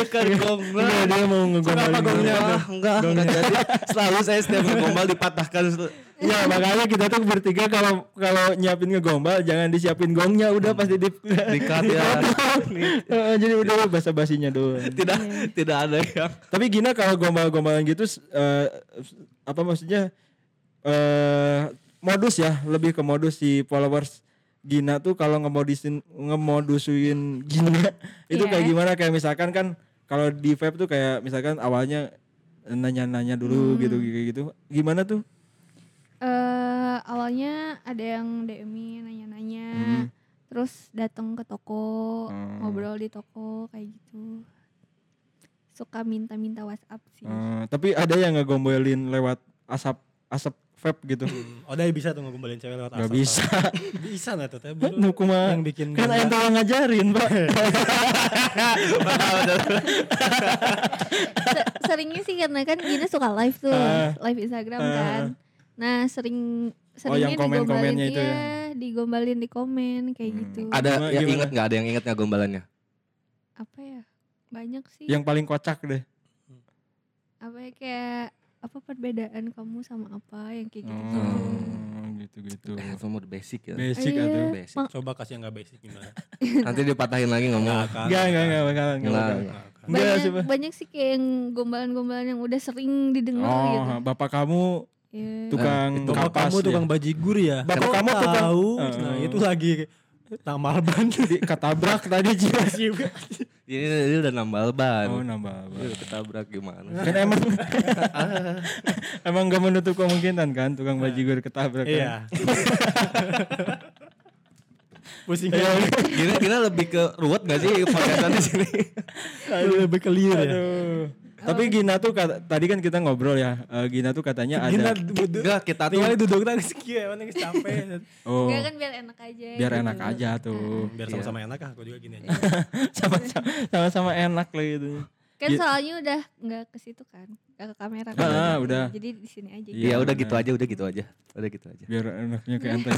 Speaker 3: dekat Iya. gong.
Speaker 1: Enggak, dia mau
Speaker 3: Kenapa
Speaker 1: ngegombalin.
Speaker 3: gongnya?
Speaker 1: orang.
Speaker 3: Ah, Enggak, enggak jadi. Selalu saya setiap gombal dipatahkan. selalu.
Speaker 1: Ya makanya kita tuh bertiga kalau kalau nyiapin ngegombal jangan disiapin gongnya udah pasti di,
Speaker 3: Dikat ya.
Speaker 1: Heeh, jadi udah basa basinya doang.
Speaker 3: Tidak, tidak ada yang
Speaker 1: Tapi Gina kalau gombal-gombalan gitu s- eh, s- apa maksudnya eh modus ya, lebih ke modus si followers Gina tuh kalau ngemodisin ngemodusin Gina itu
Speaker 4: Iya.
Speaker 1: kayak gimana kayak misalkan kan kalau di vape tuh kayak misalkan awalnya nanya-nanya dulu gitu gitu gitu. Gimana tuh?
Speaker 4: eh awalnya ada yang DM-in nanya-nanya. terus datang ke toko
Speaker 1: Mm-hmm. Hmm.
Speaker 4: ngobrol di toko kayak gitu suka minta-minta WhatsApp sih
Speaker 1: Eh, tapi ada yang ngegombolin lewat asap asap vape gitu.
Speaker 2: Oh, udah bisa tuh ngegombalin cewek lewat
Speaker 1: Gak
Speaker 2: asap.
Speaker 1: bisa.
Speaker 2: Bisa nggak tuh? Teh?
Speaker 5: Nuh, kumaha.
Speaker 2: yang bikin
Speaker 5: Kan ayam tolong ngajarin, Pak.
Speaker 4: Se- seringnya sih karena kan Gina suka live tuh live Instagram kan nah sering
Speaker 1: Ah. Oh, yang
Speaker 4: seringnya digombalin
Speaker 1: komen-komennya itu ya. Hmm.
Speaker 4: iya, digombalin di komen kayak gitu
Speaker 3: Ada
Speaker 1: Gimana,
Speaker 3: yang
Speaker 1: gimana?
Speaker 3: inget nggak? Ada yang inget nggak gombalannya?
Speaker 4: apa ya banyak sih
Speaker 1: yang paling kocak deh.
Speaker 4: apa ya kayak apa perbedaan kamu sama apa yang kayak gitu gitu
Speaker 1: Hmm, gitu-gitu.
Speaker 3: Eh, itu mah the basic ya.
Speaker 1: Basic atau
Speaker 4: Iya.
Speaker 3: Basic.
Speaker 2: coba kasih yang nggak basic gimana? kan?
Speaker 3: Nanti dipatahin lagi ngomong.
Speaker 2: akan.
Speaker 1: Enggak, enggak, enggak bakalan, enggak
Speaker 3: Nggak,
Speaker 1: bakalan.
Speaker 3: nggak.
Speaker 1: Enggak
Speaker 4: banyak gitu.
Speaker 1: sih, Pak.
Speaker 4: banyak sih kayak yang gombalan-gombalan yang udah sering didengar
Speaker 1: Oh,
Speaker 4: gitu
Speaker 1: bapak kamu
Speaker 4: Iya.
Speaker 1: tukang
Speaker 3: itu
Speaker 2: Nah, Bapak
Speaker 1: kapas
Speaker 2: kamu
Speaker 1: ya?
Speaker 2: tukang bajigur ya?
Speaker 1: Bapak
Speaker 2: Kok
Speaker 1: kamu tukang-
Speaker 2: tahu.
Speaker 1: Eh.
Speaker 2: Nah, itu lagi tamal ban.
Speaker 1: Di- ketabrak tadi juga sih.
Speaker 3: Ini, ini udah nambal ban.
Speaker 1: Oh, nambah. Pak.
Speaker 3: Aduh, ketabrak gimana?
Speaker 1: Kan emang emang gak menutup kemungkinan kan tukang bajigur ketabrak. kan?
Speaker 2: Iya. Pusing
Speaker 1: Iya.
Speaker 2: kan?
Speaker 3: Gini, gini lebih ke ruwet gak sih podcastan di sini?
Speaker 2: lebih clear ya.
Speaker 1: Aduh. Iya. Tapi Gina tuh kata- tadi kan kita ngobrol ya. eh, Gina tuh katanya ada
Speaker 2: Gina duduk.
Speaker 3: Enggak, kita tuh
Speaker 2: Tinggal duduk tadi sekian, mana capek.
Speaker 1: oh
Speaker 4: Enggak Hmm. kan biar enak aja
Speaker 1: biar
Speaker 4: gitu.
Speaker 1: enak aja tuh.
Speaker 2: Biar sama-sama enak ah, aku juga gini aja.
Speaker 1: Sama-sama sama-sama enak lah gitu.
Speaker 4: kan
Speaker 1: Iya.
Speaker 4: soalnya udah nggak ke situ kan nggak ke kamera kan
Speaker 1: Ah, udah.
Speaker 4: jadi di sini aja
Speaker 3: Iya udah gitu aja, udah gitu aja. Udah gitu aja.
Speaker 1: Biar enaknya kayak ente.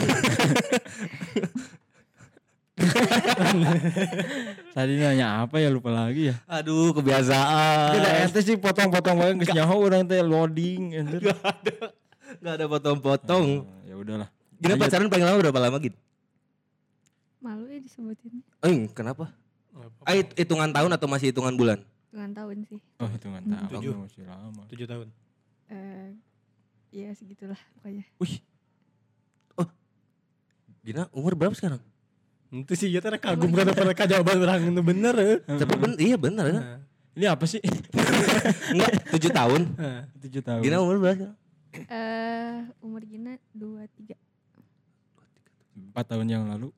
Speaker 1: Tadi nanya apa ya lupa lagi ya. Ah,
Speaker 3: Aduh,
Speaker 1: Kita
Speaker 3: kebiasaan.
Speaker 1: ente sih potong-potong banget geus nyaho urang teh loading anjir.
Speaker 3: Gak ada potong-potong.
Speaker 1: Oh, Ya udahlah.
Speaker 3: Gini pacaran paling lama berapa lama gitu?
Speaker 4: malu ya disebutin
Speaker 3: Eh, kenapa? Ah, hit- hitungan tahun atau masih hitungan bulan?
Speaker 4: dengan tahun sih
Speaker 1: Oh, hitungan tahun
Speaker 2: Tujuh.
Speaker 1: masih lama.
Speaker 2: Tujuh tahun.
Speaker 4: Eh, Iya segitulah pokoknya
Speaker 3: Gina umur berapa sekarang?
Speaker 2: Itu sih ya teh kagum kan mereka jawaban orang itu bener. eh.
Speaker 3: Tapi ben iya bener kan?
Speaker 1: Ini apa sih?
Speaker 3: Enggak, 7 tahun.
Speaker 1: 7 tahun.
Speaker 3: Gina umur berapa sekarang?
Speaker 4: eh Umur Gina 23
Speaker 1: 4 tahun yang lalu.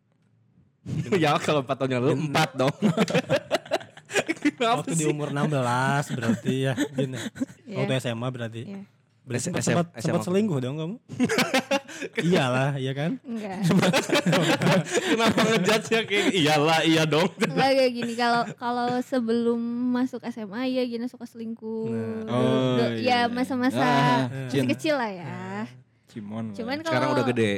Speaker 3: ya kalau 4 tahun yang lalu 4 dong. Kenapa
Speaker 2: Waktu di
Speaker 3: sih?
Speaker 2: umur 16 berarti ya. Gina.
Speaker 1: Oh,
Speaker 4: Iya.
Speaker 2: Waktu SMA berarti.
Speaker 4: Iya.
Speaker 2: Berarti
Speaker 3: S-
Speaker 2: sempat,
Speaker 3: SM.
Speaker 2: sempat, sempat selingkuh dong kamu? Iyalah, iya kan?
Speaker 4: Enggak
Speaker 3: Kenapa ngejudge-nya kayak iyalah, iya dong.
Speaker 4: Enggak kayak gini Kalau kalau sebelum masuk SMA ya Gina suka
Speaker 1: Oh,
Speaker 4: selingkuh Dulu- dulu-
Speaker 1: iya.
Speaker 4: Ya masa-masa
Speaker 1: Ah,
Speaker 4: Masih kecil lah ya
Speaker 1: Cimon. lah.
Speaker 4: Cuman
Speaker 3: Hmm,
Speaker 4: kalau
Speaker 3: Sekarang udah gede.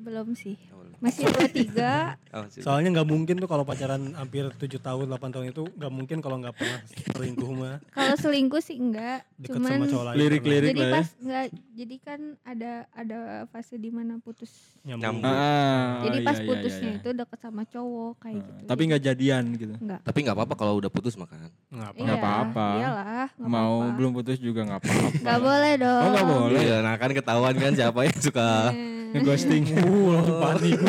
Speaker 4: Belum sih Masih 23
Speaker 3: Oh, sih.
Speaker 2: Soalnya nggak mungkin tuh kalau pacaran hampir 7 tahun, 8 tahun itu nggak mungkin kalau nggak pernah selingkuh mah
Speaker 4: Kalau selingkuh sih enggak
Speaker 2: deket
Speaker 4: Cuman
Speaker 2: sama cowok lain.
Speaker 1: lirik-lirik
Speaker 4: jadi
Speaker 1: lah ya.
Speaker 4: pas enggak jadi kan ada ada fase di mana putus
Speaker 2: pernah.
Speaker 3: Nyambung.
Speaker 2: Nyambung.
Speaker 1: Ah,
Speaker 4: Jadi
Speaker 1: iya,
Speaker 4: pas
Speaker 1: iya,
Speaker 4: putusnya
Speaker 1: iya, iya.
Speaker 4: itu deket sama cowok kayak gitu.
Speaker 1: Nah, Tapi nggak jadian gitu.
Speaker 4: enggak.
Speaker 3: Tapi nggak apa-apa kalau udah putus makan.
Speaker 2: Ngapa?
Speaker 1: Nggak apa-apa.
Speaker 4: Iyalah, nggak
Speaker 1: Mau
Speaker 4: apa-apa.
Speaker 1: belum putus juga nggak apa-apa.
Speaker 4: Nggak boleh dong. Eh,
Speaker 1: Oh nggak boleh.
Speaker 3: Iya, nah kan ketahuan kan siapa yang suka
Speaker 1: Ngeghosting.
Speaker 2: panik.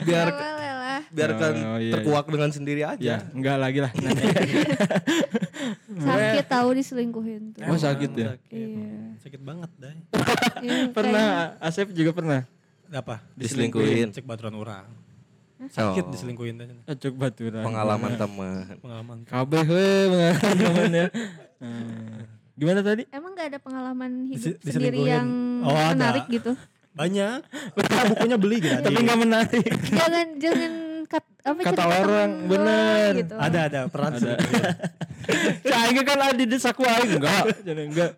Speaker 4: Nggak
Speaker 3: biar
Speaker 4: boleh lah.
Speaker 3: biarkan
Speaker 1: Oh, iya, iya.
Speaker 3: terkuak dengan sendiri
Speaker 1: ya,
Speaker 3: aja.
Speaker 1: enggak lagi lah. Nanti.
Speaker 4: Sakit tahu diselingkuhin tuh.
Speaker 1: Oh sakit ya.
Speaker 4: Iya.
Speaker 2: Sakit banget dah.
Speaker 4: Iya, kayak-
Speaker 1: Pernah Asep juga pernah.
Speaker 2: Apa?
Speaker 3: Diselingkuhin. Oh.
Speaker 2: Cek baturan orang.
Speaker 3: Sakit
Speaker 2: Sakit diselingkuhin aja.
Speaker 1: Acuk baturan.
Speaker 3: Pengalaman teman.
Speaker 2: Pengalaman.
Speaker 1: Kabeh we pengalaman ya. Hmm. Gimana tadi?
Speaker 4: Emang gak ada pengalaman hidup
Speaker 2: Dise-
Speaker 4: sendiri
Speaker 2: diselingkuhin.
Speaker 4: yang
Speaker 2: Oh, ada.
Speaker 4: menarik gitu?
Speaker 2: Banyak. Kita bukunya beli gitu. gratis.
Speaker 1: Tapi nggak menarik.
Speaker 4: jangan jangan kat, apa
Speaker 1: Kata
Speaker 4: cerita temen
Speaker 1: orang,
Speaker 4: doang
Speaker 1: bener.
Speaker 4: Gitu.
Speaker 2: Ada ada peran selingkuhin.
Speaker 1: Cahaya kan ada di saku aing enggak. Jadi enggak.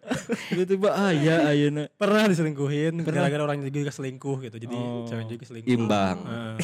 Speaker 1: Tiba-tiba ah ya ayeuna.
Speaker 2: Pernah diselingkuhin gara-gara orang juga selingkuh gitu. Jadi cewek juga selingkuh.
Speaker 3: Imbang.
Speaker 2: Nah,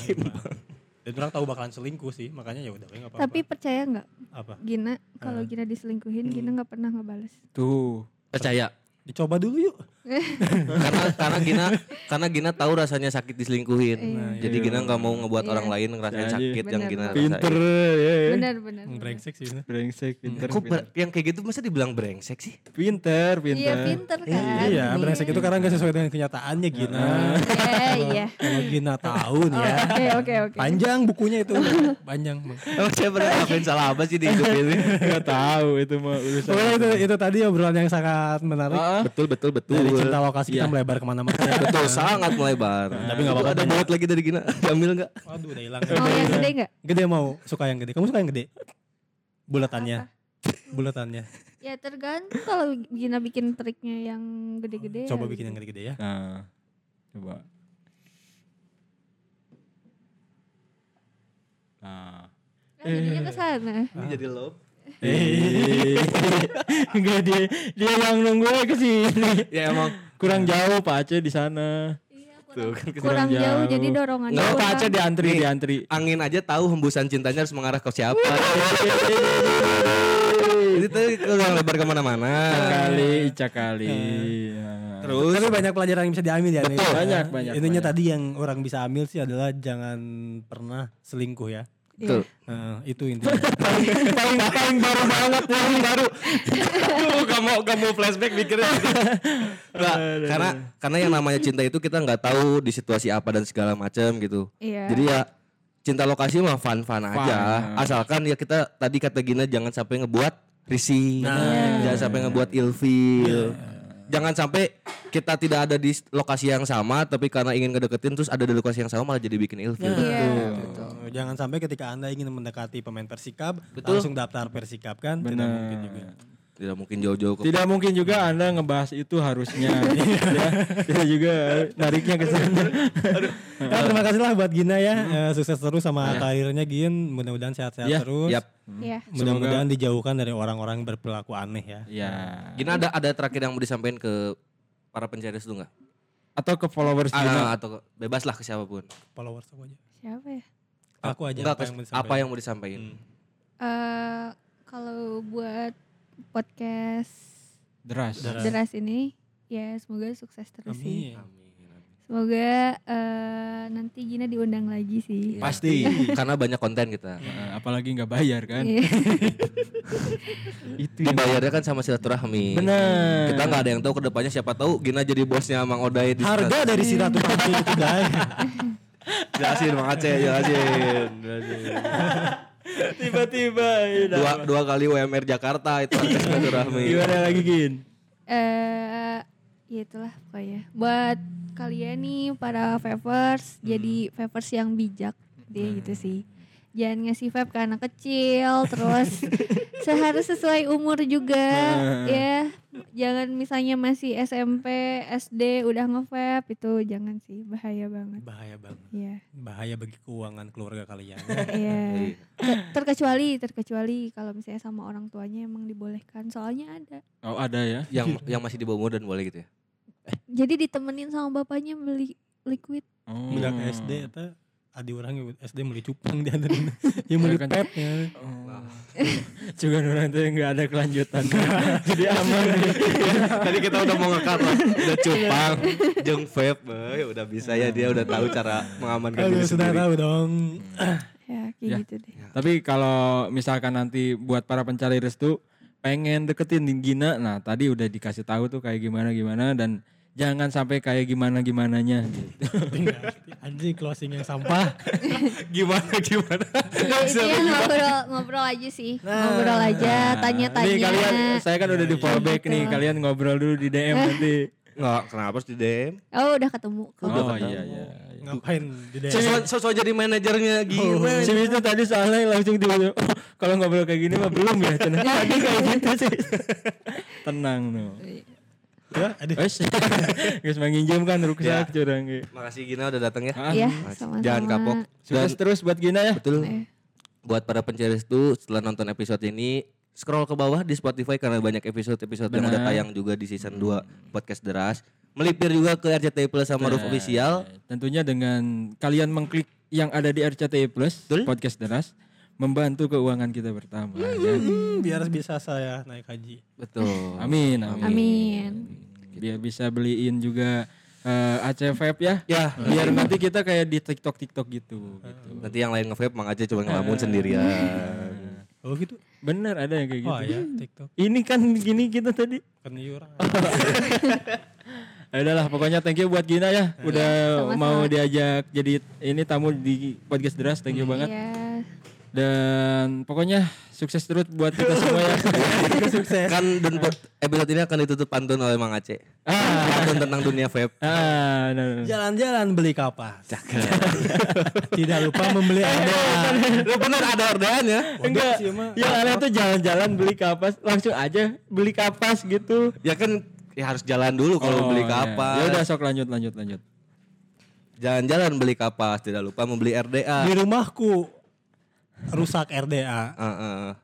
Speaker 2: Dan orang tahu bakalan selingkuh sih, makanya ya udah kayak enggak apa-apa.
Speaker 4: Tapi percaya nggak
Speaker 2: apa?
Speaker 4: Gina kalau Gina diselingkuhin Gina nggak pernah ngebales.
Speaker 1: Tuh.
Speaker 3: Percaya.
Speaker 2: Dicoba dulu yuk.
Speaker 3: karena karena Gina karena Gina tahu rasanya sakit diselingkuhin. Jadi Gina nggak mau ngebuat orang lain ngerasain
Speaker 1: Jadi,
Speaker 3: sakit yang
Speaker 4: Iya. bener,
Speaker 3: Gina
Speaker 4: bener.
Speaker 1: Pinter
Speaker 3: rasain.
Speaker 1: ya. ya.
Speaker 4: Benar benar.
Speaker 2: Brengsek sih. bener.
Speaker 1: Brengsek, pinter.
Speaker 3: Kok ber- yang kayak gitu masa dibilang brengsek sih?
Speaker 1: Pinter, pinter.
Speaker 4: Iya pinter kan.
Speaker 2: Iya, brengsek itu karena nggak sesuai dengan kenyataannya Gina.
Speaker 4: Iya iya.
Speaker 2: Kalau Gina tahu nih ya.
Speaker 4: Oke oke oke.
Speaker 2: Panjang bukunya itu. Panjang. Bang.
Speaker 3: Emang saya pernah ngelakuin salah apa sih di hidup ini?
Speaker 1: Enggak tahu itu mah urusan.
Speaker 2: Pokoknya itu, itu tadi obrolan yang sangat menarik.
Speaker 1: Ah,
Speaker 3: betul betul betul.
Speaker 2: Dari cinta lokasi kita melebar kemana-mana.
Speaker 3: Betul, sangat melebar.
Speaker 2: Tapi nggak
Speaker 3: Itu
Speaker 2: apa-apa,
Speaker 3: Ada
Speaker 2: Bang.
Speaker 3: buat lagi dari Gina. Diambil nggak?
Speaker 2: Waduh, udah hilang.
Speaker 4: Mau yang gede nggak?
Speaker 2: Gede mau, suka yang gede. Kamu suka yang gede? Bulatannya. Bulatannya.
Speaker 4: Ya tergantung kalau Gina bikin triknya yang gede-gede.
Speaker 2: Coba
Speaker 4: ya.
Speaker 2: bikin yang gede-gede ya.
Speaker 1: Nah, coba. Nah.
Speaker 4: Kan jadinya ke sana.
Speaker 3: Ini jadi love.
Speaker 1: Enggak dia dia yang nunggu ke sini.
Speaker 3: Ya emang.
Speaker 1: Kurang jauh Pak Aceh di sana.
Speaker 4: Iya,
Speaker 3: Tuh,
Speaker 4: kurang,
Speaker 3: kan
Speaker 1: kurang
Speaker 4: kurang jauh,
Speaker 1: jauh.
Speaker 4: jadi dorongan.
Speaker 1: Enggak Pak Aceh diantri
Speaker 3: Nih.
Speaker 1: diantri.
Speaker 3: Angin aja tahu hembusan cintanya harus mengarah ke siapa. Jadi tuh kurang lebar kemana-mana.
Speaker 1: Kali Ica kali. Nah.
Speaker 3: Terus.
Speaker 2: Tapi banyak pelajaran yang bisa diambil ya. Betul,
Speaker 1: banyak, banyak,
Speaker 2: Intinya
Speaker 1: banyak.
Speaker 2: tadi yang orang bisa ambil sih adalah jangan pernah selingkuh ya.
Speaker 4: Iya.
Speaker 3: Betul.
Speaker 2: Nah, itu intinya.
Speaker 1: Nah.
Speaker 3: Paling paling baru banget paling baru. Aduh, gak mau gak mau flashback mikirnya. Nggak, karena karena yang namanya cinta itu kita nggak tahu di situasi apa dan segala macam gitu.
Speaker 4: Iya. nah.
Speaker 3: Jadi ya cinta lokasi mah fun-fun aja. Asalkan ya kita tadi kata Gina jangan sampai ngebuat risih.
Speaker 4: Nah.
Speaker 3: Jangan sampai ngebuat ilfil.
Speaker 4: Iya.
Speaker 3: Jangan sampai kita tidak ada di lokasi yang sama tapi karena ingin ngedeketin terus ada di lokasi yang sama malah jadi bikin ilfil.
Speaker 4: Iya.
Speaker 3: Gitu.
Speaker 2: Betul. Oh, Jangan sampai ketika Anda ingin mendekati pemain Persikab, langsung daftar Persikab kan? Tidak mungkin juga.
Speaker 3: Tidak mungkin jauh-jauh ke
Speaker 1: Nah. Tidak mungkin juga Anda ngebahas itu harusnya. ya. Tidak juga nariknya ke sana.
Speaker 2: Ya, terima kasih lah buat Gina ya. Eh, sukses terus sama karirnya Gin. Mudah-mudahan sehat-sehat
Speaker 3: Hmm. Ya,
Speaker 2: terus.
Speaker 3: yap.
Speaker 4: Iya.
Speaker 2: Mudah-mudahan dijauhkan dari orang-orang yang berperilaku aneh ya.
Speaker 1: Ya.
Speaker 3: Gina ada ada terakhir yang mau disampaikan ke para pencari itu nggak?
Speaker 1: Atau ke followers
Speaker 2: Iya.
Speaker 1: Gina.
Speaker 3: Ah, atau ke, bebas lah ke siapapun.
Speaker 2: Followers aku aja.
Speaker 4: Siapa ya?
Speaker 2: Aku aja
Speaker 3: Nggak,
Speaker 2: apa
Speaker 3: ke-
Speaker 2: yang mau
Speaker 3: Ah, apa
Speaker 2: disampaikan.
Speaker 3: yang mau disampaikan?
Speaker 2: Hmm.
Speaker 4: Eh, kalau buat podcast
Speaker 1: Deras.
Speaker 2: Deras.
Speaker 4: deras ini, ya semoga sukses terus
Speaker 2: Amin.
Speaker 4: sih.
Speaker 3: Amin.
Speaker 4: Semoga eh, nanti Gina diundang lagi
Speaker 2: Iya.
Speaker 4: sih.
Speaker 3: Pasti karena banyak konten kita.
Speaker 1: Nah, apalagi nggak bayar kan.
Speaker 4: Iya.
Speaker 1: itu yang
Speaker 3: Dibayarnya kan sama silaturahmi.
Speaker 1: benar.
Speaker 3: Kita nggak ada yang tahu kedepannya siapa tahu Gina jadi bosnya Mang Odai di
Speaker 2: Harga dari silaturahmi itu guys.
Speaker 3: jelasin Mang Aceh jelasin. jelasin.
Speaker 1: Tiba-tiba. ya.
Speaker 3: Dua, dua kali UMR Jakarta itu
Speaker 2: Iya.
Speaker 3: akses silaturahmi.
Speaker 1: Gimana lagi Gin?
Speaker 4: eh ya itulah pokoknya. Buat kalian nih para vapers, jadi vapers yang bijak deh gitu sih. Jangan ngasih vape ke anak kecil, terus seharus sesuai umur juga ya. Jangan misalnya masih SMP, SD udah ngevape itu jangan sih, bahaya banget.
Speaker 2: Bahaya banget.
Speaker 4: Iya.
Speaker 2: Bahaya bagi keuangan keluarga kalian.
Speaker 3: Hmm.
Speaker 4: Iya. Ter- terkecuali terkecuali kalau misalnya sama orang tuanya emang dibolehkan. Soalnya ada.
Speaker 1: Oh ada ya.
Speaker 3: Yang yang masih di bawah umur dan boleh gitu ya.
Speaker 4: Jadi ditemenin sama bapaknya beli liquid.
Speaker 1: Oh.
Speaker 2: Budak SD itu adi orang yang SD beli cupang di antarin. Yang beli
Speaker 1: Kan-
Speaker 2: pep ya.
Speaker 1: Cuman orang tuh nggak ada kelanjutan. Iya. Jadi aman.
Speaker 3: Tadi kita udah mau ngekat lah. Udah
Speaker 2: Iya.
Speaker 3: cupang, jeng vape, eh, udah bisa ya dia udah tahu cara mengamankan
Speaker 2: Aduh,
Speaker 3: diri
Speaker 2: sudah
Speaker 3: sendiri. Hmm.
Speaker 2: tahu dong.
Speaker 4: Ya kayak
Speaker 1: Ya.
Speaker 4: gitu deh.
Speaker 1: Tapi kalau misalkan nanti buat para pencari restu pengen deketin Gina, nah tadi udah dikasih tahu tuh kayak gimana gimana dan jangan sampai kayak gimana gimananya.
Speaker 2: Iya, Anjing closing yang sampah.
Speaker 3: Gimana gimana?
Speaker 4: Ya, itu ya ngobrol ngobrol aja sih. ngobrol aja, tanya-tanya.
Speaker 1: Nih kalian, saya kan udah di fallback nih, kalian ngobrol dulu di DM nanti.
Speaker 3: Nggak, kenapa harus di DM?
Speaker 4: Oh udah ketemu. kok.
Speaker 1: Oh iya iya.
Speaker 2: Ngapain di daerah?
Speaker 3: Sosok sosok jadi manajernya gimana?
Speaker 1: Si Wisnu tadi soalnya langsung tiba-tiba "Oh, kalau ngobrol kayak gini mah belum ya. Cenah." Tadi kayak gitu sih. Tenang no.
Speaker 2: Ya, aduh.
Speaker 1: Wes. Guys menginjam kan
Speaker 3: Ya.
Speaker 1: ruksak curang ge.
Speaker 3: Makasih Gina udah datang ya.
Speaker 4: Iya,
Speaker 1: Oh.
Speaker 4: sama-sama.
Speaker 3: Jangan kapok. Dan
Speaker 1: Sukses terus buat Gina ya.
Speaker 3: betul.
Speaker 4: Eh.
Speaker 3: Buat para pencari itu setelah nonton episode ini scroll ke bawah di Spotify karena banyak episode-episode yang udah tayang juga di season 2 podcast deras. Melipir juga ke RCTI Plus sama Roof Official.
Speaker 1: Tentunya dengan kalian mengklik yang ada di RCTI Plus podcast deras membantu keuangan kita bertambah. ya.
Speaker 2: Hmm, biar bisa saya naik haji.
Speaker 3: Betul.
Speaker 1: Amin, amin.
Speaker 4: Amin.
Speaker 1: Biar bisa beliin juga eh, Aceh Vape ya.
Speaker 3: Ya,
Speaker 1: Biar nanti kita kayak di TikTok TikTok gitu. gitu.
Speaker 3: Nanti yang lain nge-vape Mang Aceh cuma ngelamun sendirian.
Speaker 2: Oh gitu.
Speaker 1: Bener ada yang
Speaker 3: Iya,
Speaker 1: kayak gitu.
Speaker 2: Oh ya, TikTok.
Speaker 1: Ini kan gini kita tadi.
Speaker 2: Kan iuran.
Speaker 1: Ya Udahlah pokoknya thank you buat Gina ya. Hmm. Udah mau diajak jadi ini tamu di podcast deras. Thank you banget.
Speaker 4: Iya.
Speaker 1: Dan pokoknya sukses terus buat kita semua ya.
Speaker 2: sukses.
Speaker 3: Kan dan pod- episode ini akan ditutup pantun oleh Mang Aceh. Pantun tentang dunia vape.
Speaker 1: Ah, no, no, no.
Speaker 2: Jalan-jalan beli kapas. Tidak lupa membeli anda.
Speaker 3: Lu Iya, bener ada ordean ya?
Speaker 1: Enggak. Yang aneh tuh jalan-jalan beli kapas, langsung aja beli kapas gitu.
Speaker 3: Ya kan ya harus jalan dulu kalau beli
Speaker 1: Ya
Speaker 3: kapas.
Speaker 1: udah sok lanjut lanjut lanjut.
Speaker 3: Jalan-jalan beli kapas, tidak lupa membeli RDA.
Speaker 2: Di rumahku rusak RDA.
Speaker 3: Ah, ah, ah.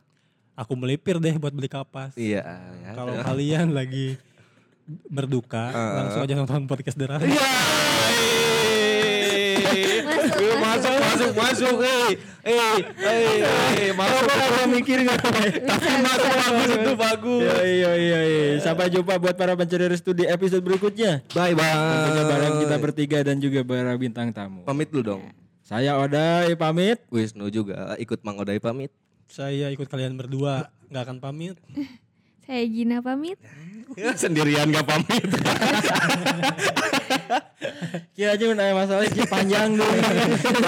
Speaker 2: Aku melipir deh buat beli kapas.
Speaker 3: Iya, ya.
Speaker 2: Kalau kalian lagi berduka, langsung aja nonton podcast Derang.
Speaker 3: Iya, Eh,
Speaker 4: Masuk, masuk.
Speaker 3: masuk, masuk, masuk, eh, eh, eh, eh, masuk.
Speaker 1: mikir
Speaker 3: Tapi masuk bagus itu bagus.
Speaker 1: Iya iya iya. Sampai jumpa buat para pencari restu di episode berikutnya.
Speaker 3: Bye
Speaker 1: Tentunya bareng kita
Speaker 3: bye.
Speaker 1: bertiga dan juga para bintang tamu.
Speaker 3: Pamit dulu dong.
Speaker 1: Saya Oday pamit.
Speaker 4: Iya.
Speaker 3: Wisnu juga ikut Mang Odai pamit.
Speaker 2: Saya ikut kalian berdua, nggak akan pamit.
Speaker 4: Saya Gina pamit.
Speaker 3: Ya, sendirian gak pamit.
Speaker 1: Kira aja udah masalah panjang dulu.